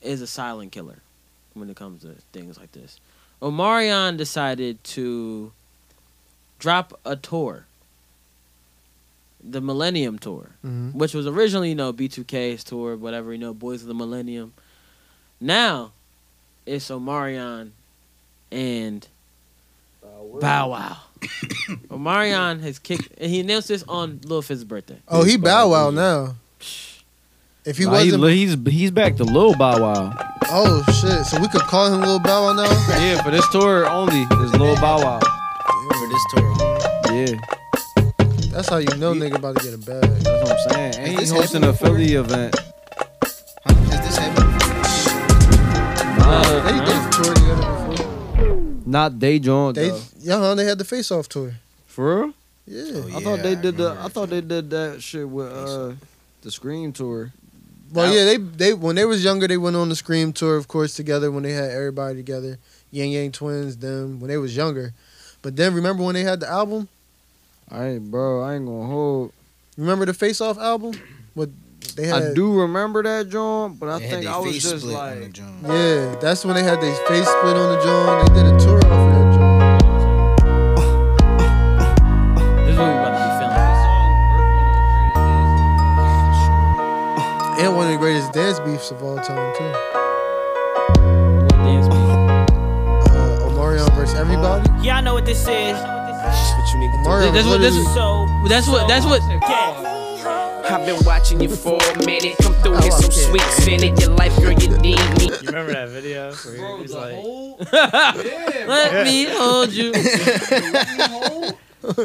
S1: is a silent killer when it comes to things like this. Omarion decided to drop a tour, the Millennium Tour,
S6: Mhm.
S1: Mm-hmm. which was originally you know B2K's tour, whatever you know, Boys of the Millennium. Now it's Omarion and Bow Wow. Omarion has kicked, and he announced this on Lil Fizz's birthday.
S6: Oh, he bow wow now. If he
S5: Nah, he
S6: wasn't,
S5: li- he's he's back to Lil Bow Wow.
S6: oh shit! So we could call him Lil Bow Wow now.
S5: Yeah, for this tour only is Lil Bow Wow.
S4: For this tour.
S5: Yeah,
S6: That's how you know nigga about to get a bag.
S5: that's what I'm saying. And he's
S4: this
S5: hosting a
S4: happened before?
S5: Philly event.
S4: Huh? Has this happened?
S5: Nah,
S6: They did tour together before.
S5: not they joint
S6: They,
S5: though.
S6: yeah, they had the face off tour.
S5: For real?
S6: Yeah.
S8: Oh,
S5: I thought
S4: Yeah,
S5: they did the.
S4: remember
S5: I thought they did that shit with uh, the Scream tour.
S6: Well, yeah, they they when they was younger, they went on the Scream tour, of course, together when they had everybody together, Yang Yang Twins, them when they was younger. But then remember when they had the album?
S5: I ain't, bro. I ain't gonna hold.
S6: Remember the Face Off album? What they had?
S5: I do remember that joint, but I
S4: They had
S5: think
S4: their
S5: I was
S4: face
S5: just
S4: split on the
S5: like,
S4: drum.
S6: Yeah, that's when they had their face split on the joint. They did a tour off of that joint.
S1: This is what we about to be feeling.
S6: And one of the greatest dance beefs of all time too.
S1: What dance beat?
S6: Uh, Omarion versus everybody.
S14: Y'all know what this is.
S6: Omarion
S1: That's
S6: was
S1: what- that's
S6: literally-
S14: So
S1: That's what. That's what.
S14: I've been watching you for a minute. Come through here, some sweets in it. Your life, girl, you need me.
S7: You remember that video? Where he was like,
S1: Let me hold you.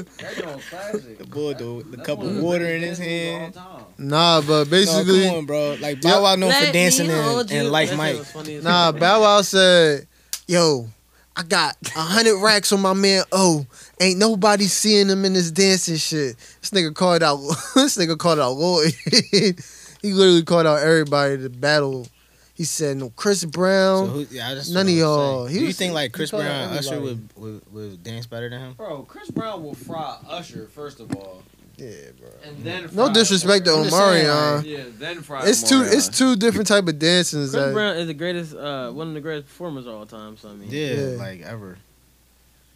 S4: The boy, the, the cup of water in his hand.
S6: Nah, but
S4: No,
S6: basically,
S4: come on, bro. Like Bow Wow known
S1: Let
S4: for
S1: me
S4: dancing
S1: hold
S4: and,
S1: you.
S4: and Life
S1: That shit
S4: Mike.
S1: was funny as
S6: Nah,
S1: fuck.
S6: Bow Wow said, "Yo, I got a hundred racks on my man. Oh, ain't nobody seeing him in this dancing shit." This nigga called out. this nigga called out Lloyd. he literally called out everybody to battle. He said, "No, Chris
S4: So
S6: Brown."
S4: who, yeah, I just
S6: None of
S4: I'm
S6: y'all.
S4: saying.
S6: He
S4: Do you
S6: was-
S4: think like
S6: he
S4: Chris
S6: called
S4: Brown and Usher
S6: everybody.
S4: would, would would dance better than him?
S8: Bro, Chris Brown will fry Usher first of all,
S6: yeah, bro.
S8: and then
S6: No disrespect to
S4: I'm just saying,
S6: Omarion.
S8: Yeah, then fry.
S6: It's two. It's two different type of dances.
S1: Chris
S6: that-
S1: Brown is the greatest, uh, one of the greatest performers of all time. So I mean,
S4: Yeah,
S6: Yeah.
S4: like ever.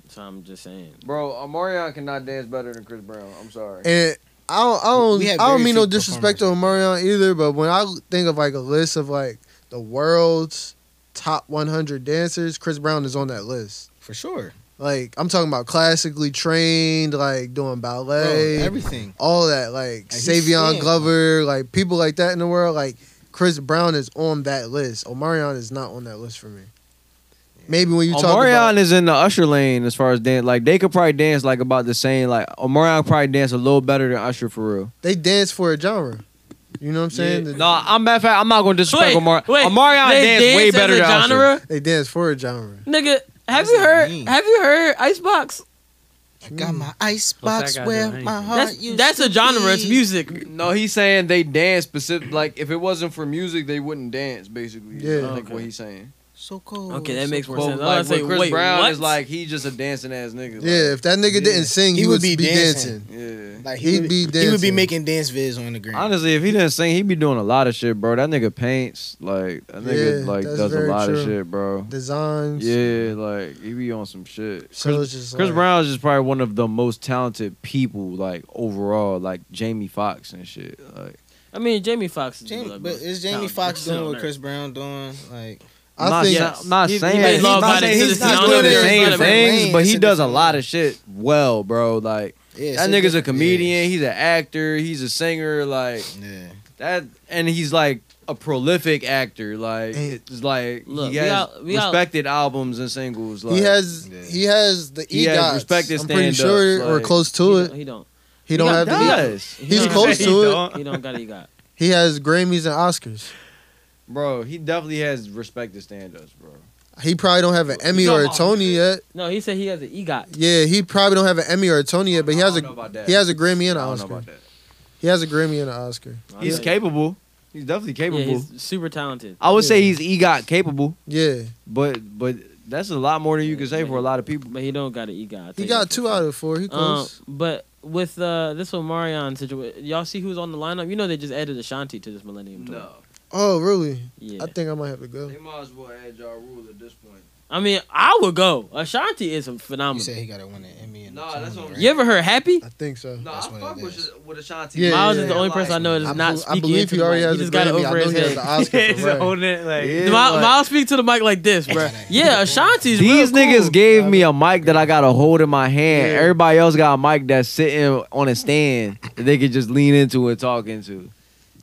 S1: so I'm just saying.
S5: Bro, Omarion cannot dance better than Chris Brown. I'm sorry.
S6: And I don't, I
S4: We
S6: don't,
S4: had
S6: I don't
S4: very
S6: mean no
S4: few
S6: disrespect to Omarion either, but when I think of like a list of like the world's top 100 dancers, Chris Brown is on that list.
S4: For sure.
S6: Like I'm talking about classically trained, like doing
S4: Bro,
S6: ballet,
S4: everything.
S6: all that, like
S4: he's
S6: Savion
S4: slim.
S6: Glover, like people like that in the world. Like Chris Brown is on that list. Omarion is not on that list for me. Maybe when you talk
S5: Omarion
S6: about
S5: is in the Usher lane as far as dance. Like they could probably dance like about the same. Like Omarion probably dance a little better than Usher for real.
S6: they dance for a genre. You know what I'm saying?
S5: No, I'm matter of fact, I'm not gonna disrespect Omarion. Omarion
S1: they
S5: danced way
S1: dance as
S5: better
S1: a
S5: than Usher.
S1: genre,
S6: They dance for a genre.
S1: nigga. Have
S4: That's
S1: you
S4: not
S1: heard?
S4: mean.
S1: Have you heard Icebox?
S4: I got my
S7: What's
S4: icebox
S7: that guy
S4: where
S7: doing?
S4: my heart
S1: That's
S4: used
S1: that's
S4: to
S1: a genre. It's
S4: be.
S1: music.
S5: No, he's saying they dance specific. Like if it wasn't for music, they wouldn't dance. Basically, yeah. I
S6: Yeah.
S5: think
S1: Okay.
S5: what he's saying.
S4: So cold.
S1: Okay, that makes more
S5: Well,
S1: sense. I
S5: like
S1: was gonna
S5: when
S1: say,
S5: Chris
S1: wait,
S5: Brown
S1: what?
S5: is like he's just a dancing ass nigga.
S6: Yeah, if that nigga didn't sing, he, would be dancing.
S5: Like, yeah.
S4: Like
S6: He be
S4: He would be
S6: dancing.
S4: making dance vids on the ground.
S5: Honestly, if he didn't sing, he'd be doing a lot of shit, bro. That nigga paints like that nigga
S6: Yeah,
S5: like
S6: that's
S5: does a
S6: very
S5: lot of
S6: true.
S5: shit, bro.
S6: Designs.
S5: Yeah, like he be on some shit.
S6: So it's just
S5: Chris
S6: like-
S5: Brown is just probably one of the most talented people, like overall, like Jamie Foxx and shit. Like,
S1: I mean, Jamie Foxx. is
S4: Jamie,
S1: like
S4: but
S1: most
S4: is Jamie
S1: talented
S4: Foxx
S1: person
S4: doing
S1: on
S4: what
S1: earth.
S4: Chris Brown doing? Like
S5: I'm
S6: I
S5: not,
S6: think
S5: sa- I'm not
S1: He- he
S5: saying
S1: made
S5: he's
S1: Law
S5: not
S1: Abiding
S5: saying he's
S1: Citizen.
S5: not
S1: I
S5: doing
S1: know
S5: the
S1: there's
S5: same
S1: not a-
S5: things, but
S4: It's
S5: he
S4: a
S5: does a
S4: different
S5: lot
S4: lane.
S5: of shit well, bro. Like
S4: yeah,
S5: that
S4: so
S5: nigga's a
S4: different-
S5: comedian, he's an actor, he's a singer, like
S4: Yeah. yeah.
S5: that, and he's like a prolific actor. Like
S6: And-
S5: it's like
S1: Look,
S5: he
S1: we
S5: has
S1: out- we out-
S5: respected albums and singles. Like
S6: he has
S4: Yeah.
S6: he has the
S5: He
S6: e
S5: has
S6: gods.
S5: respected
S6: I'm pretty
S5: stand-ups,
S6: sure or
S5: like-
S1: He
S6: close to
S1: don't-
S6: it.
S1: He don't.
S6: He don't
S1: got-
S6: have
S1: he got-
S6: the.
S5: does.
S1: He
S6: He's
S1: don't-
S6: close
S1: he
S6: to it.
S1: don't- He don't got. it, He got.
S6: He has Grammys and Oscars.
S5: Bro, he definitely has respected stand-ups, bro.
S6: He probably don't have an Emmy or a Tony yet.
S1: No, he said he has an EGOT.
S6: Yeah, he probably don't have an Emmy or a Tony yet, but he
S5: I
S6: has
S5: don't know
S6: a
S5: about that.
S6: he has a Grammy and an
S5: I don't know
S6: Oscar.
S5: about that.
S6: He has a Grammy and an Oscar.
S5: He's
S1: Yeah.
S5: capable. He's definitely capable.
S1: Yeah, he's super talented.
S5: I would say
S6: Yeah.
S5: he's EGOT capable,
S6: Yeah,
S5: but but that's a lot more than you can say for a lot of people.
S1: But he don't got an EGOT. I'll tell
S6: he
S1: you
S6: got
S1: that.
S6: two out of four. He
S1: Um,
S6: close.
S1: but with uh, this Omarion situation, y'all see who's on the lineup? You know they just added Ashanti to this Millennium Tour.
S6: oh, really?
S1: Yeah.
S6: I think I might have to go.
S5: might as well add Ja Rule at this point.
S1: I mean, I would go. Ashanti is
S4: You
S1: phenomenal.
S4: said he got to win an Emmy. and a
S5: Nah, that's
S4: Tony,
S5: what I'm-
S4: right?
S1: You ever heard Happy?
S6: I think so.
S5: No,
S4: That's
S5: I
S4: what
S5: fuck
S4: it is.
S5: with, with Ashanti.
S6: Yeah,
S1: Miles
S6: yeah,
S1: is the only person I know that's
S6: I,
S1: not
S6: bel- I
S1: speaking
S6: believe
S1: into
S6: he
S1: the
S6: already
S1: mic.
S6: has
S1: He
S6: a
S1: just got it
S6: Grammy. I
S1: over
S6: know
S1: his
S6: he has
S1: head.
S6: the Oscar.
S7: He's
S6: for Ray.
S7: on it like
S5: Yeah.
S1: Miles, Miles speak to the mic like this, bro. Yeah, Ashanti's
S5: These
S1: real
S5: niggas
S1: cool.
S5: gave me a mic that I got to hold in my hand.
S6: Yeah.
S5: Everybody else got a mic that's sitting on a stand that they could just lean into and talk into.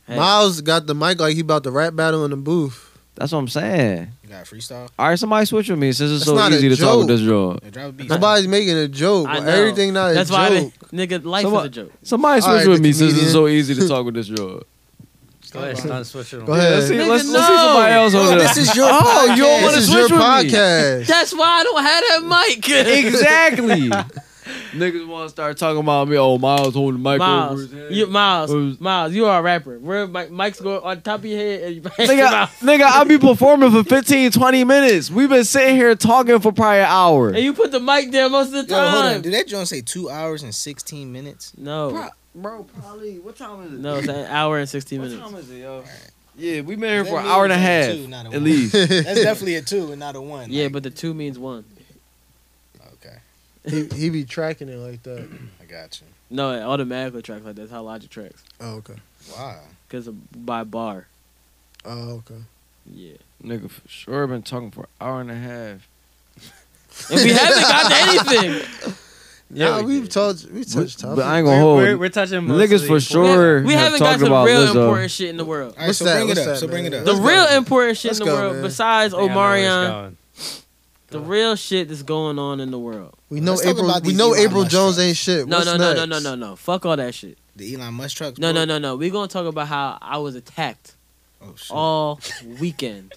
S1: Hey.
S6: Miles got the mic like he about to rap battle in the booth.
S5: That's what I'm saying.
S4: You got freestyle.
S5: All right, somebody switch with me since it's
S6: That's
S5: so
S6: not a
S5: easy to talk with
S6: joke.
S5: this drug.
S4: Yeah, Drop a beat.
S6: Nobody's making a joke.
S1: I know.
S6: Everything not a
S1: That's
S6: joke.
S1: why I be- nigga life
S5: Someone-
S1: is a joke.
S5: Somebody
S6: All
S5: switch
S6: right,
S5: with
S6: the
S5: me since it's
S6: comedian.
S5: so easy to talk with this drug.
S7: Go ahead, son, switch it on.
S6: Go ahead.
S5: Let's see,
S1: Nigga,
S5: let's, let's see
S1: no.
S5: somebody else over
S4: Bro,
S5: there.
S4: this is your
S5: oh, you don't
S4: podcast.
S5: want to
S6: this
S5: switch
S6: is your
S5: with me.
S6: podcast.
S1: That's why I don't have that mic.
S5: Exactly. Niggas want to start talking about me. Oh, Miles holding the mic over
S1: Miles,
S5: his head.
S1: you, Miles,
S5: Who's-
S1: Miles, you are a rapper. Where mic, mics go on top of your head and you pass them
S5: Nigga,
S1: out.
S5: nigga, I'll be performing for 15, 20 minutes. We've been sitting here talking for probably an hour.
S1: And you put the mic there most of the
S4: Yo, hold on.
S1: time.
S4: Did that joint say two hours and sixteen minutes?
S1: no,
S5: Bro, probably, what time is
S1: no, it's an hour and sixteen minutes.
S5: is it, yo? Yeah, we've been here
S4: That
S5: for an
S4: means
S5: hour and a
S4: it's
S5: half,
S4: a two, not a
S5: at
S4: one.
S5: least.
S4: That's definitely a two and not a one.
S1: Yeah,
S4: Like,
S1: but the two means one.
S4: okay,
S6: he, he be tracking it like that.
S4: I got you.
S1: No, it automatically tracks like that. that's how Logic tracks
S6: Oh okay.
S4: Wow.
S1: because by bar.
S6: Oh okay.
S1: Yeah,
S5: Nigga, for sure been talking for an hour and a half.
S1: and we haven't got to anything.
S6: Yeah, we've touched we touched
S5: But I ain't
S6: topics.
S5: gonna hold.
S7: We're, we're touching mostly
S5: Niggas for
S1: We
S5: sure.
S1: haven't- we
S5: have
S1: haven't got
S5: talked
S1: to the
S5: about
S1: real
S5: Lizzo.
S1: important shit in the world.
S4: All right,
S6: What's
S4: so
S6: that?
S4: bring it
S6: What's
S4: up.
S6: that,
S4: so bring it
S6: man?
S4: up.
S1: The
S6: Let's
S1: real
S6: go.
S1: important shit
S6: Let's
S1: in the
S6: go,
S1: world,
S6: man.
S1: besides
S7: I think I know where it's
S1: Omarion,
S7: going.
S1: the real shit that's going on in the world.
S6: We know
S4: Let's talk
S6: April.
S4: about
S6: We
S4: these
S6: know
S4: Elon
S6: April
S4: Musk
S6: Jones
S4: trucks.
S6: ain't shit.
S1: No,
S6: What's
S1: no, no, no, no,
S6: next?
S1: no, no. Fuck all that shit.
S4: The Elon Musk trucks.
S1: No, no,
S4: broke?
S1: no, no. We're gonna talk about how I was attacked
S4: Oh shit.
S1: all weekend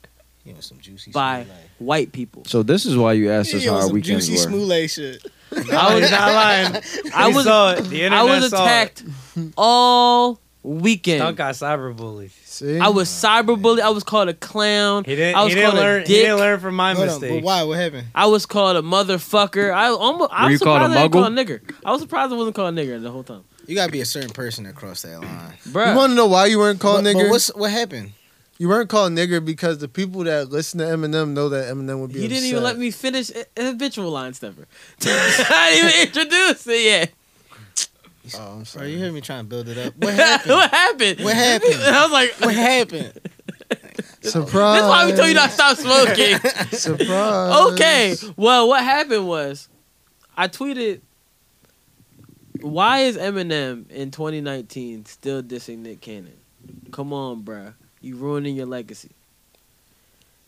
S4: You know some juicy.
S1: by white people.
S5: So this is why you asked us
S4: Smoothie.
S5: how our
S4: some
S5: weekends
S4: juicy
S5: were.
S4: Smooley shit.
S1: I was not lying. I
S7: We
S1: was
S7: saw it. The
S1: I
S7: internet
S1: was
S7: saw it.
S1: attacked all
S7: Dunk
S1: weekend.
S7: got cyberbullied.
S6: See,
S1: I was cyberbullied. I was called a clown.
S7: He didn't.
S1: I was
S7: he didn't
S1: called
S7: learn.
S1: a
S7: He didn't
S1: dick.
S7: learn from my
S4: Hold on, but
S7: mistake.
S4: why? What happened?
S1: I was called a motherfucker. I almost. I
S5: Were you
S1: was
S5: called
S1: surprised
S5: a
S1: I didn't call a
S5: muggle?
S1: nigger. I was surprised I wasn't called a nigger the whole time,
S4: You gotta be a certain person to cross that line.
S1: Bruh.
S6: You want to know why you weren't
S4: But,
S6: called
S4: but
S6: nigger?
S4: what's what happened?
S6: you weren't called nigger because the people that listen to Eminem know that Eminem would be.
S1: He didn't
S6: upset.
S1: even let me finish a- a habitual line stepper. I didn't even introduce it yet.
S6: Oh, I'm
S4: Bro,
S6: sorry.
S4: you hear me trying to build it up. What happened?
S1: what happened?
S4: What happened?
S1: I was like,
S4: what happened?
S6: Surprise.
S1: that's why we told you not to stop smoking.
S6: Surprise.
S1: okay. Well, what happened was I tweeted, why is Eminem in 2019 still dissing Nick Cannon? Come on, bruh. You ruining your legacy.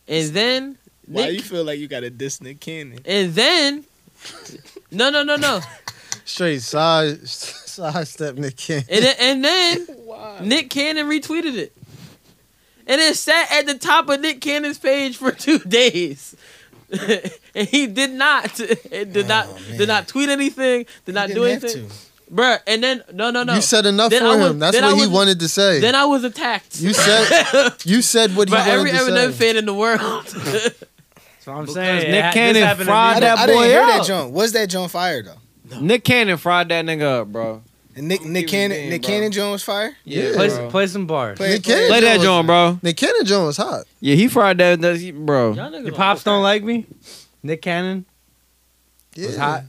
S1: And then
S4: Why
S1: Nick,
S4: you feel like you got a diss Nick Cannon?
S1: and then no no no no.
S6: Straight side sidestep Nick Cannon.
S1: And then, and then Nick Cannon retweeted it. And it sat at the top of Nick Cannon's page for two days. and he did not. It did not. Did not tweet anything. Did not do
S6: Oh, didn't have
S1: anything. Bruh, and then no, no, no.
S6: You said enough
S1: Then
S6: for
S1: I was-
S6: him. That's
S1: then I
S6: what he
S1: was-
S6: wanted to say.
S1: Then I was attacked.
S6: you said you said what he
S1: by
S6: wanted
S1: every
S6: to
S1: Eminem
S6: say.
S1: fan in the world.
S7: That's what I'm
S1: saying.
S7: Nick
S1: It ha- this
S7: Cannon
S1: happened to
S7: fried
S1: me.
S7: that
S4: I didn't
S7: boy
S4: hear
S7: up.
S4: that joint. Was that joint fire though?
S8: Nick Cannon fried that nigga up, bro.
S4: And Nick Nick
S8: give you
S4: Cannon
S8: game,
S4: Nick
S8: bro.
S4: Cannon joint was fire.
S8: Yeah,
S7: play,
S8: bro.
S7: play some bars.
S4: Play,
S6: Nick
S4: play-
S6: Cannon
S8: play that
S6: Jones-
S8: joint, bro.
S6: Nick Cannon Jones was hot.
S8: Yeah, he fried that, that he- bro.
S1: Y'all niggas
S7: Your
S1: are
S7: pops don't
S1: okay.
S7: like me. Nick Cannon
S6: Yeah.
S7: was hot.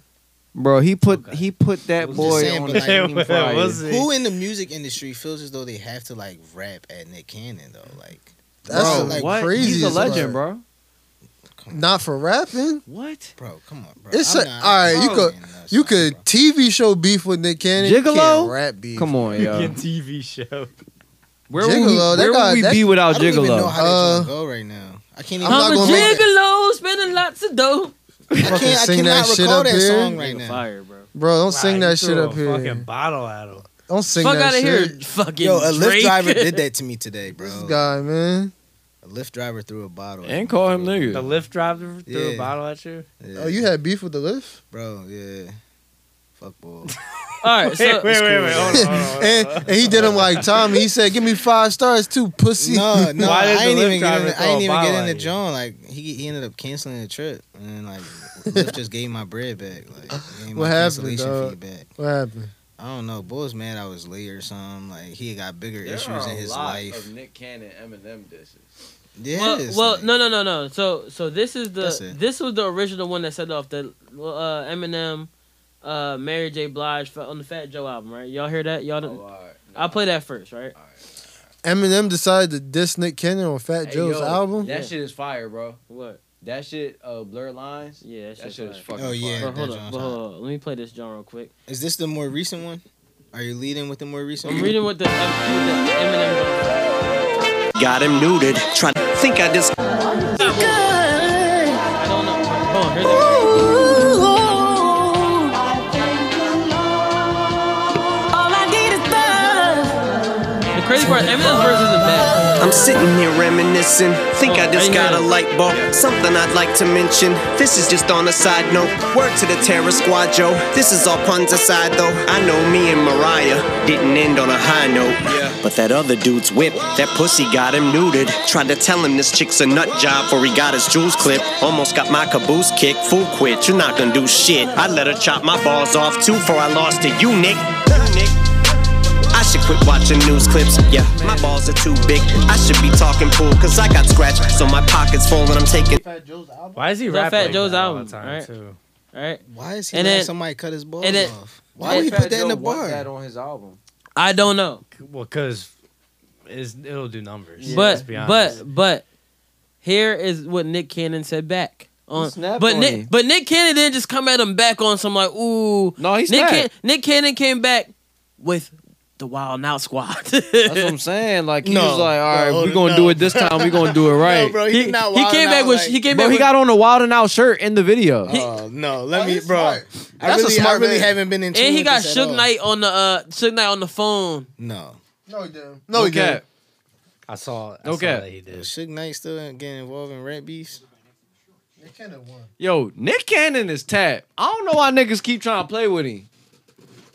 S8: Bro, he put he put that
S4: I'm just
S8: boy
S4: saying,
S8: on
S4: but
S8: the
S4: like-
S8: team fire.
S7: Was it?
S4: Who in the music industry feels as though they have to like rap at Nick Cannon though? Like,
S6: That's
S4: bro,
S6: the, like
S8: what?
S6: crazy.
S8: He's a
S6: as fuck.
S8: legend, bro.
S6: Not for rapping.
S8: What?
S4: bro, come on, bro.
S6: It's
S4: I'm
S6: a-
S4: not-
S6: alright, you
S4: I'm
S6: could-
S4: not saying that,
S6: You
S4: bro.
S6: could TV show beef with Nick Cannon. You
S8: Gigolo?
S6: can't rap beef.
S8: Come on, yo.
S7: TV show.
S8: Where would we,
S6: Gigolo, that
S8: where would
S6: guy-
S8: we
S6: that-
S8: be without
S4: I don't even know
S8: Gigolo?
S4: how that
S6: Uh,
S4: joint go right now. I can't even.
S6: I'm
S1: I'm,
S6: not
S1: a
S6: gonna make
S1: gigolo, spending lots of dough.
S4: I can't.
S6: Fucking
S4: I
S6: sing
S4: cannot
S6: that shit
S4: recall
S6: up
S4: that
S6: here.
S4: song right
S1: Nigga
S4: now.
S1: Fire, bro.
S6: bro. Don't sing
S7: Wow, you
S6: that shit
S7: threw
S6: up
S7: a
S6: here.
S7: Fucking bottle at him.
S6: Don't sing
S1: Fuck
S6: that
S1: out of here,
S6: shit.
S1: fucking
S4: Yo, a Lyft
S1: Drake.
S4: driver did that to me today, bro.
S6: This guy, man.
S4: A Lyft driver threw a bottle. at
S8: And
S4: me,
S8: call him
S4: bro.
S7: The
S8: nigga.
S7: lift driver threw
S4: Yeah.
S7: a bottle at you.
S4: Yeah.
S6: Oh, you had beef with the lift?
S4: bro. Yeah, fuck boy.
S1: All right, so
S7: wait, wait, wait. Hold on, hold on, hold on.
S6: and, and he did him like Tommy. He said, "Give me five stars too, pussy."
S4: No, no,
S7: Why did
S4: I
S7: the
S4: ain't
S7: Lyft
S4: even get in.
S7: driver
S4: The, I
S7: throw
S4: ain't
S7: a
S4: even
S7: bottle
S4: get in
S7: at
S4: the
S7: you?
S4: John. Like he, he ended up canceling the trip, and then, like Lyft just gave my bread back. Like gave my
S6: What happened,
S4: cancellation
S6: dog?
S4: fee back.
S6: What happened?
S4: I don't know. Boy was mad I was late or something. Like he got bigger issues in his life.
S8: Nick Cannon Eminem dishes.
S1: well,
S4: Yes,
S1: well,
S4: like,
S1: no, no, no, no. So, so this is the
S4: That's it.
S1: this was the original one that set off the uh, Eminem, uh, Mary J. Blige fa- on the Fat Joe album, right? Y'all hear that? Y'all, didn't-
S8: Oh,
S1: I'll play that first, right?
S6: Eminem decided to diss Nick Cannon on Fat Joe's album.
S1: that
S8: shit is fire, bro.
S1: What?
S8: That shit, uh, Blur Lines.
S1: Yeah, that, shit's fire.
S8: fucking.
S4: Oh, yeah.
S1: But hold
S4: That
S1: on,
S4: John's
S1: but hold on. Let me play this John real quick.
S4: Is this the more recent one? Are you leading with the more recent?
S1: I'm
S4: one?
S1: reading what the, M- what the Eminem.
S14: Got him neutered. Trying to think I just.
S1: I don't know. Hold on, here's the. The crazy part, Eminem's verse isn't bad.
S14: I'm sitting here reminiscing. Think
S1: Oh,
S14: I just got a light bulb. Something I'd like to mention. This is just on a side note. Word to the terror squad, Joe. This is all puns aside, though. I know me and Mariah didn't end on a high note. But that other dude's whip, that pussy got him neutered. Tried to tell him this chick's a nut job before he got his jewels clipped. Almost got my caboose kicked. Fool quit, you're not gonna do shit. I let her chop my balls off too, for I lost to you, Nick. Nick. I should quit watching news clips. Yeah, my balls are too big. I should be talking pool, cause I got scratched. So my pocket's full and I'm taking.
S7: Why is he
S1: It's on
S7: rapping?
S1: Fat
S7: like
S1: Joe's
S7: that
S1: album,
S7: all the time
S1: alright?
S7: too?
S1: All right,
S4: Why is he
S1: And
S4: letting
S1: then-
S4: somebody cut his balls
S1: and then-
S4: off? Why would he put that in the bar?
S8: That on his album.
S1: I don't know.
S7: Well, cause it's, it'll do numbers. let's
S1: but
S7: be honest.
S1: but but here is what Nick Cannon said back on.
S8: snapped
S1: But
S8: on
S1: Nick
S8: him.
S1: but Nick Cannon didn't just come at him back on some like ooh.
S8: No, he's
S1: Nick
S8: not.
S1: Can- Nick Cannon came back with the Wild Now Squad.
S8: That's what I'm saying. Like he
S4: No.
S8: was like, all right,
S4: No,
S8: we gonna do it this time. We gonna do it right.
S4: No, bro,
S1: he,
S4: he, not
S1: he
S4: wilding
S1: came back
S4: out
S1: with
S4: like-
S1: he came
S8: Bro,
S1: back
S8: he
S1: with,
S8: got on a Wild and Out shirt in the video.
S4: Oh no, let
S6: Oh,
S4: me,
S6: he's
S4: bro.
S6: smart.
S4: I
S6: That's a
S4: really,
S6: smart
S4: I really
S6: man.
S4: haven't been in. tune
S1: and he
S4: with
S1: got
S4: this at
S1: Suge
S4: all.
S1: Knight on the uh Suge Knight on the phone.
S4: No,
S6: No, he didn't. No, he
S8: Okay.
S6: didn't.
S7: I saw. I
S8: Okay.
S7: saw that he did.
S4: Suge Knight still ain't getting involved in rap beefs.
S6: Nick Cannon won.
S8: Yo, Nick Cannon is tapped. I don't know why niggas keep trying to play with him.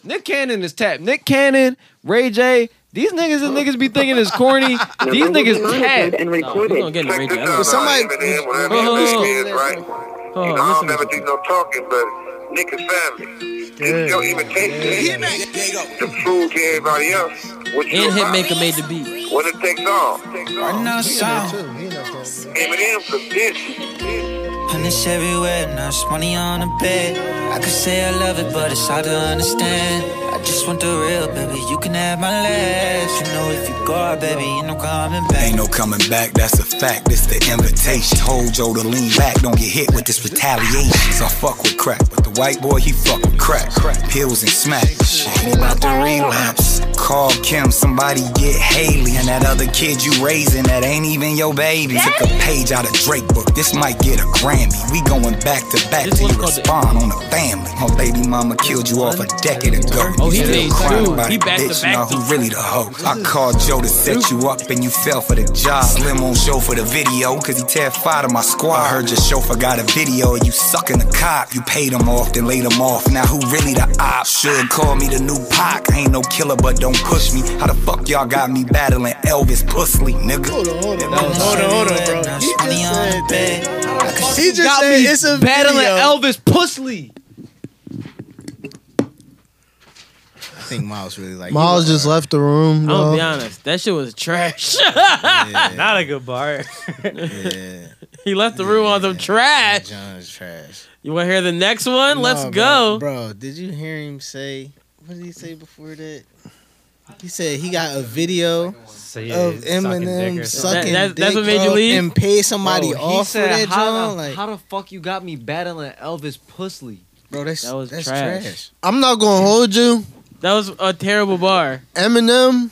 S8: Nick Cannon is tapped. Nick Cannon, Ray J, these niggas and niggas be thinking is corny. These niggas tapped.
S1: No, he's gonna get in the region. I don't
S4: But
S1: know.
S4: somebody,
S1: Hold on, Oh, listen to this.
S13: no talking, but Nick is family. It's your imitation to prove to everybody else what
S1: And Hitmaker made the beat.
S13: When it takes off.
S6: He in there too. He in there too.
S13: Eminem
S14: Punish everywhere, now it's money on the bed. I could say I love it, but it's hard to understand. I just want the real, baby. You can have my last. You know if you go out, baby, ain't no coming back.
S15: Ain't no coming back, that's a fact. This the invitation. Told Joe to lean back, don't get hit with this retaliation. So I fuck with crack, but the white boy, he fuck with crack. Pills and smack. Shit, he about to relapse. call Kim, somebody get Haley. And that other kid you raising, that ain't even your baby. Took a page out of Drake book, this might get a Grammy. We going back to back till you respond on the family. My baby mama killed you off a decade ago.
S1: Oh, he
S15: You still
S1: made
S15: crying
S1: two.
S15: about
S1: He
S15: it,
S1: back to
S15: bitch.
S1: back
S15: Nah,
S1: to-
S15: who really the hoe? I called Joe to set you up and you fell for the job. Slim on show for the video, cause he terrified of my squad. I heard your chauffeur got a video of you sucking the cop. You paid him off, then laid him off. Now who really the op? Should call me the new Pac. Ain't no killer, but don't push me. How the fuck y'all got me battling Elvis Pusley, nigga? Hold on, hold on,
S16: Hold on, hold on, bro.
S15: He just said that.
S16: He just
S15: Got
S16: said
S15: me
S16: it's a
S15: battling
S16: video.
S15: Elvis
S7: Pusley.
S4: I think Miles really like
S6: Miles just left the room.
S1: I'm
S6: dog.
S1: gonna be honest, that shit was trash.
S7: Not a good bar.
S1: he left the room on some trash.
S4: John's trash.
S1: You want to hear the next one? Let's
S4: No,
S1: go.
S4: bro. Bro, did you hear him say? What did he say before that? He said he got a video of Eminem sucking
S1: That- that's-
S4: dick.
S1: that's what made you
S4: bro,
S1: leave?
S4: and pay somebody
S5: Bro, he
S4: off for
S5: said,
S4: that
S5: how the-
S4: John. Like,
S5: how the fuck you got me battling Elvis Pusley?
S4: bro, that's that was that's
S1: trash.
S6: I'm not gonna hold you.
S1: That was a terrible bar.
S6: Eminem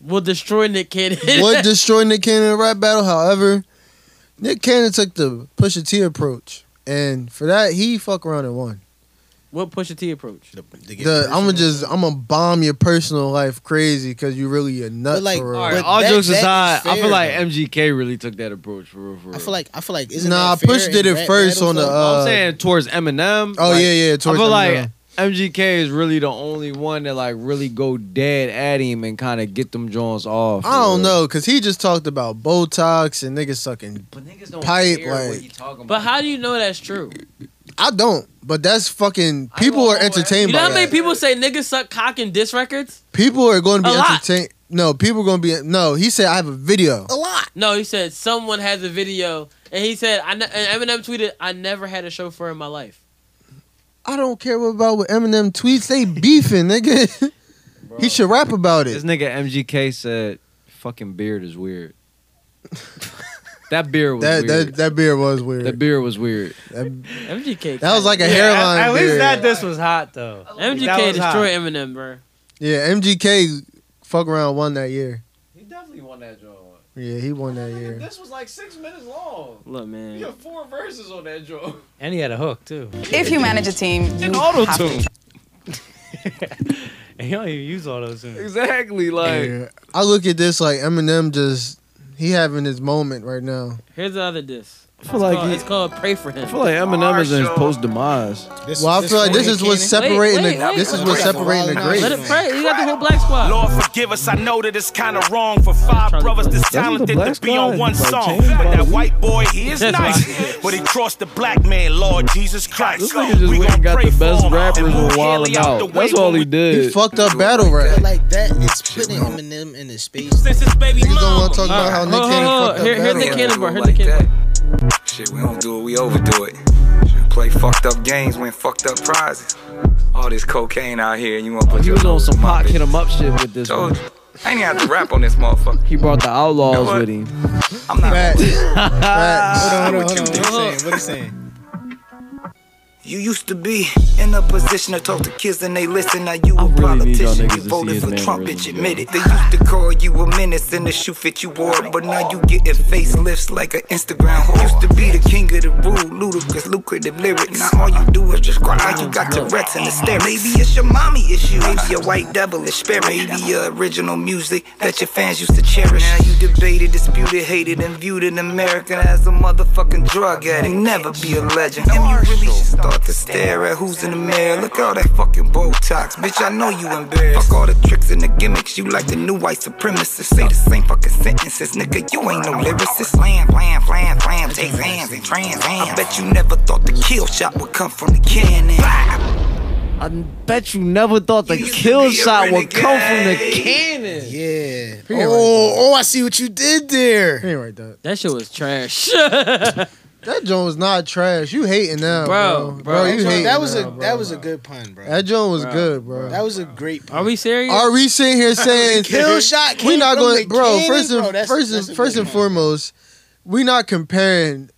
S1: will destroy Nick Cannon.
S6: would destroy Nick Cannon in rap battle. However, Nick Cannon took the Pusha T approach, and for that he fuck around and won.
S1: What Pusha T approach? The,
S6: The, I'm gonna just I'm gonna bomb your personal life crazy because you really a nut.
S4: But like,
S6: for real.
S4: all
S5: All, right, all jokes aside, I feel like MGK really took that approach for real. For real.
S4: I feel like I feel like isn't
S6: Nah,
S4: that fair
S6: Push did
S4: in
S6: it
S4: rap
S6: first
S4: battles,
S6: on the.
S4: though?
S6: Uh,
S5: I'm saying towards Eminem.
S6: Oh,
S5: like,
S6: yeah, yeah, towards
S5: I feel
S6: Eminem.
S5: like MGK is really the only one that like really go dead at him and kind of get them Jones off.
S6: I don't know, cause he just talked about Botox and niggas sucking pipe. Like
S1: But how do you know that's true?
S6: I don't, but that's fucking. People are
S1: You
S6: entertained
S1: know
S6: by
S1: how many
S6: that.
S1: people say niggas suck cock and diss records?
S6: People are going to be
S1: A lot.
S6: entertained. No, people are going to be. No, he said I have a video.
S1: lot. No, he said someone has a video, and he said, I ne- and Eminem tweeted, "I never had a chauffeur in my life."
S6: I don't care what about what Eminem tweets. They beefing, nigga. He should rap about
S5: This
S6: it.
S5: nigga MGK said, "Fucking beard is weird." that beard was
S6: That
S5: weird.
S6: that that beer was weird.
S5: That beard was weird.
S1: MGK.
S6: That was like a
S7: Yeah, at-
S6: hairline.
S7: At, least
S6: beard.
S7: that this was hot though.
S5: Oh.
S7: That
S1: MGK
S7: was hot.
S1: destroyed Eminem, bro.
S6: Yeah, MGK fuck around won that year.
S5: He definitely won that joint.
S6: Yeah, he won that year.
S5: was like six minutes long.
S1: Look, man.
S5: four verses on that joint.
S7: And he had a hook too.
S17: If you manage a team, you have to-
S7: Auto-tune. he don't even use auto-tune.
S5: Exactly. Like
S6: Yeah. I look at this like Eminem just he having his moment right now.
S1: Here's the other diss. I
S5: feel like
S1: called,
S5: he-
S1: it's called "Pray for Him."
S5: I feel like Eminem is in his post demise.
S6: well, I feel like this is what's separating.
S1: Wait,
S6: the,
S1: wait,
S6: this is
S1: wait.
S6: what's separating the
S1: Let
S6: great.
S1: it pray. You got the whole black squad.
S18: Lord forgive us, I know that it's kinda wrong for five brothers this talented to be on one song. But that white boy, he is
S5: That's
S18: nice. But he crossed the black man, Lord Jesus Christ.
S5: This nigga just went and got the best rappers and wilding out. That's all he did.
S6: He fucked up battle
S4: But
S6: rap.
S4: like that, it's putting Eminem in the space.
S18: This is baby
S4: Niggas don't want to talk
S1: All
S4: about
S1: right,
S4: how
S1: hold
S4: Nick
S1: on,
S4: Cannon
S1: hold
S4: fucked
S1: on.
S4: up
S1: Here- Here's the
S4: battle rap.
S1: cannon bar. Here's the
S18: Like
S1: cannon bar.
S18: Shit, we don't do it, we overdo it. Shit, Play fucked up games, win fucked up prizes. All this cocaine out here, and you want to put
S5: He
S18: your
S5: was on some
S18: my
S5: pop
S18: bitch.
S5: hit him up shit with this
S18: Told
S5: one.
S18: you. I ain't have to rap on this motherfucker.
S5: He brought the outlaws with him.
S18: I'm not.
S4: Hold on,
S18: What you
S4: hold on,
S18: did.
S4: hold on. What he saying? What he saying?
S18: You used to be in a position to talk to kids and they listen. Now you a
S5: need y'all
S18: politician.
S5: niggas
S18: You
S5: to see
S18: voted
S5: his
S18: for Trump,
S5: mannerisms,
S18: bitch,
S5: yo.
S18: admit it. They used to call you a menace in the shoe fit you wore. But now you getting facelifts like an Instagram whore. Used to be the king of the rude, ludicrous, lucrative lyrics. Now all you do is just cry. Now you got Tourette's and hysterics. Maybe it's your mommy issue. Maybe your white devilish spirit. Maybe your original music that your fans used to cherish. Now you debated, disputed, hated, and viewed an American as a motherfucking drug addict. Never be a legend. And you really should start to stare at who's in the mirror. Look at all that fucking Botox. Bitch, I know you embarrassed. Fuck all the tricks and the gimmicks. You like the new white supremacists. Say the same fucking sentences. Nigga, you ain't no lyricist. Slam, slam, slam, slam. Take hands and trans hands. I bet you never thought the kill shot would come from the cannon.
S5: I bet you never thought the kill shot would come from the cannon.
S4: Yeah. Oh, oh, I see what you did there.
S6: He ain't right that.
S1: That shit was trash.
S6: That joint was not trash. You hating
S1: Bro,
S6: now, bro?
S1: bro,
S6: Bro,
S4: that,
S6: you hating
S4: joint- that was
S6: now,
S4: a
S6: bro.
S4: that was a good pun, bro.
S6: That joint was
S4: Bro,
S6: good, bro.
S4: That was a great pun.
S1: Are we serious?
S6: Are we sitting here saying
S4: Kill shot
S6: We
S4: came
S6: not
S4: from
S6: going,
S4: the
S6: bro.
S4: cannon?
S6: First and
S4: Bro, that's-
S6: first
S4: that's a
S6: and first
S4: good
S6: and foremost, we not comparing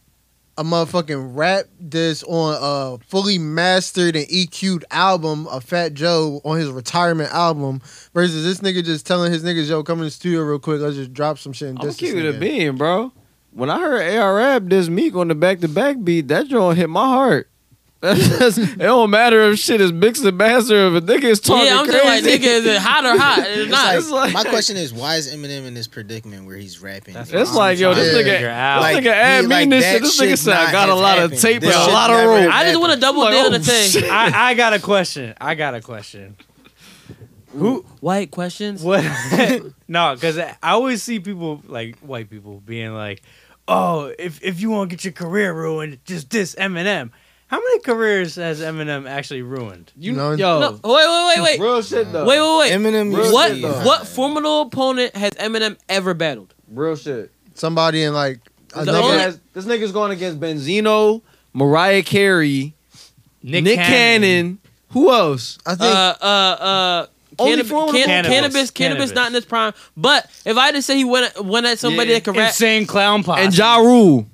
S6: a motherfucking rap this on a fully mastered and EQ'd album of Fat Joe on his retirement album versus this nigga just telling his niggas, yo, come in the studio real quick, let's just drop some shit and
S5: I'm
S6: diss this
S5: keep it a
S6: nigga."
S5: bean, bro. When I heard ARAB this Meek on the back to back beat, that joint hit my heart. it don't matter if shit is mixed and master if a nigga is talking
S1: Yeah, I'm
S5: crazy.
S1: just like, nigga, is it hot or hot? It's
S4: It's
S1: not.
S4: like-
S1: It's like-
S4: my question is, why is Eminem in this predicament where he's rapping?
S5: It's like, yo, this nigga, this nigga add me this shit. This nigga said, I got a lot of tape and a lot of
S7: oh,
S5: room.
S7: I, I got a question. I got a question. Who
S1: white questions?
S7: What? no, because I always see people like white people being like, "Oh, if if you want to get your career ruined, just diss Eminem." How many careers has Eminem actually ruined?
S5: You
S1: know, No, wait, wait, wait, wait.
S5: Real shit though.
S1: Wait, wait, wait.
S6: Eminem used
S1: what
S6: to be-
S1: what formidable opponent has Eminem ever battled?
S5: Real shit.
S6: Somebody in like
S5: This, nigga has- this nigga's going against Benzino, Mariah Carey, Nick, Cannon. Who else?
S6: I
S1: uh, uh, uh,
S5: Only
S1: cannab-
S5: formidable-
S1: can-
S5: Cannabis.
S1: cannabis, cannabis,
S5: Cannabis.
S1: not in its prime. But if I had to say he went at, went at somebody that could rap,
S7: Insane clown posse.
S5: And Ja Rule.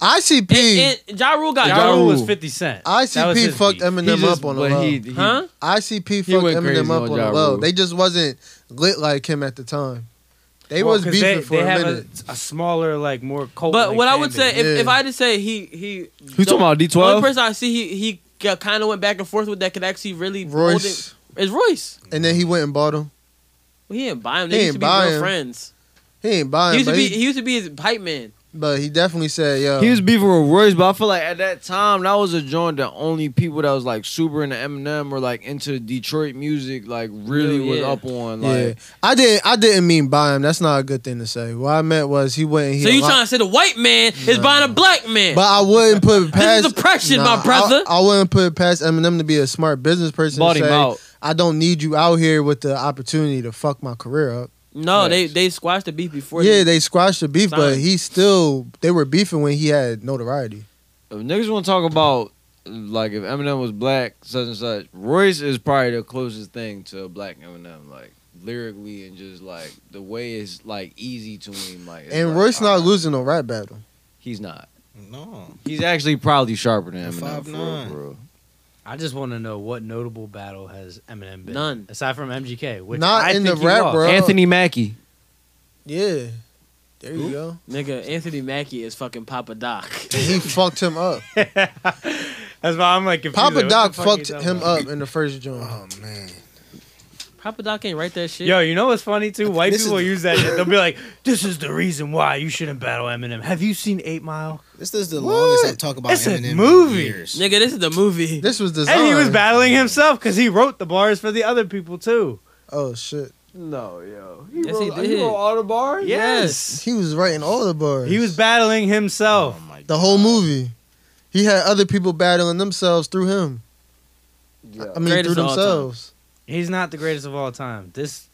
S6: ICP.
S1: and, and Ja Rule got
S7: Ja Rule was 50 Cent. That was
S6: ICP
S7: his
S6: fucked
S7: beef.
S6: Eminem up on the low.
S1: Huh?
S6: ICP
S7: He
S6: fucked
S7: went crazy
S6: Eminem up
S7: on
S6: on,
S7: Ja
S6: the low.
S7: Rule.
S6: They just wasn't lit like him at the time. They
S7: Well,
S6: was
S7: 'cause
S6: beefing
S7: they,
S6: for
S7: they
S6: a
S7: have
S6: minute.
S7: A, a smaller, like more cult.
S1: But what I would say, if,
S7: I.
S1: if I had to say he he,
S5: Who talking about,
S1: The
S5: D12?
S1: only person I see he he kind of went back and forth with that could actually really hold
S6: Royce.
S1: it is Royce.
S6: and then he went and bought him.
S1: Well, he didn't buy him.
S6: He
S1: They used
S6: ain't
S1: to be
S6: buy
S1: real
S6: him.
S1: friends.
S6: He ain't
S5: uh,
S6: buying.
S1: He used to
S6: but,
S1: be
S6: he,
S1: he used to be his pipe man.
S6: but he definitely said, "Yo,
S5: He was beefing with Royce, but I feel like at that time that was a joint the only people that was like super into Eminem or like into Detroit music, like really
S6: Yeah,
S5: was
S6: yeah.
S5: up on. Like
S6: yeah, I didn't. I didn't mean buy him. That's not a good thing to say. What I meant was he went. And he
S1: so you
S6: unlocked-
S1: trying to say the white man is buying a black man?
S6: But I wouldn't put it past
S1: oppression, my
S6: I-
S1: brother.
S6: I, wouldn't put it past Eminem to be a smart business person.
S1: Bought
S6: and
S1: him
S6: say,
S1: out.
S6: I don't need you out here with the opportunity to fuck my career up.
S1: no, they they squashed the beef before.
S6: yeah,
S1: he-
S6: they squashed the beef, but
S1: Signed.
S6: he still they were beefing when he had notoriety.
S5: if niggas want to talk about like if Eminem was black, such and such. Royce is probably the closest thing to a black Eminem, like lyrically and just like the way it's like easy to him. Like it's
S6: and
S5: like, uh,
S1: uh,
S6: Royce not
S5: alright,
S6: losing no rap battle.
S5: he's not.
S4: No,
S5: he's actually probably sharper than Eminem.
S4: Five
S5: for
S4: nine.
S5: real, for real.
S7: I just want to know what notable battle has Eminem been?
S5: None.
S7: aside from MGK. Which
S6: Not
S7: I
S6: in
S7: think
S6: the
S7: he
S6: rap
S7: lost.
S6: world.
S5: Anthony Mackie.
S6: Yeah, there you go.
S1: Nigga, Anthony Mackie is fucking Papa Doc.
S6: He fucked him up.
S7: That's why I'm like confused.
S6: Papa
S7: Like, what
S6: Doc
S7: the fuck
S6: fucked
S7: you talking
S6: him
S7: about?
S6: up in the first joint. Oh man,
S1: Papa Doc ain't write that shit.
S7: Yo, you know what's funny too? White
S1: This is
S7: people
S1: the-
S7: use that. shit. They'll be like, "This is the reason why you shouldn't battle Eminem." Have you seen Eight Mile?
S4: This is the longest I've talked about
S7: It's
S4: Eminem.
S7: a
S4: in
S7: movie.
S4: years.
S1: nigga, this is the movie.
S6: This was designed.
S7: And he was battling himself because he wrote the bars for the other people too.
S6: Oh shit.
S5: No, yo.
S7: He
S6: Yes, he
S7: wrote-
S6: did.
S7: wrote
S5: all the bars?
S7: Yes.
S6: He was writing all the bars.
S7: He was battling himself.
S5: Oh
S6: the whole movie. He had other people battling themselves through him. I mean,
S7: Greatest
S6: through
S7: of all time.
S6: themselves.
S7: He's not the greatest of all time. This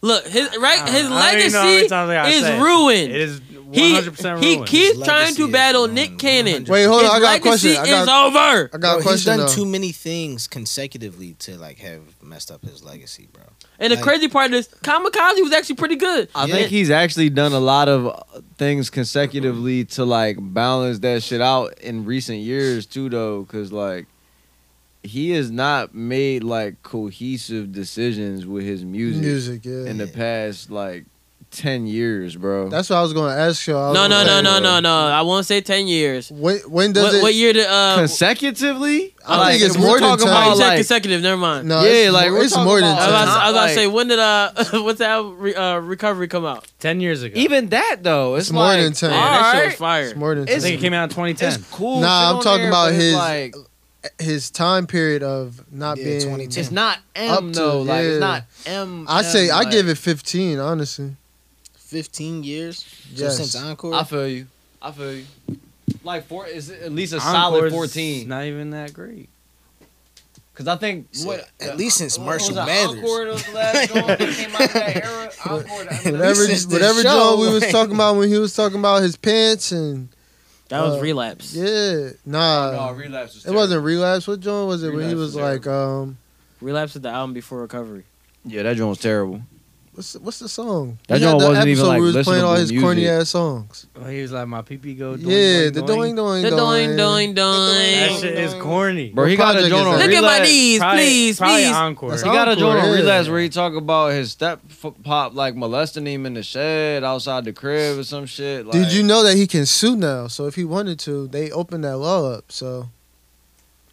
S1: Look, his right,
S7: I
S1: his
S7: don't know. I don't even know how many
S1: legacy
S7: times I gotta
S1: is
S7: say it.
S1: ruined.
S7: It is
S1: He
S7: 100%
S1: he
S7: ruined.
S1: keeps
S7: His
S1: trying to battle Nick Cannon.
S6: Wait, hold on,
S1: His
S6: I got a
S1: legacy
S6: question. I got-
S1: is over.
S6: I got a
S4: Bro, He's
S6: question,
S4: done
S6: though.
S4: too many things consecutively to like have messed up his legacy, bro.
S1: And the
S4: Like-
S1: crazy part is, Kamikaze was actually pretty good.
S5: I think he's actually done a lot of uh, things consecutively to like balance that shit out in recent years too, though, because like he has not made like cohesive decisions with his music,
S6: Music, yeah.
S5: in the past like ten years, bro.
S6: That's what I was going to ask you. all
S1: No, no, no, no, no, no. I won't say ten years.
S6: When when does
S1: what,
S6: it-
S1: what year did uh?
S5: consecutively?
S6: I think it's
S5: if we're
S6: more than
S5: talking
S6: 10.
S5: about
S1: You said
S5: like
S1: consecutive. Never mind.
S6: No, Yeah, it's like, more- we're it's more than
S1: I was, about to- I was about to
S5: like-
S1: say, when did uh, what's that re, uh, recovery come out?
S7: Ten years ago.
S5: even that though, it's,
S6: It's more
S5: like,
S6: than 10.
S5: all
S6: Yeah, that shit
S5: right.
S1: was fire. ah, It's
S6: more than
S7: I think it came out in 2010.
S5: It's cool.
S6: Nah,
S5: shit
S6: I'm
S5: on
S6: talking
S5: there,
S6: about
S5: but it's,
S6: his
S5: like,
S6: his time period of not
S5: Yeah,
S6: being.
S5: 2010. It's not M,
S6: up to-
S5: though, like, it's
S6: yeah.
S5: not M,
S6: I say
S5: M,
S6: I
S5: like-
S6: give it 15, honestly.
S4: Fifteen years. So
S6: Yes.
S4: since Encore.
S5: I feel you. I feel you. Like four is at least a solid
S7: Encore's
S5: fourteen.
S7: Not even that great.
S5: Cause I think what
S4: at least since
S5: what was
S4: Marshall
S5: that,
S4: Mathers.
S5: Encore was the last joint that came out of that era. Encore, I mean,
S6: Whatever,
S5: that's-
S6: whatever John we was talking about when he was talking about his pants and.
S1: That was
S6: uh,
S1: relapse.
S6: Yeah, nah.
S1: No, Relapse was
S6: It wasn't relapse. What John was it when
S1: Relapse
S6: he
S1: was
S6: was like, um,
S1: Relapse is the album before recovery.
S5: Yeah, that joint was terrible.
S6: What's what's the song?
S5: That
S6: We had
S5: joint wasn't even,
S6: episode
S5: like,
S6: where we was playing all
S5: listenable
S6: his corny
S5: music.
S6: ass songs.
S7: Oh, he was like, my PP go. Doing,
S6: Yeah, the doing doing
S1: The doing, doing,
S7: That
S1: doing.
S7: shit is corny.
S5: Bro, he got a joint on
S1: Look at my
S5: Relapse.
S1: knees,
S7: Probably-
S1: please,
S7: probably
S1: please.
S7: Encore.
S5: He got a joint on
S6: yeah.
S5: Relapse where he talk about his step f- pop like molesting him in the shed outside the crib or some shit. Like,
S6: Did you know that he can sue now? So if he wanted to, they opened that law up. So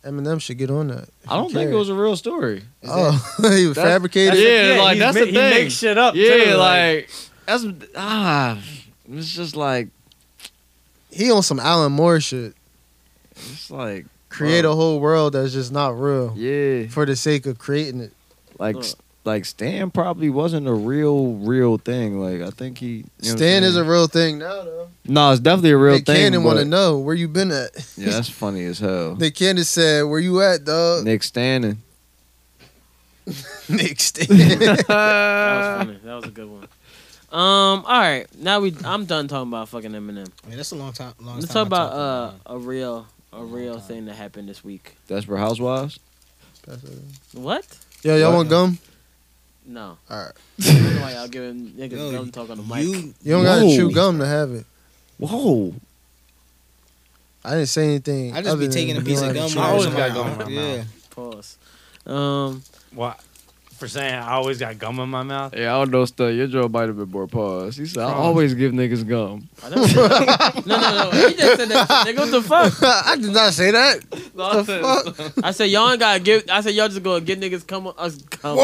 S6: Eminem should get on that.
S5: I don't think it was a real story.
S6: Oh, he was fabricated.
S5: Yeah, like
S7: he's
S5: that's
S7: ma-
S5: the
S7: he
S5: thing.
S7: makes shit up,
S5: Yeah,
S7: too,
S5: like,
S7: like-
S5: that's ah, it's just like
S6: He on some Alan Moore shit.
S5: it's like
S6: Create
S5: bro,
S6: a whole world that's just not real
S5: yeah,
S6: for the sake of creating it.
S5: like s- like Stan probably wasn't a real real thing. Like I think he you know what I'm
S6: Stan is a
S5: saying?
S6: real thing now, though.
S5: no, it's definitely a real
S6: Nick
S5: thing.
S6: Cannon want to
S5: but-
S6: know where you been at.
S5: Yeah, that's funny as hell.
S6: Nick Cannon said, "Where you at, dog?"
S5: Nick Stannon.
S6: Nick Stan.
S1: That was funny. That was a good one. Um. All right. Now we. I'm done talking about fucking Eminem.
S4: Man, that's a long time. Long
S1: Let's talk
S4: time I
S1: about
S4: talked
S1: uh a real a real thing that happened this week.
S5: Desperate Housewives.
S1: What?
S6: Yo, y'all want gum?
S1: No.
S6: All right.
S1: I don't know why y'all giving niggas
S4: No,
S1: dumb talk on the mic.
S4: You,
S6: You don't
S5: Whoa.
S6: gotta chew gum to have it.
S5: Whoa,
S6: I didn't say anything.
S4: I just
S6: other
S4: be taking a
S6: than
S4: piece
S6: being
S4: of
S6: like,
S4: gum.
S7: I
S4: out
S7: always
S4: of
S7: got
S4: my
S7: gum in
S4: mouth.
S7: my mouth.
S4: Yeah.
S1: Pause. Um.
S7: Why? For saying I always got gum in my mouth.
S5: Yeah, I don't know stuff. Your Joe might have been more paused. He said, I always give niggas gum.
S1: I never said that. no, no, no. He just said that. Nigga, what the fuck?
S6: I did not say that.
S5: No,
S1: I said y'all ain't gotta give. I said y'all just gonna get niggas come on us. Come.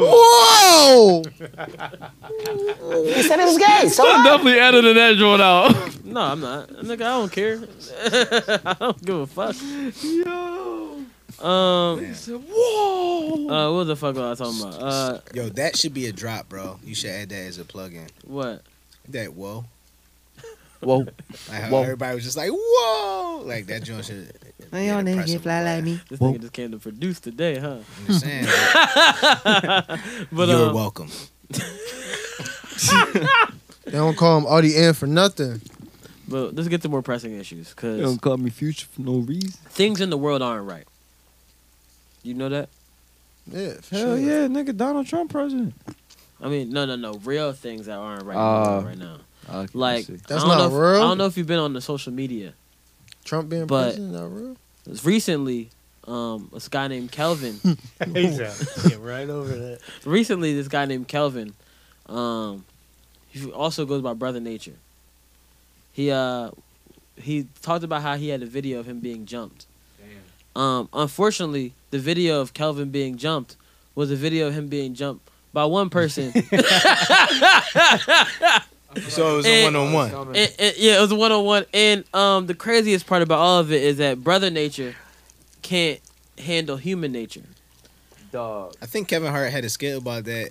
S6: Whoa!
S14: He said it was gay. So
S5: I'm definitely editing that joint out.
S1: No, I'm not. Nigga, I don't care. I don't give a fuck.
S5: Yo.
S1: Um.
S5: Whoa.
S1: Uh. What the fuck was I talking about? Uh.
S4: Yo, that should be a drop, bro. You should add that as a plug-in.
S1: What?
S4: That whoa,
S5: Whoa.
S4: like how
S5: Whoa.
S4: everybody was just like whoa, like that joint should. be an impressive blast.
S1: This
S5: Whoa.
S1: nigga just came to produce today, huh?
S4: I'm just saying,
S1: But
S4: you're
S1: um,
S4: welcome.
S6: They don't call him Audie Ann for nothing.
S1: but let's get to more pressing issues
S5: They
S1: because
S5: don't call me future for no reason.
S1: things in the world aren't right. You know that?
S6: Yeah, for
S5: Hell
S6: sure.
S5: yeah, nigga, Donald Trump president.
S1: I mean, no, no, no. Real things that aren't right
S5: Ah.
S1: right now. Like, I
S6: That's
S1: don't
S6: not
S1: know if,
S6: real?
S1: I don't know if you've been on the social media.
S6: Trump being
S1: But-
S6: president, not real.
S1: Recently, um, this guy named Kelvin.
S7: He's a- get right over that.
S1: recently, this guy named Kelvin. Um, he also goes by Brother Nature. He uh, he talked about how he had a video of him being jumped. Um, unfortunately, the video of Kelvin being jumped was a video of him being jumped by one person.
S4: So it was
S1: And-
S4: a one-on-one.
S1: And- and- yeah, it was one on one. And um, the craziest part about all of it is that brother nature can't handle human nature.
S5: Dog.
S4: I think Kevin Hart had a skit about that.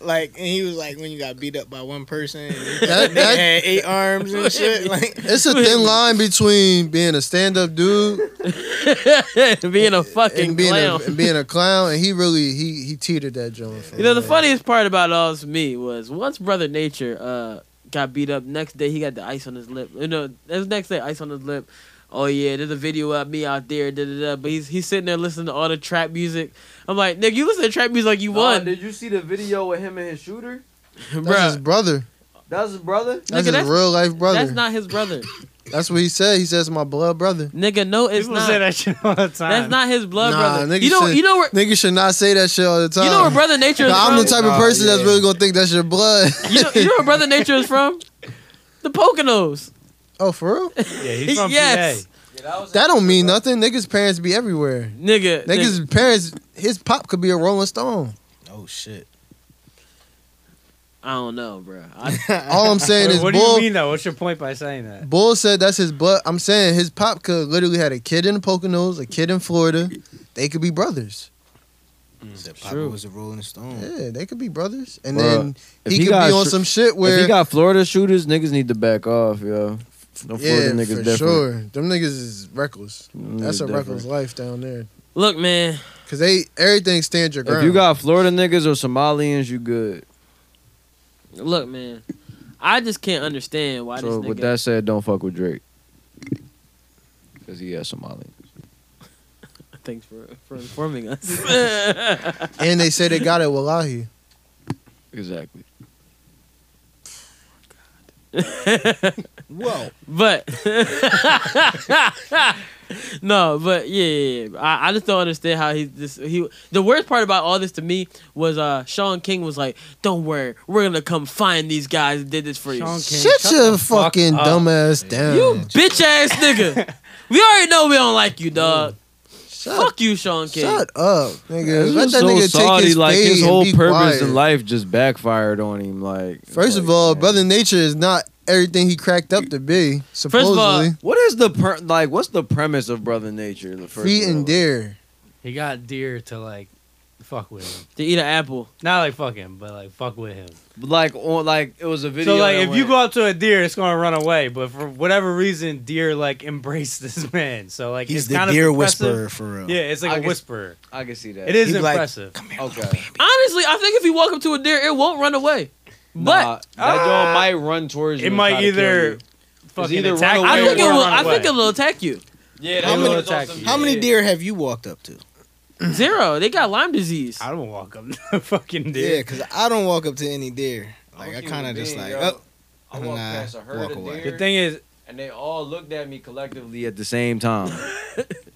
S4: Like, and he was like, when you got beat up by one person, that,
S6: That- that-
S4: had eight arms and shit. Like,
S6: It's a thin line between being a stand-up dude
S1: being a fucking
S6: and being
S1: clown.
S6: a and being a clown, and he really he he teetered that joint. for
S1: you know, the
S6: real.
S1: funniest part about all this me was once brother nature uh, got beat up. Next day, he got the ice on his lip. You know, the next day, ice on his lip. Oh yeah, there's a video of me out there, da da da. But he's he's sitting there listening to all the trap music. I'm like, nigga, you listen to trap music like you won,
S5: you see the video with him and his shooter?
S6: That's his
S1: bro.
S6: brother.
S5: That's his brother?
S6: That's
S1: Nigga,
S6: his
S1: that's-
S6: real life brother.
S1: That's not his brother,
S6: That's what he said. He says my blood brother.
S1: nigga. No, it's
S7: People
S1: not.
S7: say that shit all the time.
S1: That's not his blood
S6: Nah,
S1: brother.
S6: nigga
S1: You know,
S6: said-
S1: you know where
S6: Niggas should not say that shit all the time.
S1: you know where brother nature is
S6: Nah, I'm the
S1: from.
S6: type of
S5: Oh,
S6: person that's
S5: yeah.
S6: really gonna think that's your blood.
S1: You know, you know where brother nature is from. The Poconos.
S6: oh, for real?
S7: Yeah, he's from
S1: Yes.
S7: PA.
S6: That don't mean nothing. Niggas' parents be everywhere.
S1: Nigga, nigga,
S6: Niggas' parents, his pop could be a Rolling Stone.
S4: oh shit.
S1: I don't know, bro. I,
S6: All I'm saying
S7: Wait,
S6: is
S7: what do
S6: bull.
S7: you mean though? What's your point by saying that?
S6: Bull said that's his blood. I'm saying his pop could literally had a kid in the Poconos, a kid in Florida. They could be brothers.
S7: Mm,
S4: Said Papa
S1: true.
S4: was a Rolling Stone.
S6: Yeah, they could be brothers. And
S5: Bruh,
S6: then
S5: if
S6: he,
S5: he
S6: could
S5: got
S6: be on
S5: tr-
S6: some shit
S5: If
S6: where
S5: you got Florida shooters, niggas need to back off, yo. No
S6: yeah,
S5: Florida niggas
S6: for
S5: different.
S6: sure. Them niggas is reckless.
S5: Them
S6: That's
S5: niggas
S6: a reckless
S5: different.
S6: life down there.
S1: look, man.
S6: Cause they everything stands your ground.
S5: If you got Florida niggas or Somalians, you good.
S1: Look, man. I just can't understand why
S5: so
S1: this
S5: with
S1: nigga.
S5: that said, don't fuck with Drake. Cause he has Somalians.
S1: Thanks for for informing us.
S6: and they say they got it. Wallahi.
S5: Exactly.
S1: Whoa. But no, but yeah, yeah, yeah. I, I just don't understand how he this he the worst part about all this to me was uh Sean King was like, Don't worry, we're gonna come find these guys that did this for you.
S6: Shut your fucking dumbass down.
S1: You bitch ass nigga. we already know we don't like you, dog. Fuck you, Sean King.
S6: Shut up, nigga.
S5: This
S6: Let
S5: is
S6: that
S5: so
S6: nigga
S5: salty,
S6: take his
S5: like
S6: fade
S5: his
S6: and
S5: whole
S6: be
S5: purpose
S6: quiet.
S5: in life just backfired on him. Like,
S6: First of all, Brother Nature is not everything he cracked up to be. Supposedly,
S5: what is the per- like? What's the premise of Brother Nature? in The first
S6: feet
S5: one?
S6: and deer.
S7: He got deer to like fuck with him.
S1: To eat an apple.
S7: Not like fuck him, but like fuck with him.
S5: like on like it was a video.
S7: so like
S5: that
S7: if
S5: went-
S7: you go up to a deer, it's gonna run away. But for whatever reason, deer like embraced this man. So like
S4: He's
S7: it's
S4: the
S7: kind of
S4: deer
S7: impressive.
S4: whisperer, for real.
S7: Yeah, it's like
S5: I
S7: a
S5: can-
S7: whisperer.
S5: I can see that.
S7: It is
S5: He'd be like,
S7: impressive.
S5: okay,
S1: Honestly, I think if you walk up to a deer, it won't run away.
S5: Nah,
S1: But
S5: that dog might run towards you.
S7: Ah, it
S5: and
S7: might
S5: try to kill
S7: either
S5: you. It's
S7: fucking
S5: either
S7: attack
S5: run
S1: I
S5: away
S1: think it
S5: or
S1: will
S5: run
S1: I
S5: away.
S1: think it'll attack you.
S5: Yeah,
S4: How many, how many
S5: Yeah.
S4: deer have you walked up to?
S1: Zero. They got Lyme disease.
S7: I don't walk up to fucking
S4: Yeah, because I don't walk up to any deer. Like I kind of just like, oh,
S5: I walked
S4: nah,
S5: past a herd
S4: walk
S5: of
S4: away.
S5: deer.
S7: The thing is,
S5: and they all looked at me collectively at the same time.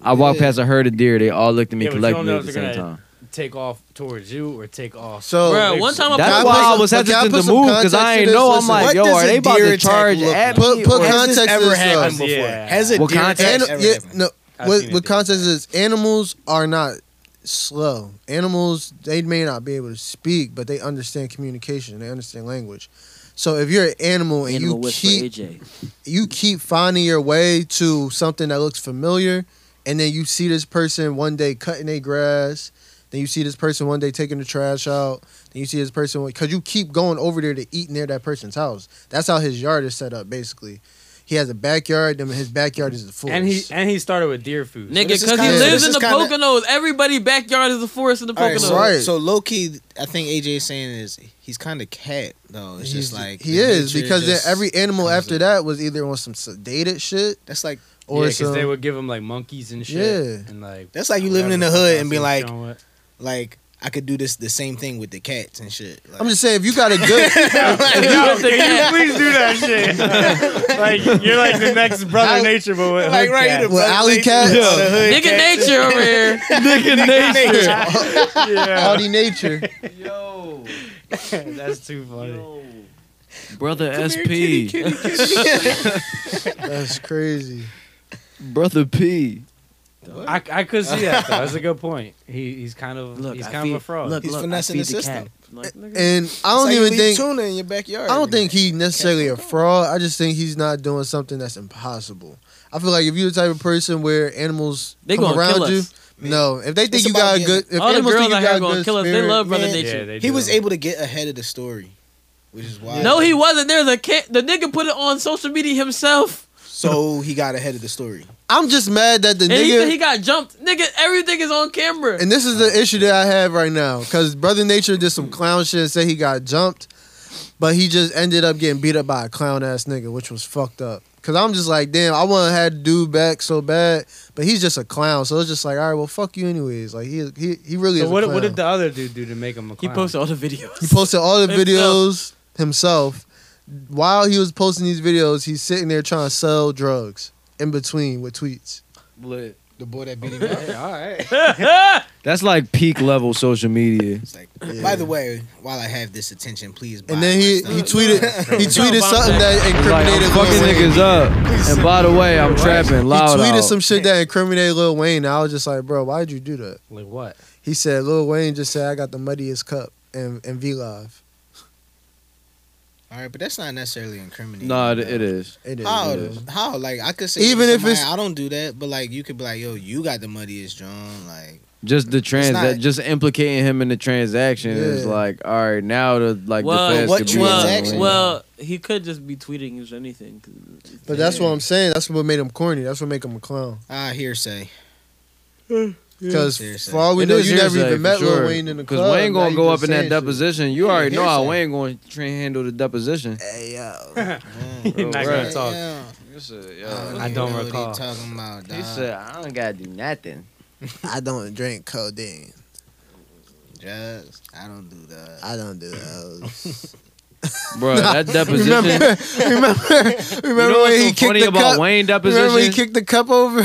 S5: I walked past a herd of deer. They all looked at me
S7: yeah, but you don't
S5: collectively
S7: know
S5: at
S7: if
S5: the
S7: they're
S5: same
S7: gonna
S5: time.
S7: take off towards you or take off.
S6: So- Bruh,
S7: away
S1: one
S7: from
S1: time
S7: you.
S1: I
S5: That's
S6: Can
S5: why
S6: put
S5: I
S6: some-
S5: was
S6: can
S5: hesitant
S6: put
S5: to
S6: some
S5: move, 'cause I
S6: context to
S5: ain't
S6: this?
S5: know. I'm
S6: Listen,
S5: like,
S6: what
S5: yo,
S6: does
S5: are
S6: a
S5: they about to
S6: deer attack
S5: charge
S6: look-
S5: at
S6: Put,
S5: me,
S6: put
S5: or-
S4: Has this
S6: context
S4: ever
S6: to this,
S4: happened
S6: though.
S4: before?
S7: Yeah.
S4: Has it
S5: What
S4: deer
S5: context?
S4: attack
S6: Ani-
S4: ever
S6: yeah,
S4: happened?
S6: no,
S7: I've seen
S6: what,
S7: it
S6: what
S7: do that.
S6: context is animals are not slow. Animals they may not be able to speak, but they understand communication. They understand language. So if you're an animal and
S1: Animal
S6: you
S1: whisper
S6: keep
S1: AJ.
S6: you keep finding your way to something that looks familiar, and then you see this person one day cutting their grass, then you see this person one day taking the trash out, then you see this person because you keep going over there to eat near that person's house. That's how his yard is set up, basically. He has a backyard, then his backyard is the forest.
S7: And he and he started with deer food.
S1: Nigga,
S4: this is
S1: because he
S4: kinda- so
S1: lives
S4: this
S1: in
S4: is
S1: the
S4: kinda-
S1: Poconos. Everybody backyard is the forest in the
S4: All right,
S1: Poconos.
S4: so,
S6: Right.
S4: so low key, I think AJ is saying is he's kind of cat though. It's just like
S6: he
S4: the
S6: is
S4: nature
S6: because then
S4: just-
S6: every animal after that was either on some sedated shit
S4: that's like
S6: or
S7: because
S6: some.
S7: they would give him like monkeys and shit.
S6: Yeah.
S7: and like
S4: That's like you living in the
S7: whatever
S4: hood
S7: fuck
S4: and be
S7: else
S4: like-
S7: they was showing it.
S4: like I could do this the same thing with the cats and shit. Like,
S6: I'm just saying, if you got a
S7: Yo,
S6: good,
S7: can you please do that shit? like you're like the next brother nature, but with
S4: like
S7: hood
S4: right
S7: cat.
S4: here, the
S6: Well,
S4: Bugs
S6: alley
S4: Nature,
S6: cats?
S4: the hood
S1: Nigga
S4: cats.
S1: nature over
S7: nigga nature.
S1: here.
S7: yeah,
S6: howdy nature,
S5: Yo,
S7: that's too funny.
S5: brother SP,
S6: that's crazy.
S5: brother P.
S7: I, I could see that. Though. That's a good point. He he's kind of
S1: Look,
S7: he's
S1: I
S7: kind
S1: feed-
S7: of a fraud.
S1: Look,
S4: He's
S1: look, I
S4: finessing
S1: feed
S4: the
S1: cat.
S4: system.
S1: Like, nigga.
S6: And I don't
S4: It's like you
S6: even
S4: leave
S6: think
S4: tuna in your backyard.
S6: I don't
S4: every
S6: think
S4: night.
S6: he necessarily a
S4: Cats don't go.
S6: fraud. I just think he's not doing something that's impossible. I feel like if you're the type of person where animals
S1: They
S6: come
S1: gonna
S6: around
S1: kill
S6: you,
S1: us.
S6: no, if they think
S4: It's
S6: you
S4: about
S6: got a
S4: getting-
S6: good, if
S1: All the
S6: animals think
S1: girls
S6: you
S1: out here
S6: got a
S1: gonna
S6: good
S1: kill us. They
S6: spirit-
S1: love brother
S4: Man,
S1: nature.
S7: they
S4: He
S7: do.
S4: was able to get ahead of the story, which is why.
S1: No, he wasn't. There's a kid. The nigga put it on social media himself,
S4: So he got ahead of the story.
S6: I'm just mad that the
S1: and he
S6: nigga.
S1: said he got jumped. Nigga, everything is on camera.
S6: and this is the issue that I have right now because brother nature did some clown shit and said he got jumped, but he just ended up getting beat up by a clown ass nigga, which was fucked up. Cause I'm just like, damn, I want to had dude back so bad, but he's just a clown. So it's just like, all right, well, fuck you anyways. Like he he he really
S7: So
S6: is. a
S7: what
S6: clown.
S7: what did the other dude do to make him a
S1: He
S7: clown?
S1: posted all the videos.
S6: He posted all the
S1: Himself.
S6: videos himself. While he was posting these videos, he's sitting there trying to sell drugs in between with tweets.
S5: Lit.
S4: The boy that beat him up.
S7: Yeah, all right.
S5: That's like peak level social media.
S4: It's like, by the way, while I have this attention, please. Buy
S6: And then he,
S4: my
S6: he
S4: stuff.
S6: tweeted he tweeted something that
S5: It's Like,
S6: incriminated
S5: I'm
S6: Lil
S5: fucking
S6: Wayne.
S5: niggas up. And by the way, I'm trapping
S6: He
S5: loud.
S6: tweeted
S5: out.
S6: some shit that incriminated Lil Wayne. I was just like, bro, why'd you do that?
S7: Like what?
S6: He said Lil Wayne just said I got the muddiest cup and and V Live.
S4: All right, but that's not necessarily incriminating.
S5: Nah, it,
S4: though.
S5: it is.
S6: It is.
S4: How?
S6: it is.
S4: How? Like I could say,
S6: Even
S4: to
S6: if it's-
S4: somebody, I don't do that, but like you could be like, yo, you got the muddiest John. Like
S5: Just the trans,
S4: not-
S5: just implicating him in the transaction is
S6: Yeah.
S5: like, all right, now the like
S1: well,
S5: the feds
S4: what
S5: could be
S1: well,
S4: transaction?
S5: on
S1: well, he could just be tweeting his anything.
S6: But that's what I'm saying. That's what made him corny. That's what made him a clown.
S4: ah, hearsay.
S6: Because
S4: Seriously.
S6: for all we
S5: It
S6: know,
S5: is
S6: you never
S5: hearsay,
S6: even
S5: for
S6: met
S5: sure.
S6: Lil Wayne in the club.
S5: Cause Wayne
S6: Now
S5: gonna
S6: you
S5: go up
S6: just
S5: in that
S6: saying shit.
S5: deposition. You already know how
S4: hearsay.
S5: Wayne gonna tra- handle the deposition.
S6: Hey yo.
S7: He's not gonna
S5: right.
S7: talk.
S4: Yeah.
S5: He said,
S4: I
S7: I
S4: even
S7: don't
S4: know what he
S7: recall.
S4: talking about.
S5: I don't gotta do nothing.
S6: I don't drink codeine.
S4: Drugs. I don't do that.
S6: I don't do those.
S5: Bro, that deposition-
S6: Remember, remember,
S5: You know
S6: remember
S5: what's
S6: when
S5: so
S6: he kicked
S5: funny
S6: the
S5: about
S6: cup?
S5: Wayne
S6: Remember when he
S5: deposition?
S6: kicked the cup over?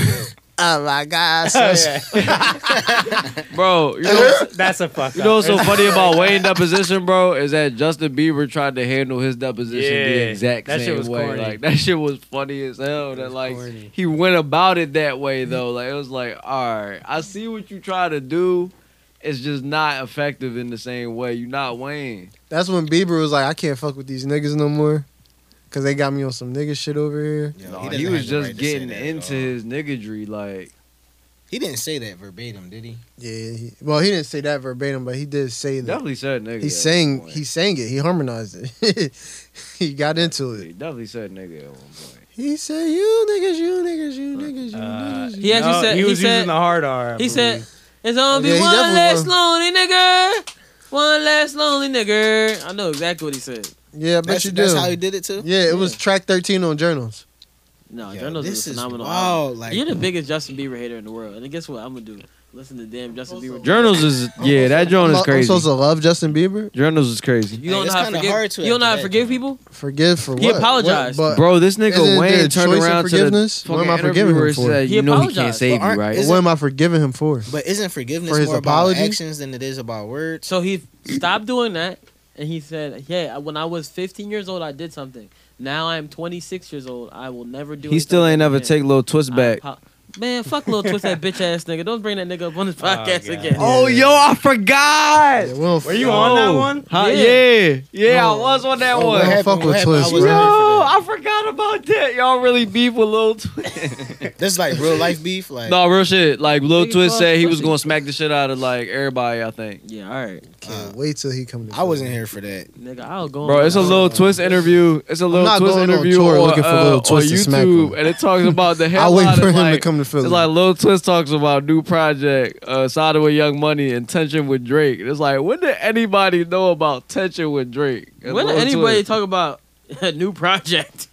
S6: oh my God!
S5: Oh,
S6: son.
S7: Oh,
S5: bro. You know,
S7: That's a fuck.
S5: you know what's so
S7: up.
S5: funny about Wayne deposition, bro, is that Justin Bieber tried to handle his deposition
S7: Yeah,
S5: the exact
S7: that
S5: same
S7: shit was
S5: way.
S7: corny.
S5: Like that shit was funny as hell. That like he went about it that way though. Like it was like, all right, I see what you try to do. It's just not effective in the same way. You're not Wayne.
S6: That's when Bieber was like, "I can't fuck with these niggas no more," because they got me on some nigga shit over here.
S5: Nah, he, was just getting into his niggardry. Like
S4: He didn't say that verbatim, did he?
S6: Yeah. He, well, he didn't say that verbatim, but he did say that.
S5: definitely said nigga.
S6: He sang. He sang it. He harmonized it. he got into it.
S5: He definitely said nigga at one point. Uh,
S6: He said, "You niggas, you niggas, you niggas, you niggas."
S1: He actually said
S7: he was
S1: said,
S7: using the hard R. I
S1: He said,
S7: believe.
S1: "It's gonna be
S7: Yeah, he
S1: one
S7: definitely
S1: less
S7: was.
S1: lonely nigga, one less lonely nigga." I know exactly what he said.
S6: Yeah, I bet
S4: That's-
S6: you do.
S4: that's how he did it, too?
S6: Yeah, it was track thirteen on Journals.
S1: No,
S4: Yo,
S1: Journals
S4: this
S1: is a
S4: is
S1: phenomenal.
S4: wild,
S1: album.
S4: like-
S1: You're the biggest Justin Bieber hater in the world, and then guess what? I'm gonna do listen to damn Justin Bieber.
S5: uh, Journals is
S4: Oh,
S5: yeah, that journal is
S6: I'm
S5: crazy.
S6: supposed to love Justin Bieber.
S5: Journals is crazy.
S1: You don't know how to forgive. you don't know how to forgive people.
S6: Forgive for
S1: He
S6: what?
S1: apologized.
S6: What- but-
S5: Bro, this nigga
S6: Isn't
S5: Wayne
S6: there a
S5: turned
S6: choice in
S5: around to the
S6: forgiveness.
S5: fucking
S6: What am I forgiving him
S5: interviewer
S6: for?
S5: said, He "You know he can't apologized. save
S4: you, right?"
S6: What am I forgiving him for?
S4: But isn't forgiveness
S6: For his
S4: more
S6: apology?
S4: about actions than it is about words?
S1: So he stopped doing that, and he said, "Yeah, when I was 15 years old, I did something. Now I am 26 years old. I will never do."
S5: He
S1: it
S5: still ain't ever
S1: again."
S5: take little twist back.
S1: Apo- Man, fuck little twist that bitch ass nigga. Don't bring that nigga up on this podcast again.
S5: Oh yo, I forgot.
S7: Were you on that one?
S5: Huh?
S7: Yeah.
S5: Yeah, yeah, I was on that
S7: Oh,
S5: one.
S7: what happened? Fuck with What happened? I Twist, wasn't
S5: Yo,
S7: bro.
S5: I forgot about that. Y'all really beef with Lil Twist.
S4: That's like real life beef. Like
S5: no, real shit. Like Lil
S4: Nigga,
S5: Twist
S4: fuck
S5: said, he was
S4: pussy.
S5: gonna smack the shit out of like everybody. I think.
S1: Yeah, all right,
S4: Uh,
S6: wait till he comes.
S4: I wasn't here for that.
S1: Nigga, I'll go.
S5: Bro,
S1: on
S5: it's a
S1: that.
S5: little twist interview. It's a little
S6: not
S5: twist
S6: going on
S5: interview
S6: tour
S5: on,
S6: looking for
S5: uh,
S6: Lil
S5: on
S6: Twist to smack
S5: YouTube,
S6: me.
S5: and it talks about the
S6: I
S5: hell.
S6: wait for him
S5: like,
S6: to come to Philly.
S5: It's like Lil Twist talks about new project, uh, Sada with Young Money, and tension with Drake. It's like, when did anybody know about tension with Drake? And
S1: When did
S5: Lil
S1: anybody
S5: Twist-
S1: talk about a new project?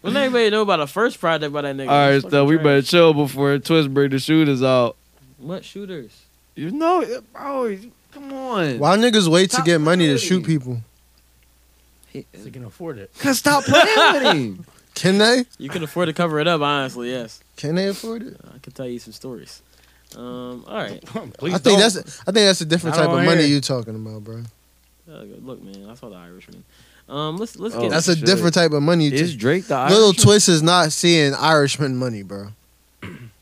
S1: When did anybody know about a first project by that nigga?
S5: All right,
S1: That's
S5: so
S1: fucking
S5: we
S1: trash.
S5: better chill before Twist bring the shooters out.
S1: What shooters?
S5: You know, bro, come on.
S6: Why niggas wait to get money to shoot people?
S7: He can afford it.
S5: Cause stop playing with him.
S6: Can they?
S1: You can afford to cover it up, honestly. Yes, Uh,
S6: Can they afford it?
S1: I can tell you some stories. Um, all right.
S6: I think that's I think that's a different
S1: I don't
S6: type of
S1: wanna
S6: money
S1: hear it.
S6: you talking about, bro.
S1: Uh, Look, man, I saw the Irishman. Um, let's let's get
S6: Oh, That's a different type of money. you
S5: Is
S6: ta-
S5: Drake the
S6: Little
S5: Irishman?
S6: Twist is not seeing Irishman money, bro.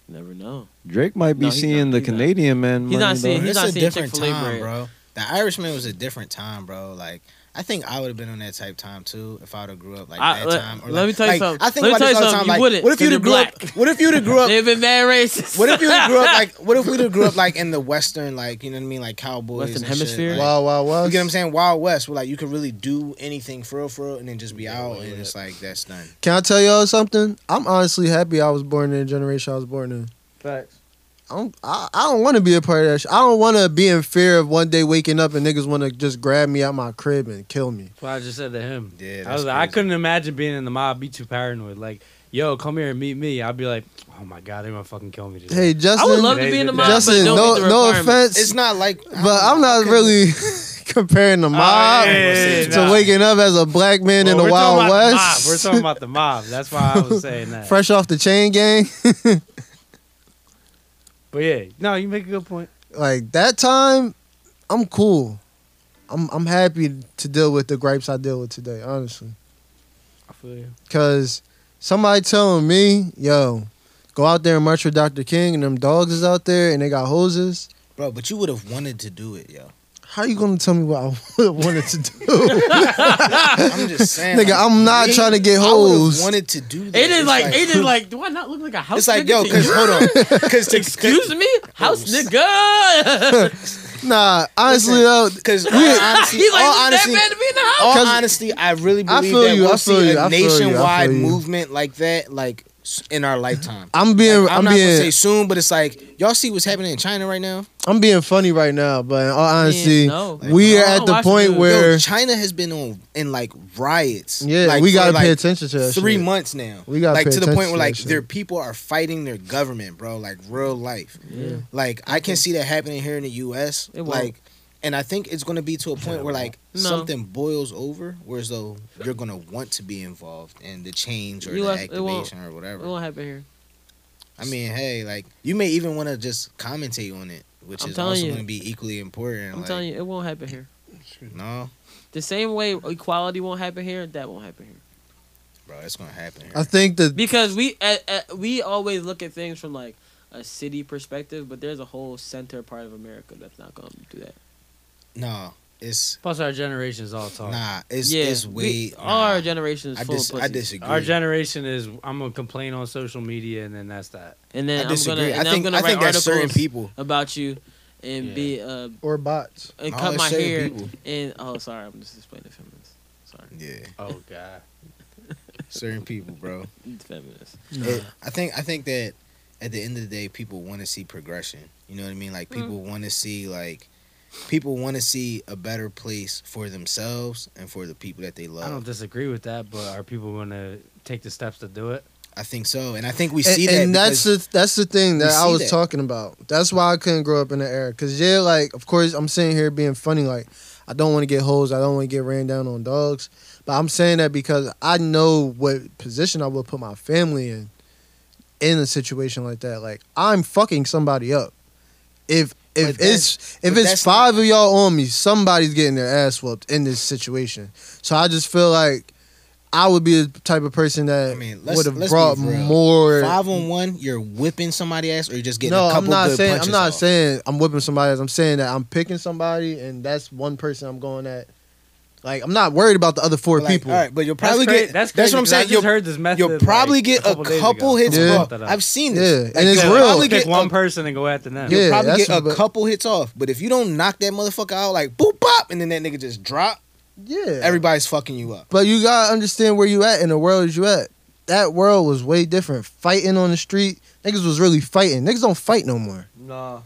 S1: Never know.
S5: Drake might be
S1: No, he's
S5: seeing the Canadian man.
S1: He's not
S5: money, though.
S1: seeing- he's
S4: It's
S1: not
S4: a
S1: seeing
S4: different
S1: Chick-fil-A
S4: time,
S1: bread.
S4: bro. The Irishman was a different time, bro. Like I think I would have been on that type time too if I would have grew up like
S1: I-
S4: that
S1: let-
S4: time.
S1: let me tell you
S4: like,
S1: something.
S4: I think
S1: Let me
S4: about
S1: tell
S4: this
S1: you
S4: all the
S1: something.
S4: time.
S1: You
S4: Like,
S1: wouldn't,
S4: what if
S1: 'cause
S4: you'd
S1: you're
S4: have grew up?
S1: black.
S4: What if you'd have grew up?
S1: They've been mad racist.
S4: What if you'd have grew up like? What if we'd have grew up like in the Western, like you know what I mean, like cowboys,
S1: Western
S4: and shit,
S1: Hemisphere?
S4: like-
S6: Wild Wild West.
S4: You get what I'm saying? Wild West, where like you could really do anything for real, for real, and then just be out, and it's like that's done.
S6: Can I tell y'all something? I'm honestly happy I was born in the generation I was born in.
S7: Facts.
S6: I don't, I, I don't want to be a part of that. Sh- I don't want to be in fear of one day waking up and niggas want to just grab me out my crib and kill me.
S7: That's what I just said to him.
S4: Yeah,
S7: I was like, I couldn't imagine being in the mob. Be too paranoid. Like, yo, come here and meet me. I'd be like, oh my god, they're gonna fucking kill me today.
S6: Hey, Justin. Justin, no, no offense.
S4: It's not like,
S6: but I'm not really comparing the mob
S7: Oh, yeah, yeah, yeah,
S6: to
S7: nah.
S6: waking up as a black man in
S7: Well,
S6: the
S7: we're talking
S6: Wild
S7: about the mob.
S6: West.
S7: We're talking about the mob. That's why I was saying that.
S6: Fresh off the chain gang.
S7: But yeah, no, you make a good point.
S6: like that time, I'm cool. I'm I'm happy to deal with the gripes I deal with today, honestly.
S7: I feel you.
S6: Cause somebody telling me, yo, go out there and march with Dr. King and them dogs is out there and they got hoses.
S4: bro. But you would have wanted to do it, yo.
S6: How you gonna tell me what I would've wanted to do?
S4: I'm just saying,
S6: Nigga, I'm not
S4: me,
S6: trying to get
S4: I would've
S6: hoes.
S4: Wanted to do that.
S1: It is
S4: It's
S1: like, it is like. Do I not look like a house?
S4: It's like
S1: nigga
S4: yo,
S1: to
S4: cause
S1: you?
S4: hold on, cause to-
S1: Excuse me, house nigga.
S6: nah, honestly though,
S4: cause all
S6: we-
S4: honesty,
S1: He like, "Was that
S4: all honesty,
S1: bad to be in the house?"
S4: all
S6: 'Cause-
S4: honesty, I
S6: I
S4: really believe
S6: feel
S4: that
S6: you, I
S4: we'll
S6: feel
S4: see
S6: you,
S4: a
S6: I feel you, I
S4: nationwide
S6: feel you.
S4: movement like that, like s- in our lifetime.
S6: I'm being-
S4: Like,
S6: I'm
S4: not
S6: being-
S4: gonna say soon, but it's like y'all see what's happening in China right now.
S6: I'm being funny right now, but in all honesty,
S4: no.
S6: we are at the point where
S4: Yo, China has been on in like riots.
S6: Yeah,
S4: like,
S6: we
S4: for,
S6: gotta pay
S4: like,
S6: attention to that
S4: Three
S6: shit.
S4: months now.
S6: We gotta
S4: like
S6: pay
S4: to the
S6: attention
S4: point where
S6: to that
S4: like
S6: shit.
S4: their people are fighting their government, bro. Like real life.
S6: Yeah.
S4: Like I can see that happening here in the U.S.
S6: It won't.
S4: like, and I think it's gonna be to a point where like
S1: No.
S4: something boils over, whereas though you're gonna want to be involved in the change or
S1: US
S4: the
S1: it won't-
S4: activation or whatever.
S1: It won't happen here.
S4: I mean, hey, like you may even want to just commentate on it, which
S1: I'm
S4: is
S1: telling
S4: also
S1: you.
S4: going to be equally important.
S1: I'm
S4: like,
S1: telling you, it won't happen here.
S4: no,
S1: The same way equality won't happen here, that won't happen here.
S4: bro, it's going to happen.
S6: I think that
S1: because we uh, uh, we always look at things from like a city perspective, but there's a whole center part of America that's not going to do that.
S4: No, it's
S7: plus our generation's all talk.
S4: Nah, it's-
S1: Yeah,
S4: it's
S1: we-
S4: way-
S1: our
S4: nah.
S1: generation is
S4: I
S1: full
S4: dis-
S1: of
S4: I
S1: pussy.
S4: disagree.
S7: Our generation is I'm gonna complain on social media and then that's that.
S1: And then
S4: I
S1: I'm gonna,
S4: disagree.
S1: and
S4: I
S1: I'm
S4: think-
S1: gonna
S4: I
S1: write
S4: think that's
S1: articles
S4: certain people.
S1: about you, and be uh
S6: or bots
S1: and
S4: No,
S1: cut
S4: it's
S1: my
S4: certain
S1: hair
S4: people.
S1: and oh sorry, I'm just explaining feminists. Sorry.
S4: Yeah.
S7: Oh god.
S4: certain people, bro.
S1: feminists.
S4: It- I think I think that at the end of the day, people want to see progression. You know what I mean? Like people
S6: Mm.
S4: want to see like people want to see a better place for themselves and for the people that they love.
S7: I don't disagree with that, but are people gonna take the steps to do it?
S4: I think so, and I think we
S6: and, and that's the that's the thing
S4: we
S6: that I
S4: see
S6: was
S4: that.
S6: talking about. That's why I couldn't grow up in the era. Cause yeah, like of course I'm sitting here being funny, like I don't want to get hoes, I don't want to get ran down on dogs. But I'm saying that because I know what position I would put my family in in a situation like that. Like I'm fucking somebody up. If if
S4: But
S6: it's
S4: that's-
S6: if
S4: but
S6: it's
S4: that's
S6: five of y'all on me, somebody's getting their ass whooped in this situation. So I just feel like I would be the type of person that
S4: Let's-
S6: would have
S4: let's
S6: brought
S4: be real.
S6: more
S4: five on one. You're whipping somebody ass, or you're just getting
S6: no,
S4: a couple
S6: I'm not
S4: good
S6: saying
S4: punches.
S6: I'm not
S4: off.
S6: saying I'm whipping somebody else. I'm saying that I'm picking somebody, and that's one person I'm going at. Like I'm not worried about the other four
S4: But like,
S6: people.
S4: All right, but you'll probably get. That's, what I'm saying. You'll,
S7: heard this method.
S4: you'll probably
S7: like,
S4: get
S7: a
S4: a
S7: couple
S4: couple,
S7: days ago.
S4: hits.
S6: Yeah.
S4: off. I've seen this.
S6: Yeah, and it's
S4: you'll
S6: real.
S4: Probably
S7: Pick
S4: get
S7: one
S4: a,
S7: person and go after them.
S4: you'll
S6: Yeah,
S4: probably
S6: that's
S4: get a
S6: what-
S4: couple hits off, but if you don't knock that motherfucker out, like boop pop, and then that nigga just drop,
S6: yeah,
S4: everybody's fucking you up.
S6: but you gotta understand where you at in the world you at. That world was way different. Fighting on the street, niggas was really fighting. Niggas don't fight no more.
S7: No.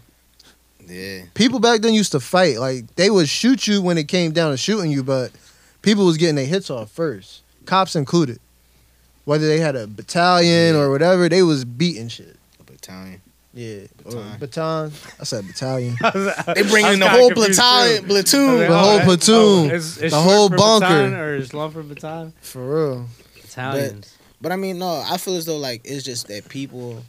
S4: Yeah,
S6: People back then used to fight. Like they would shoot you when it came down to shooting you, but people was getting their hits off first, cops included. Whether they had a battalion or whatever, they was beating shit.
S4: battalion.
S6: Yeah,
S4: Baton.
S6: baton. baton. I said battalion.
S4: They bring
S7: I
S4: in the
S7: was
S4: whole
S7: kinda confused
S4: platoon,
S7: too. I
S4: platoon.
S7: was like, oh,
S6: The whole
S7: that-
S6: platoon.
S7: is- is
S6: The
S7: short
S6: whole
S7: for
S6: bunker.
S7: baton or is long for baton?
S6: For real.
S7: Italians.
S4: But I mean, no, I feel as though like it's just that people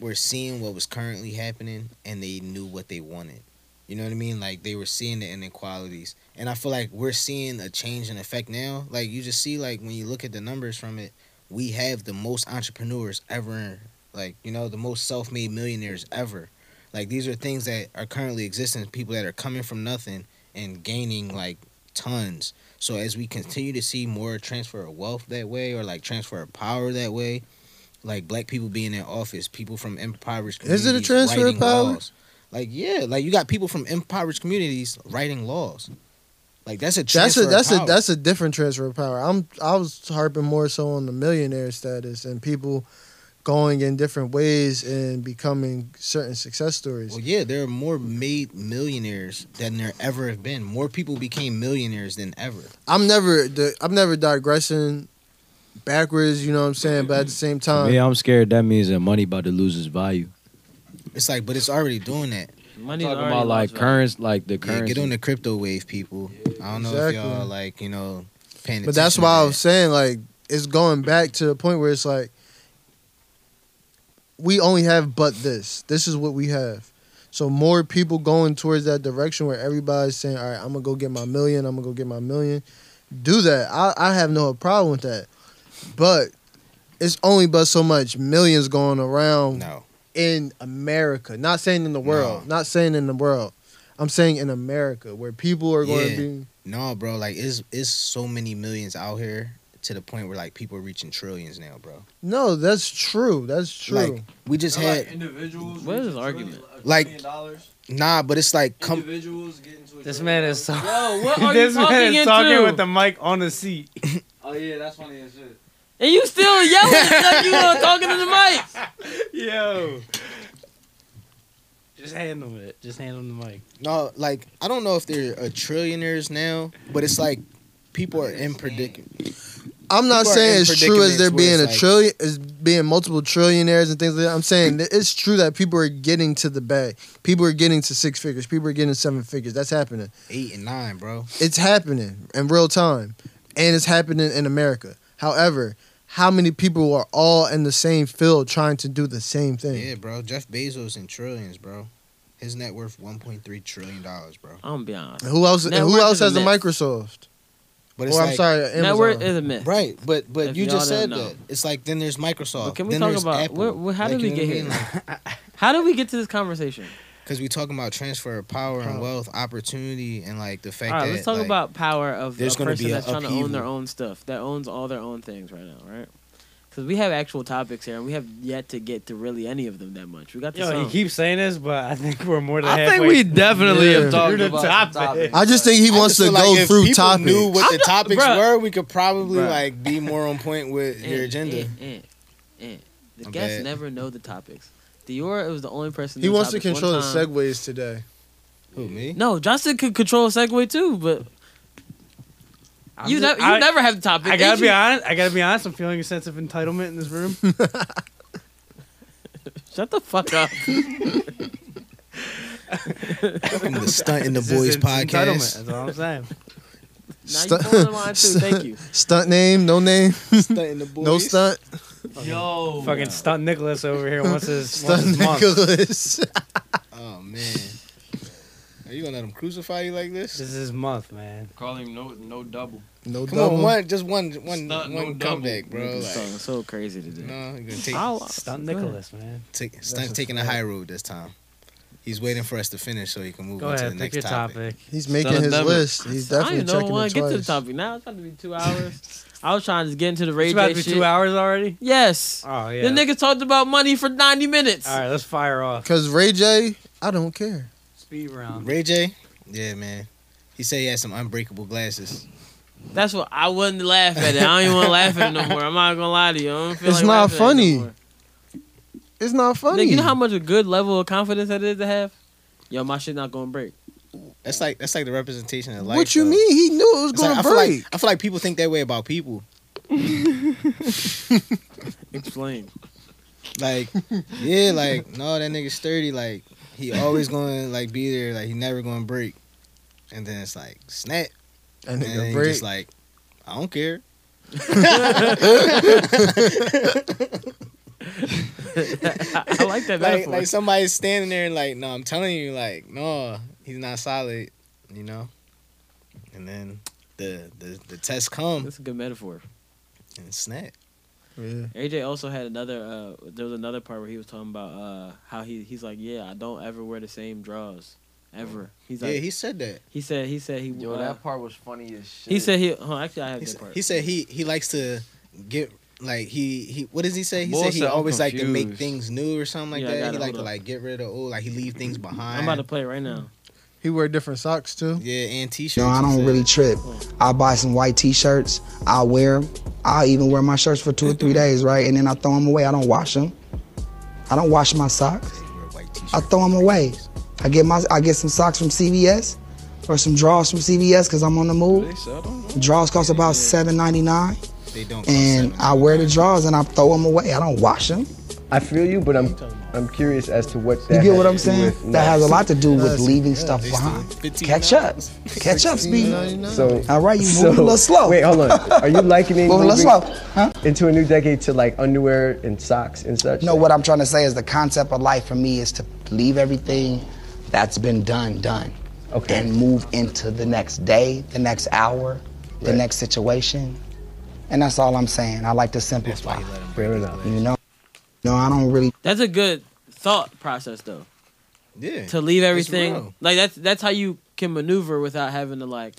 S4: were seeing what was currently happening and they knew what they wanted. You know what I mean? Like they were seeing the inequalities, and I feel like we're seeing a change in effect now. Like you just see, like when you look at the numbers from it, we have the most entrepreneurs ever. Like you know, the most self-made millionaires ever. Like these are things that are currently existing. People that are coming from nothing and gaining like tons. So as we continue to see more transfer of wealth that way, or like transfer of power that way, like black people being in office, people from impoverished
S6: Is
S4: communities
S6: it a transfer of
S4: writing
S6: power?
S4: laws. Like yeah, like you got people from impoverished communities writing laws. Like that's a
S6: That's
S4: transfer
S6: a that's
S4: of
S6: a
S4: power.
S6: that's a different transfer of power. I'm I was harping more so on the millionaire status and people going in different ways and becoming certain success stories.
S4: Well, yeah, there are more made millionaires than there ever have been. More people became millionaires than ever.
S6: I'm never the, I'm never digressing backwards. You know what I'm saying? But at the same time,
S5: Yeah, I'm scared. That means that money about to lose its value.
S4: It's like, but it's already doing that.
S1: Money's
S5: Talking
S1: already
S5: about like
S1: lost
S5: currents, like the
S4: Yeah,
S5: currency.
S4: get on the crypto wave, people. I don't know if
S6: Exactly.
S4: y'all like you know paying attention.
S6: But that's
S4: to
S6: why I
S4: that.
S6: was saying like it's going back to the point where it's like we only have but this. This is what we have. So more people going towards that direction where everybody's saying, "All right, I'm gonna go get my million. I'm gonna go get my million. Do that. I, I have no problem with that. But it's only but so much millions going around
S4: no.
S6: in America. Not saying in the world. Not saying in the world. I'm saying in America where people are going to
S4: Yeah.
S6: be.
S4: No, bro, like it's it's so many millions out here to the point where like people are reaching trillions now, bro.
S6: No, that's true. That's true.
S4: Like we just had
S1: it. What is this argument?
S4: like
S8: Oh,
S4: nah, but it's like come
S7: This man is so.
S1: Yo, what are you
S7: this man
S1: talking
S7: is talking
S1: into?
S7: with the mic on the seat.
S8: Oh yeah, that's funny as shit.
S1: And you still yelling like you uh, talking to the mic.
S7: Yo. Just handle it. Just handle the mic.
S4: No, like I don't know if they're a trillionaires now, but it's like people are in predicament.
S6: I'm not
S4: People are in
S6: saying it's true as there
S4: predicaments where
S6: being a
S4: it's like-
S6: trillion, as being multiple trillionaires and things like that. I'm saying that it's true that people are getting to the bag. People are getting to six figures. People are getting to seven figures. That's happening.
S4: Eight and nine, bro.
S6: It's happening in real time, and it's happening in America. However, how many people are all in the same field trying to do the same thing?
S4: Yeah, bro. Jeff Bezos in trillions, bro. His net worth one point three trillion dollars, bro.
S1: I'm gonna be honest.
S6: And who else? and
S1: Network
S6: who else
S1: is a
S6: has a
S1: myth.
S6: Microsoft?
S4: But it's
S6: or I'm
S4: like-
S6: sorry, Amazon.
S1: Network is a myth.
S4: Right, but but
S1: If
S4: you
S1: y'all
S4: just said
S1: don't know.
S4: that. It's like then there's Microsoft.
S1: But can we
S4: then
S1: talk
S4: there's
S1: about
S4: Apple.
S1: where, where, how
S4: Like,
S1: did we
S4: you
S1: get
S4: know what I
S1: here?
S4: mean? Like,
S1: how did we get to this conversation?
S4: Cause we talking about transfer of power
S6: Oh.
S4: and wealth, opportunity, and like the
S1: All
S4: fact
S1: right,
S4: that
S1: let's talk
S4: like,
S1: about power of a
S4: there's gonna
S1: person
S4: be a
S1: that's trying to own their
S4: upheaval.
S1: own stuff that owns all their own things right now, right? Because we have actual topics here, and we have yet to get to really any of them that much. We got to
S7: Yo,
S1: some.
S7: he keeps saying this, but I think we're more than
S1: I think
S7: halfway.
S1: we
S6: definitely have talked
S7: through the
S6: about
S7: topic.
S6: I just think he
S4: I
S6: wants
S4: just
S6: to
S4: feel
S6: go
S4: like if
S6: through
S4: people
S6: topics.
S4: Knew what the topics
S1: bruh.
S4: were, we could probably
S1: Bruh.
S4: like be more on point with
S1: Eh,
S4: your agenda.
S1: eh, eh, eh. The
S4: My
S1: guests
S4: bad.
S1: never know the topics. Dior was the only person.
S6: He
S1: knew
S6: wants to
S1: topics one
S6: control the
S1: time.
S6: segues today.
S4: Who me?
S1: No, Johnson could control a segue too, but
S7: I'm
S1: you
S7: just-
S1: never you
S7: I-
S1: never have the topic.
S7: I gotta
S1: Ain't
S7: be
S1: you-
S7: honest. I gotta be honest. I'm feeling a sense of entitlement in this room.
S1: Shut the fuck up.
S4: Welcome to Stunt in the
S7: It's just
S4: Boys
S7: en- entitlement,
S4: podcast.
S7: That's all I'm saying.
S1: Now you pulling the line too. Thank you.
S6: Stunt name, no name.
S4: Stunt in the Boys.
S6: No stunt.
S1: Yo,
S7: Fucking stunt Nicholas over here wants his
S6: Stunt
S7: stunt month.
S6: Nicholas.
S4: Oh man, are you gonna let him crucify you like this?
S7: This is his month, man.
S8: Call him no no double.
S6: no
S4: Come
S6: double.
S4: on, one, just one, one,
S8: Stunt, no
S4: one comeback, bro.
S1: This song
S4: Like,
S1: is so crazy today.
S4: no, you're gonna take,
S1: I'll-
S7: Stunt
S1: go ahead.
S7: Nicholas, man.
S4: take stunt taking a high road this time. He's waiting for us to finish so he can move
S7: Go
S4: on to
S7: ahead,
S4: the
S7: pick
S4: next
S7: your
S4: topic.
S7: topic.
S6: He's making his
S8: Double.
S6: list. He's
S1: I
S6: definitely
S1: didn't know
S6: checking
S1: want
S6: it
S1: to get to the
S6: twice.
S1: topic now. It's about to be two hours. I was trying to get into the
S7: It's
S1: rage
S7: about to
S1: bait
S7: be
S1: shit.
S7: two hours already.
S1: Yes.
S7: Oh yeah.
S1: The nigga talked about money for 90 minutes.
S7: All right, let's fire off.
S6: Cause Ray J, I don't care.
S7: Speed round.
S4: Ray J, yeah, man. He said he had some unbreakable glasses.
S1: That's what I wouldn't laugh at it. I don't even want to laugh at it no more. I'm not gonna lie to you. I don't feel
S6: It's
S1: like
S6: not
S1: laughing at it no
S6: funny.
S1: more.
S6: It's not funny.
S1: Nigga, you know how much a good level of confidence that is to have. Yo, my shit not gonna break.
S4: That's like that's like the representation of life.
S6: what you
S4: though.
S6: mean? He knew it was
S4: It's like-
S6: going
S4: I
S6: to
S4: feel like-
S6: break.
S4: I feel like people think that way about people.
S1: Explain.
S4: Like, yeah, like no, that nigga sturdy. Like he always gonna like be there. Like he never gonna break. And then it's like snap.
S6: And
S4: And
S6: nigga
S4: then he
S6: break.
S4: just like, I don't care.
S1: I, I like that
S4: Like
S1: metaphor.
S4: like somebody's standing there and like, no, I'm telling you, like no, he's not solid. You know. And then the the the test come
S1: That's a good metaphor.
S4: and snap.
S6: yeah.
S1: AJ also had another. Uh, there was another part where he was talking about uh, how he he's like, yeah, I don't ever wear the same drawers, ever. He's like,
S4: yeah,
S1: he,
S4: he said that.
S1: said he said he.
S8: Yo,
S1: uh,
S8: that part was funny as shit.
S1: he said he. Oh, actually, I have
S4: He,
S1: that
S4: s-
S1: part.
S4: he said he he likes to get like he he what does he say? He
S8: Bull
S4: said he
S8: said, "I'm
S4: always like to make
S8: confused."
S4: things new or something like
S1: Yeah, I
S4: that.
S1: got
S4: He
S1: it.
S4: like
S1: Hold
S4: to
S1: up.
S4: like get rid of old like he leave things behind.
S1: I'm about to play it right now.
S6: He wear different socks too.
S4: yeah, and t-shirts.
S16: No, I
S4: he
S16: don't
S4: said.
S16: really trip. I buy some white t-shirts. I wear them. I even wear my shirts for two or three
S4: Mm-hmm.
S16: days, right? And then I throw them away. I don't wash them. I don't wash my socks.
S4: Wear white t-shirts.
S16: I throw them away. I get my I get some socks from CVS or some drawers from CVS because I'm on the move. Drawers cost about $7.99,
S4: They don't. cost
S16: and
S4: seven.
S16: I wear the drawers and I throw them away. I don't wash them.
S19: I feel you, but I'm I'm curious as to what
S16: You
S19: that
S16: get
S19: has
S16: what I'm
S19: to do
S16: saying?
S19: with-
S16: That has a lot to do with
S6: Yes,
S16: leaving
S6: yes.
S16: stuff
S4: They still
S16: behind.
S4: $15.
S16: Catch up. Catch up, speed.
S19: No.
S6: 99.
S19: So
S16: All right, you moving a little slow.
S19: Wait, hold on. Are you likening
S16: Moving a little slow,
S19: moving
S16: huh?
S19: into a new decade to like underwear and socks and such?
S16: No, what I'm trying to say is the concept of life for me is to leave everything that's been done done,
S19: Okay.
S16: and move into the next day, the next hour, the
S19: Right.
S16: next situation, and that's all I'm saying. I like to simplify.
S19: Fair enough.
S16: You know, no, I don't really.
S1: That's a good thought process though.
S4: yeah.
S1: To leave everything
S4: real.
S1: like that's that's how you can maneuver without having to like.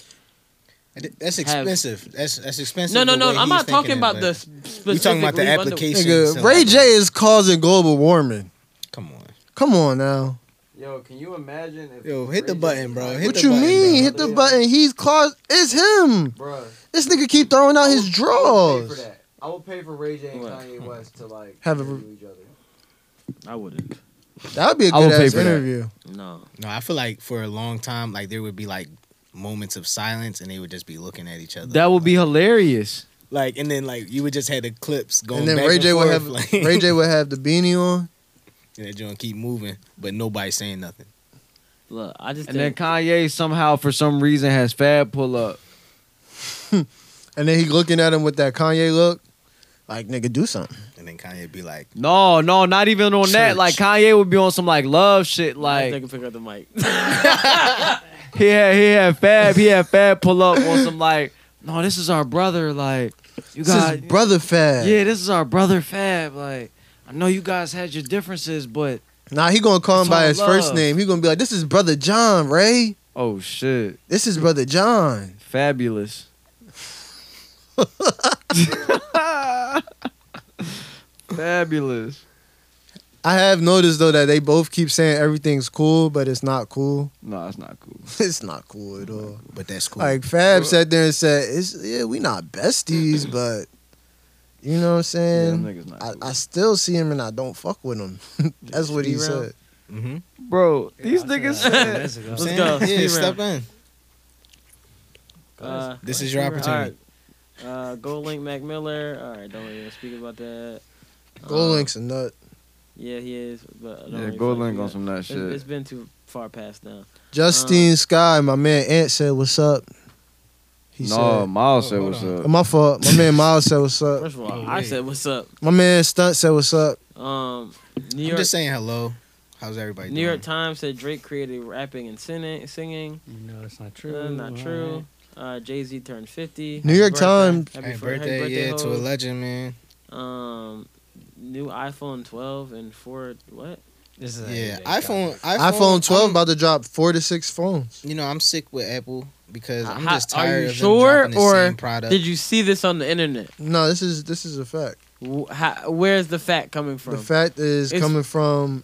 S4: That's expensive. that's that's expensive.
S1: No, no,
S4: the
S1: no.
S4: way
S1: I'm
S4: he's
S1: not talking
S4: thinking
S1: about
S4: it,
S1: the sp-
S4: but-
S1: specific.
S4: We talking about the
S1: leave under-
S4: application.
S6: Nigga,
S4: so
S6: Ray
S4: like-
S6: J is causing global warming.
S4: Come on.
S6: Come on now.
S8: Yo, can you imagine if
S4: Yo, hit the button, bro. Hit
S6: What
S4: the
S6: you
S4: button,
S6: mean?
S4: bro.
S6: Hit the button. He's caused. It's him.
S8: bro?
S6: This nigga keep throwing out his
S4: Oh.
S8: I would pay for
S6: drawers.
S8: that. I I will pay for Ray J and
S1: What?
S8: Kanye West to like
S6: Have a-
S8: interview each other.
S1: I wouldn't.
S6: That would be a
S4: I would
S6: good
S4: pay
S6: ass
S4: for that.
S6: interview.
S1: No.
S4: No, I feel like for a long time, like there would be like moments of silence, and they would just be looking at each other.
S5: That would be hilarious.
S4: Like, and then like you would just have the clips going.
S6: And then
S4: back
S6: Ray J
S4: and
S6: would
S4: forth,
S6: have
S4: like,
S6: Ray J would have the beanie on.
S4: and that joint keep moving, but nobody saying nothing.
S1: Look, I just
S5: And then Kanye somehow, for some reason, has Fab pull up.
S6: And then he looking at him with that Kanye look. Like nigga, do something.
S4: And then Kanye be like,
S5: No, no, not even on that. Like Kanye would be on some like love shit.
S1: I
S5: Like
S1: think I pick up the mic.
S5: he had he had Fab he had Fab pull up on some like no, this is our brother. Like you
S6: This
S5: got
S6: is brother Fab.
S5: yeah, this is our brother Fab. Like I know you guys had your differences, but
S6: Nah, he gonna call him
S5: It's
S6: by
S5: all
S6: his
S5: love.
S6: first name. He gonna be like, "This is brother John, Ray.
S5: oh shit,
S6: This is brother John."
S5: fabulous. fabulous.
S6: I have noticed though that they both keep saying everything's cool, but it's not cool.
S5: No, it's not cool.
S6: It's not cool at all.
S4: but that's cool.
S6: Like Fab sat there and said, "It's yeah, we not besties, but you know what I'm saying."
S5: Yeah, them niggas not
S6: I, I still see him and I don't fuck with him. That's what he
S5: Speed round?
S6: said.
S4: Mm-hmm.
S5: Bro, these niggas said
S7: That's a good-
S1: Let's go.
S4: Yeah,
S1: Speed
S4: step in.
S1: round. Uh,
S4: This is your
S1: all right.
S4: opportunity.
S1: Uh, Go Link Mac Miller. All right, don't even speak about that.
S6: Gold
S1: Uh,
S6: Link's a nut.
S1: Yeah, he is. But I don't
S5: Yeah,
S1: even
S5: Gold
S1: fuck
S5: Link
S1: with
S5: on some nut
S1: It's-
S5: shit.
S1: It's been too far past now.
S6: Justine
S5: Uh.
S6: Sky, my man Ant said, "What's up?" He
S5: no, Miles said what's
S6: said,
S5: up.
S6: "My fault." My man Miles said, "What's up?"
S1: First of all, I said what's up.
S6: My man Stunt said, "What's up?"
S1: Um, New
S4: I'm
S1: York
S4: just saying hello. How's everybody?
S1: New
S4: doing?
S1: York Times said Drake created rapping and singing. singing.
S7: No, that's not true.
S1: Uh, not true. Uh, Jay Z turned fifty.
S6: New York
S1: Happy
S6: Times-
S1: Happy,
S4: Happy,
S1: fir- happy
S4: birthday, yeah, to a
S1: hoes.
S4: legend, man.
S1: Um, new iPhone 12 and four. What?
S7: This is
S4: Yeah, iPhone, iPhone,
S6: iPhone, 12
S4: I'm-
S6: about to drop four to six phones.
S4: You know, I'm sick with Apple because I'm
S1: Uh, How-
S4: just
S1: are
S4: tired
S1: you
S4: of them
S1: sure,
S4: dropping the
S1: or
S4: same product.
S1: did you see this on the internet?
S6: No, this is this is a fact.
S1: Wh- how- where's the fact coming from?
S6: The fact is
S1: It's-
S6: coming from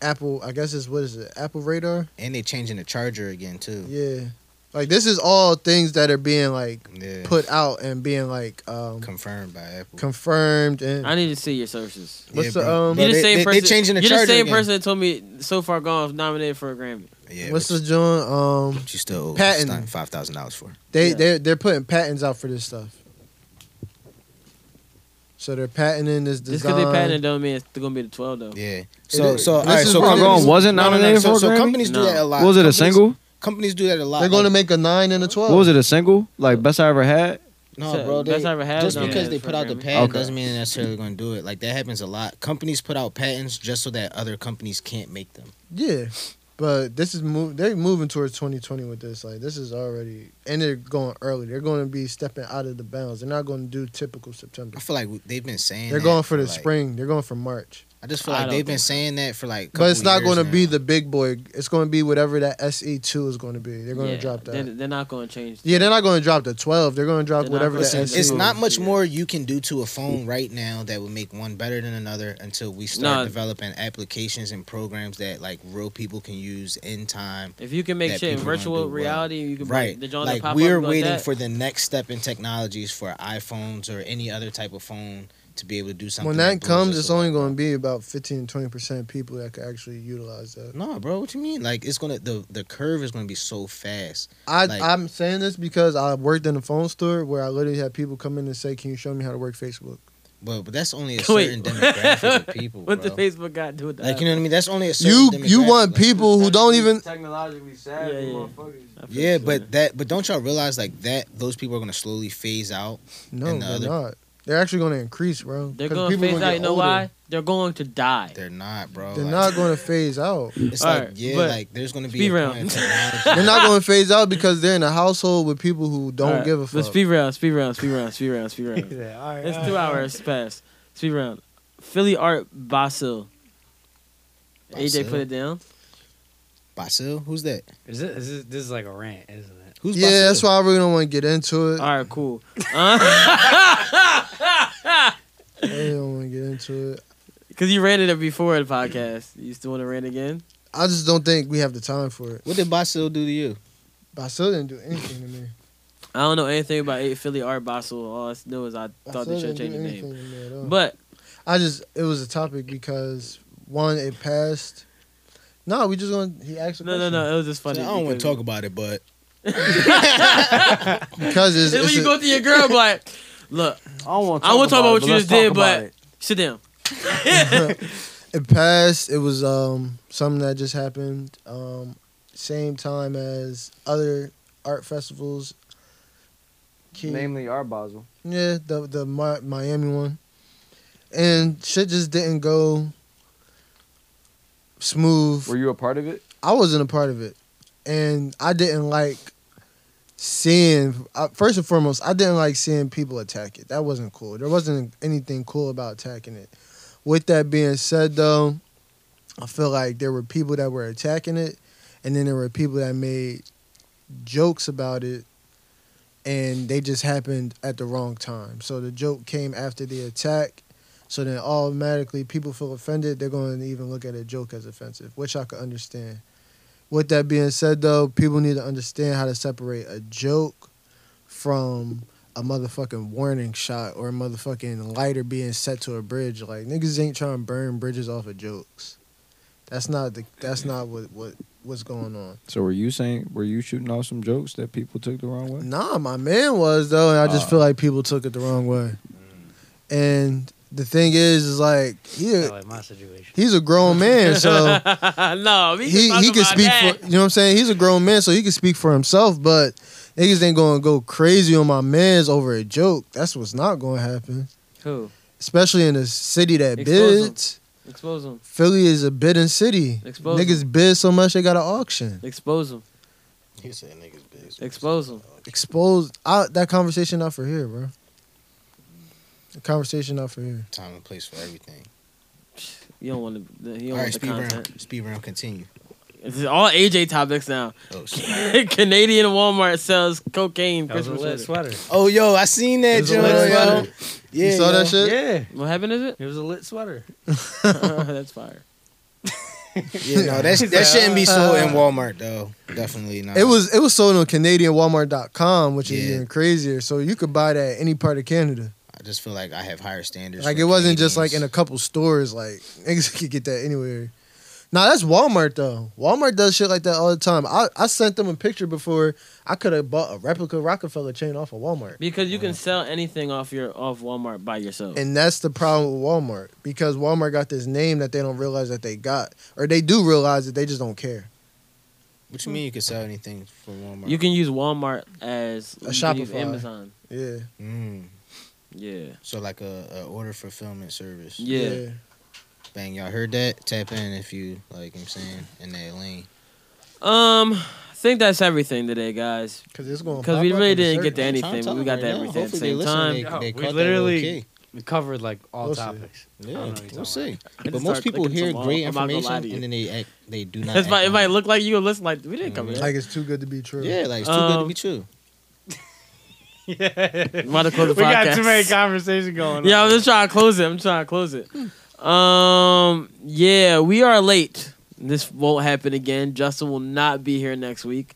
S6: Apple. I guess it's what is it? Apple Radar.
S4: and they changing the charger again too.
S6: Yeah. Like this is all things that are being like
S4: Yeah.
S6: put out and being like um
S4: confirmed by Apple.
S6: confirmed and
S1: I need to see your sources.
S4: Yeah,
S6: what's the
S4: bro.
S6: um
S4: But
S1: You're the
S4: they-
S1: same
S4: they- they
S1: person.
S4: changing the
S1: you're
S4: charger
S1: the same
S4: again.
S1: person that told me so far gone was nominated for a Grammy.
S4: Yeah,
S6: what's
S4: but
S6: the joint um
S4: you still
S6: patent?
S4: patent five thousand dollars for?
S6: they
S1: Yeah.
S6: they they're putting patents out for this stuff. So they're patenting this
S1: Just
S6: design.
S1: because they patented don't mean it's gonna be the 12 though.
S4: Yeah. So
S6: is.
S4: so all
S6: This
S4: right,
S6: is
S4: so
S6: what I'm
S4: companies-
S6: going,
S5: wasn't
S4: no, no, no,
S5: nominated
S4: so-
S5: for a
S4: so
S5: Grammy?
S4: companies do
S1: No.
S4: that a lot.
S5: Was it a
S4: Companies-
S5: single?
S4: Companies do that a lot.
S6: they're going to
S4: Like,
S6: make a nine and a twelve.
S5: What was it? A single? Like best I ever had?
S4: no,
S1: So,
S4: bro. They,
S1: best I ever had
S4: just
S1: was
S4: because
S1: nominated
S4: they
S1: for
S4: put
S1: a
S4: out the
S1: Grammy.
S4: patent
S5: Okay.
S4: doesn't mean they're necessarily going to do it. Like that happens a lot. Companies put out patents just so that other companies can't make them.
S6: Yeah, but this is move. They're moving towards 2020 with this. Like this is already, and they're going early. They're going to be stepping out of the bounds. They're not going to do typical September.
S4: I feel like we- they've been saying
S6: They're
S4: that
S6: going for the
S4: like-
S6: spring. They're going for March.
S4: I just feel
S1: I
S4: like
S1: don't
S4: they've been
S1: think so.
S4: saying that for like. a
S6: But it's
S4: couple
S6: not
S4: years
S6: going to be
S4: now.
S6: the big boy. It's going to be whatever that SE2 is going to be. They're going
S1: Yeah,
S6: to drop that.
S1: They're, they're not gonna change.
S6: yeah, they're not going to drop the 12. They're going to drop
S1: They're not
S6: whatever E
S1: gonna
S6: that
S4: Listen,
S1: change
S6: SE.
S1: it.
S4: it's not much
S1: Yeah.
S4: more you can do to a phone right now that would make one better than another until we start
S1: Nah.
S4: developing applications and programs that like real people can use in time.
S1: If you can make
S4: that
S1: shit in
S4: people gonna do
S1: virtual
S4: well.
S1: reality, you can
S4: Right,
S1: Bring the joint
S4: like
S1: pop
S4: we're
S1: up like
S4: waiting
S1: that.
S4: for the next step in technologies for iPhones or any other type of phone to be able to do something.
S6: When that
S4: blows
S6: comes,
S4: us
S6: it's
S4: away.
S6: only going to be about 15 to 20% people that could actually utilize that.
S4: No, bro, what you mean? Like it's gonna the the curve is gonna be so fast.
S6: I,
S4: Like-
S6: I'm saying this because I worked in a phone store where I literally had people come in and say, Can you show me how to work Facebook?
S4: But but that's only a certain
S1: Wait.
S4: demographic of people.
S1: what
S4: bro.
S1: the Facebook got to do with that?
S4: like you know what I mean? That's only a
S6: You
S4: certain
S6: you
S4: demographic,
S6: want
S4: like-
S6: people who don't even
S8: technologically savvy
S1: Yeah, yeah.
S8: motherfuckers.
S1: I feel
S4: Yeah,
S1: so.
S4: but that but don't y'all realize like that those people are gonna slowly phase out.
S6: No,
S4: and the
S6: they're
S4: other-
S6: not. They're actually going to increase, bro.
S1: they're
S6: 'Cause
S1: gonna
S6: people
S1: phase
S6: gonna
S1: out.
S6: get
S1: You know
S6: older.
S1: why? They're going to die.
S4: They're not, bro.
S6: They're
S4: Oh, like,
S6: not going to phase out.
S4: It's like
S1: Alright,
S4: yeah,
S1: but-
S4: like there's gonna be
S1: Speed
S4: a
S1: round.
S4: point in technology-
S6: they're not going to phase out because they're in a household with people who don't
S1: Alright,
S6: give a fuck.
S1: But speed round, speed round, speed round, speed round, speed
S7: He
S1: round.
S7: said, all right,
S1: It's
S7: all
S1: two
S7: right.
S1: hours past. Speed round. Philly Art Basil. AJ
S4: Basil?
S1: put it down.
S4: Basil, who's that?
S7: Is it, is it, this is like a rant, isn't it?
S4: Who's
S6: yeah,
S4: Basil?
S6: that's why I really don't want to get into it.
S1: All right, cool. Uh-huh. Because
S6: I really don't want to get into it.
S1: you ran it before the podcast. You still want to rant again?
S6: I just don't think we have the time for it.
S4: What did Basil do to you?
S6: But I still didn't do anything to me.
S1: I don't know anything about eight Philly Art Basel. All I know is I thought they should
S6: still
S1: change the name.
S6: didn't do anything to me at all.
S1: But
S6: I just it was a topic because one it passed. No, we just gonna he asked a
S1: No, no,
S6: question.
S1: no, it was just funny
S4: I don't want
S1: because-
S4: to talk about it, but
S6: because it's,
S1: Then when
S6: it's
S1: you
S6: a-
S1: go to your girl, be like, look,
S8: I want
S1: I want to talk about what you just did, but sit down.
S6: it passed. It was um something that just happened. Um, same time as other art festivals. Key-
S8: Namely, our Basel.
S6: Yeah, the the Mi- Miami one, and shit just didn't go smooth.
S8: Were you a part of it?
S6: I wasn't a part of it, and I didn't like seeing. Uh, first and foremost, I didn't like seeing people attack it. That wasn't cool. There wasn't anything cool about attacking it. With that being said, though, I feel like there were people that were attacking it, and then there were people that made jokes about it, and they just happened at the wrong time. So the joke came after the attack. So then automatically people feel offended. They're going to even look at a joke as offensive, which I could understand. With that being said, though, people need to understand how to separate a joke from a motherfucking warning shot or a motherfucking lighter being set to a bridge. Like niggas ain't trying to burn bridges off of jokes. That's not the. That's not what what what's going on.
S5: So were you saying were you shooting off some jokes that people took the wrong way?
S6: Nah, Ah, my man was though, and I just feel like people took it the wrong way. And the thing is, is like he,
S7: I like my situation.
S6: he's a grown man, so
S1: no, we
S6: he
S1: can
S6: he can speak
S1: that.
S6: for you know what I'm saying. He's a grown man, so he can speak for himself. But niggas ain't gonna go crazy on my man's over a joke. That's what's not gonna happen,
S1: Who?
S6: especially in a city that
S1: Expose 'em.
S6: bids.
S1: Expose them.
S6: Philly is a bidding city.
S1: Expose
S6: niggas bid so much they got an auction.
S1: Expose them.
S4: He said niggas bitch.
S1: Expose them.
S6: Exposed out that conversation not for here, bro. The conversation not for here.
S4: time and place for everything.
S1: You don't want to. You don't
S4: All
S1: want
S4: right,
S1: the
S4: speed
S1: content.
S4: round. Speed round. Continue.
S1: This is all AJ topics now.
S4: Oh,
S1: Canadian Walmart sells cocaine
S7: That was a
S1: Christmas
S7: lit
S1: sweater.
S7: sweater.
S4: Oh, yo, I seen that,
S6: It's a lit
S4: joint, yo.
S6: sweater.
S4: Yeah,
S6: you saw
S4: yo.
S6: that shit?
S7: Yeah,
S1: What happened? Is it?
S7: it was a lit sweater.
S1: That's fire.
S4: Yeah, no, that that shouldn't be sold
S1: uh,
S4: in Walmart though. Definitely not.
S6: It was it was sold on CanadianWalmart.com, which is
S4: Yeah.
S6: even crazier. So you could buy that any part of Canada.
S4: I just feel like I have higher standards.
S6: like
S4: for
S6: it wasn't just like in
S4: Canadians.
S6: a couple stores. Like niggas could get that anywhere. Nah, that's Walmart though. Walmart does shit like that all the time. I, I sent them a picture before. I could have bought a replica Rockefeller chain off of Walmart.
S1: Because you can sell anything off your off Walmart by yourself.
S6: And that's the problem with Walmart because Walmart got this name that they don't realize that they got, or they do realize that they just don't care.
S4: What you mean you could sell anything from Walmart?
S1: you can use Walmart as
S6: A
S1: you can use
S6: Shopify.
S1: Amazon.
S6: Yeah,
S4: Mm,
S1: Yeah.
S4: so like a, a order fulfillment service.
S1: Yeah.
S4: Bang, y'all heard that? Tap in if you like. I'm saying in that lane.
S1: Um, I think that's everything today, guys.
S6: because it's going.
S1: Because we really didn't get to anything, but we got to everything at the same time.
S7: they- they
S4: They,
S7: we literally- We covered like all
S6: We'll see.
S7: topics. I don't know
S4: Yeah,
S7: what you're
S4: we'll
S7: talking
S4: see.
S1: I just
S4: But
S1: started
S4: most people
S1: thinking
S4: hear
S1: some
S4: great
S1: more. I'm not gonna lie
S4: information
S1: to you.
S4: and then they act. They do not.
S1: That's
S4: act
S1: why it
S4: on
S1: might
S4: it.
S1: look like you listen like we didn't cover
S6: Like
S1: that. Um,
S6: it's too good to be true.
S4: Yeah, like it's too good to be true.
S7: Yeah.
S1: I'm about to close the
S7: we got too
S1: podcast.
S7: many conversations going
S1: Yeah,
S7: on.
S1: I'm just trying to close it. I'm trying to close it. Um, yeah, we are late. This won't happen again. Justin will not be here next week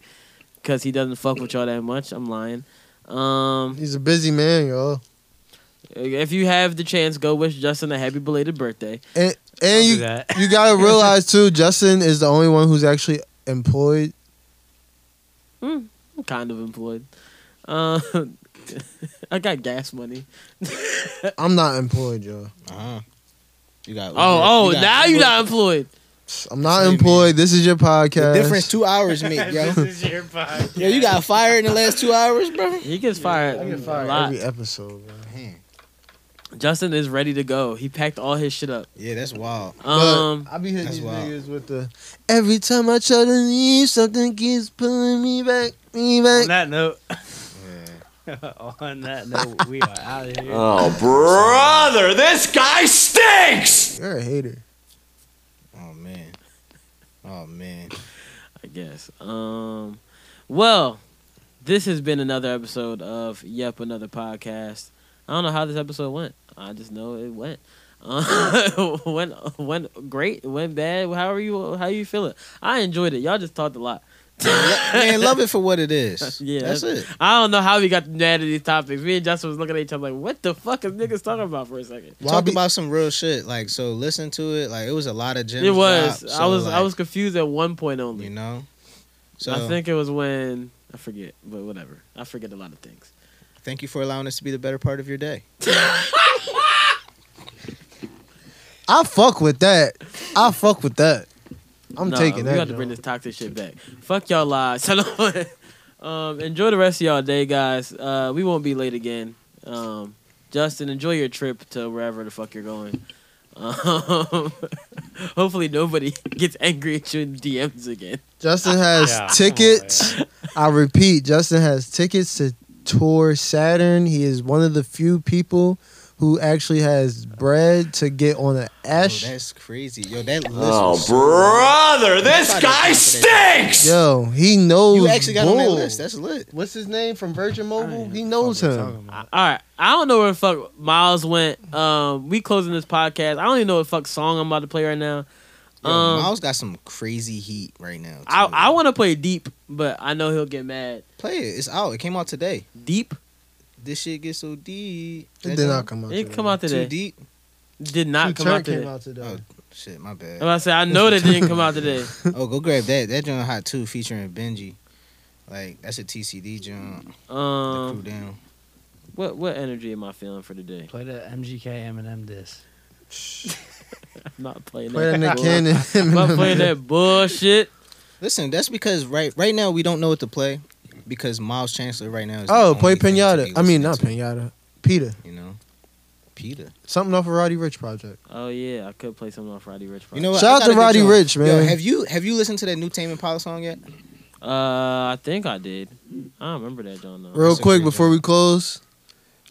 S1: because he doesn't fuck with y'all that much. I'm lying. Um,
S6: He's a busy man, y'all.
S1: if you have the chance, go wish Justin a happy belated birthday.
S6: And
S7: Don't
S6: and
S7: do
S6: you
S7: that.
S6: you gotta realize too, Justin is the only one who's actually employed.
S1: I'm kind of employed. Uh, I got gas money.
S4: Uh-huh.
S6: I'm not employed, y'all.
S4: Uh huh. You got.
S1: Oh, oh,
S4: got
S1: now you're
S4: Uber.
S1: not employed.
S6: I'm not employed. This is your
S4: The
S6: podcast.
S4: difference two hours make, yo.
S7: this is your podcast.
S4: Yo, you got fired in the last two hours, bro.
S1: He gets fired.
S6: I get
S1: a
S6: fired
S1: lot.
S6: every episode, bro.
S1: Justin is ready to go. He packed all his shit up.
S4: Yeah, that's wild.
S1: Um,
S6: but I be hitting
S4: that's
S6: these
S4: wild.
S6: niggas with the every time I try to leave, something keeps pulling me back, me
S7: On
S6: back.
S7: that note. on that note, we are out of here.
S6: You're a hater.
S4: Oh man. Oh man.
S1: I guess. Um, well, this has been another episode of Yep Another Podcast. I don't know how this episode went. I just know it went. Uh, went went great. Went bad. However you how you feel it. I enjoyed it. Y'all just talked a lot.
S4: Man, love it for what it is.
S1: Yeah,
S4: that's it.
S1: I don't know how we got mad at these topics. Me and Justin was looking at each other like, "What the fuck is niggas talking about?" For a second,
S4: Talk about some real shit. Like, so listen to it. Like, it was a lot of gems.
S1: it was.
S4: dropped,
S1: I
S4: so,
S1: was I
S4: like,
S1: was confused at one point only. You
S4: know,
S1: I
S4: So-
S1: think it was when I forget, but whatever. I forget a lot of things.
S4: Thank you for allowing us to be the better part of your day.
S6: I fuck with that. I fuck with that. I'm
S1: Nah,
S6: taking
S1: we
S6: that.
S1: got to bring this toxic shit back. Fuck y'all lies. um, enjoy the rest of y'all day, guys. Uh, we won't be late again. Um, Justin, enjoy your trip to wherever the fuck you're going. Um, hopefully nobody gets angry at you in DMs again.
S6: Justin has tickets. I repeat, Justin has tickets to tour Saturn. He is one of the few people who actually has bread to get on an ash.
S4: That's crazy. Yo, that list
S6: Oh,
S4: was
S6: brother, this
S4: Somebody
S6: guy
S4: paid for that.
S6: Yo, he knows.
S4: You actually got on that
S6: Bull.
S4: list. That's lit.
S6: What's his name from Virgin Mobile? He knows him.
S1: All right, I don't know where the fuck Miles went. Um, we closing this podcast. I don't even know what fuck song I'm about to play right now.
S4: Yo,
S1: Um,
S4: Miles got some crazy heat right now.
S1: I I want to play deep, but I know he'll get mad.
S4: Play it. It's out. It came out today.
S1: Deep.
S4: This shit gets so deep.
S6: It did not come out
S1: It today. come out today.
S4: Too deep.
S1: Did not come out today.
S4: Oh shit, my bad.
S1: I say I know that didn't come out today.
S4: oh, go grab that. That joint hot too, featuring Benji. Like that's a TCD joint.
S1: Um,
S4: down.
S1: What what energy am I feeling for today?
S7: Play the MGK Eminem diss.
S1: I'm not playing
S6: Play that Nick
S1: bull-
S6: Cannon
S1: I'm not playing that bullshit.
S4: Listen, that's because right right now we don't know what to play because Miles Chancellor right now is
S6: Oh, play Pinata. I mean, not Pinata. Peter.
S4: You know, Peter.
S6: Something off of Roddy Rich Project.
S1: Oh yeah, I could play something off Roddy Rich.
S4: You know what?
S6: Shout
S4: I
S6: out to
S4: gotta get
S6: Roddy
S4: you on-
S6: Rich,
S4: Yo,
S6: man.
S4: have you have you listened to that new Tame Impala song yet?
S1: Uh, I think I did. I don't remember that
S4: Oh,
S1: John. Though.
S6: Real quick before we close,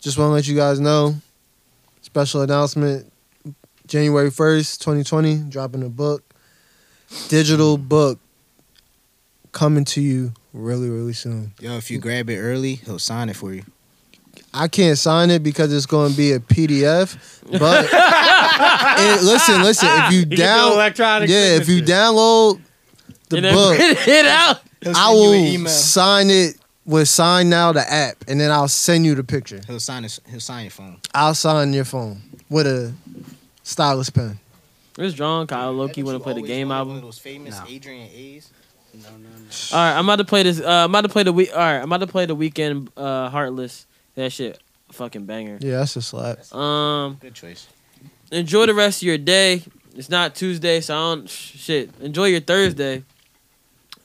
S6: just want to let you guys know. Special announcement: January first, twenty twenty, dropping a book, digital book, coming to you really, really soon.
S4: Yo, if you grab it early, he'll sign it for you.
S6: I can't sign it because it's going to be a PDF, but it- listen, listen. If you
S7: can do
S6: down,
S7: electronic
S6: yeah, if you download the
S7: And then
S6: book,
S7: print it out. He'll
S6: I
S7: send you an
S6: will
S7: email.
S6: sign it with sign now the app, and then I'll send you the picture.
S4: He'll sign his, he'll sign your phone.
S6: I'll sign your phone with a stylus pen.
S1: It's John Kyle Loki want to play the game album.
S4: Those famous Adrian A's.
S1: All right, I'm about to play this. Uh, I'm about to play the week. All right, I'm about to play the weekend. Uh, Heartless. That shit, fucking banger.
S6: Yeah, that's a slap.
S1: Um,
S4: good choice.
S1: Enjoy the rest of your day. It's not Tuesday, so I don't sh- shit. Enjoy your Thursday.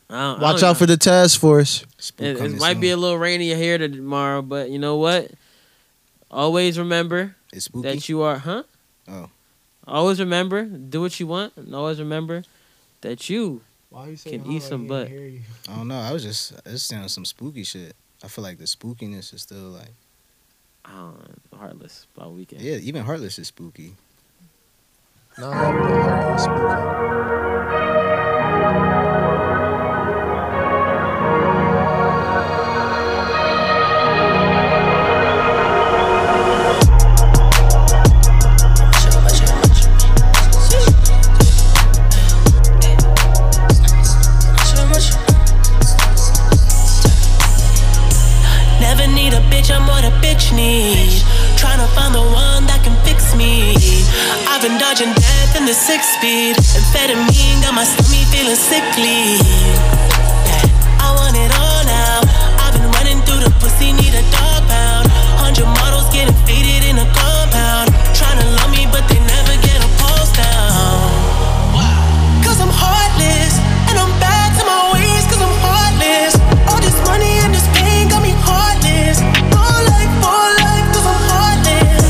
S1: I don't- I
S6: Watch
S1: don't
S6: out for the task force.
S1: It, it might be a little rainy here to- tomorrow, but you know what? Always remember that you are, huh?
S4: Oh.
S1: Always remember, do what you want, and always remember that you
S6: you saying
S1: can eat some butt.
S4: I don't know. I was just it sounds some spooky shit. I feel like the spookiness is still like
S1: um, heartless by weekend.
S4: Yeah, even heartless is spooky.
S20: Never need a bitch, I'm what a bitch need. Tryna find the one that can fix me. I've been dodging death in the six speed. Amphetamine got my stomach feeling sickly. Yeah, I want it all now. I've been running through the pussy, need a dog pound. Hundred models getting faded in a compound. Tryna love me, but they never get a pulse down. Cause I'm heartless And I'm back to my ways Cause I'm heartless All this money and this pain got me heartless All life, all life Cause I'm heartless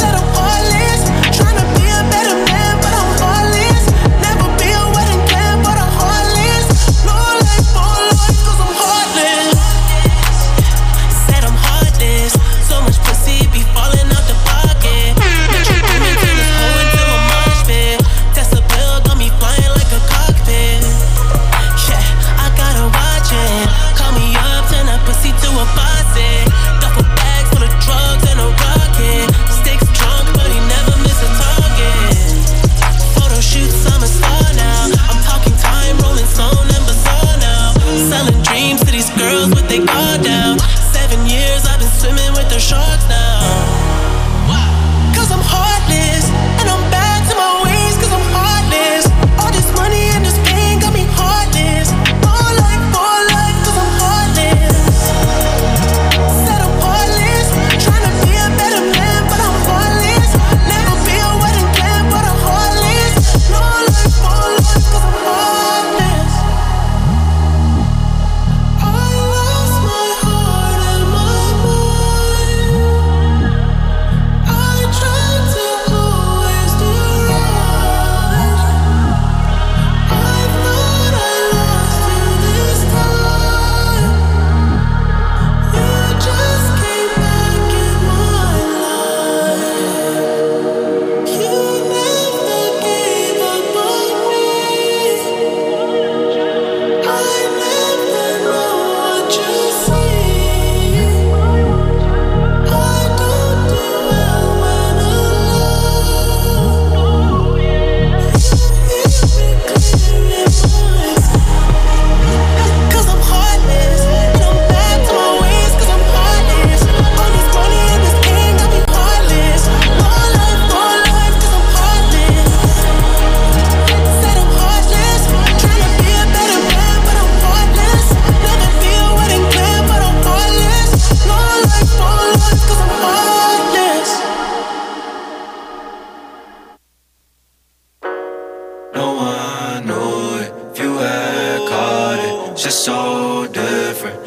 S20: Said I'm heartless Tryna be a better man But I'm heartless Never be a wedding plan But I'm heartless No life, all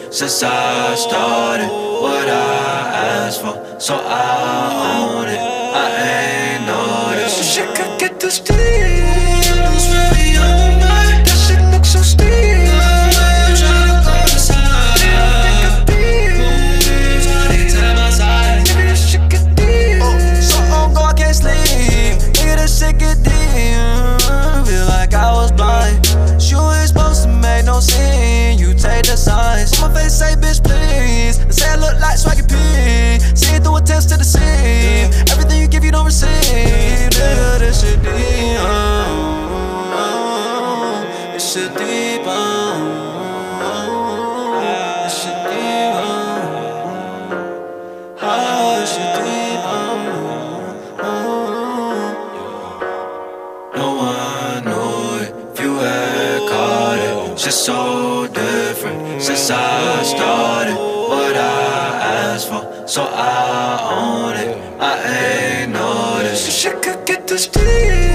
S12: since I started what I asked for. So I own it. I ain't no this. Shit could get this deep. It's really on my- that shit looks so steep. I'm tryna go inside. Think I be- Take time outside. Maybe this shit get deep. Oh, So on go, I can't sleep. Nigga, this shit get deep. Feel like I was blind. You ain't supposed to make no scene. You take the signs. On my face, say, bitch, please. And say, I look like swaggy P. See it through a test to the scene. Everything you give, you don't receive. Nigga, this shit deep. uh, This shit deep. uh, This shit deep. uh, ah, This shit deep. uh, uh. No one knew it if you had caught it. Shit's so different since I started what I asked for. So I own it. I ain't noticed. Shit could get this deep.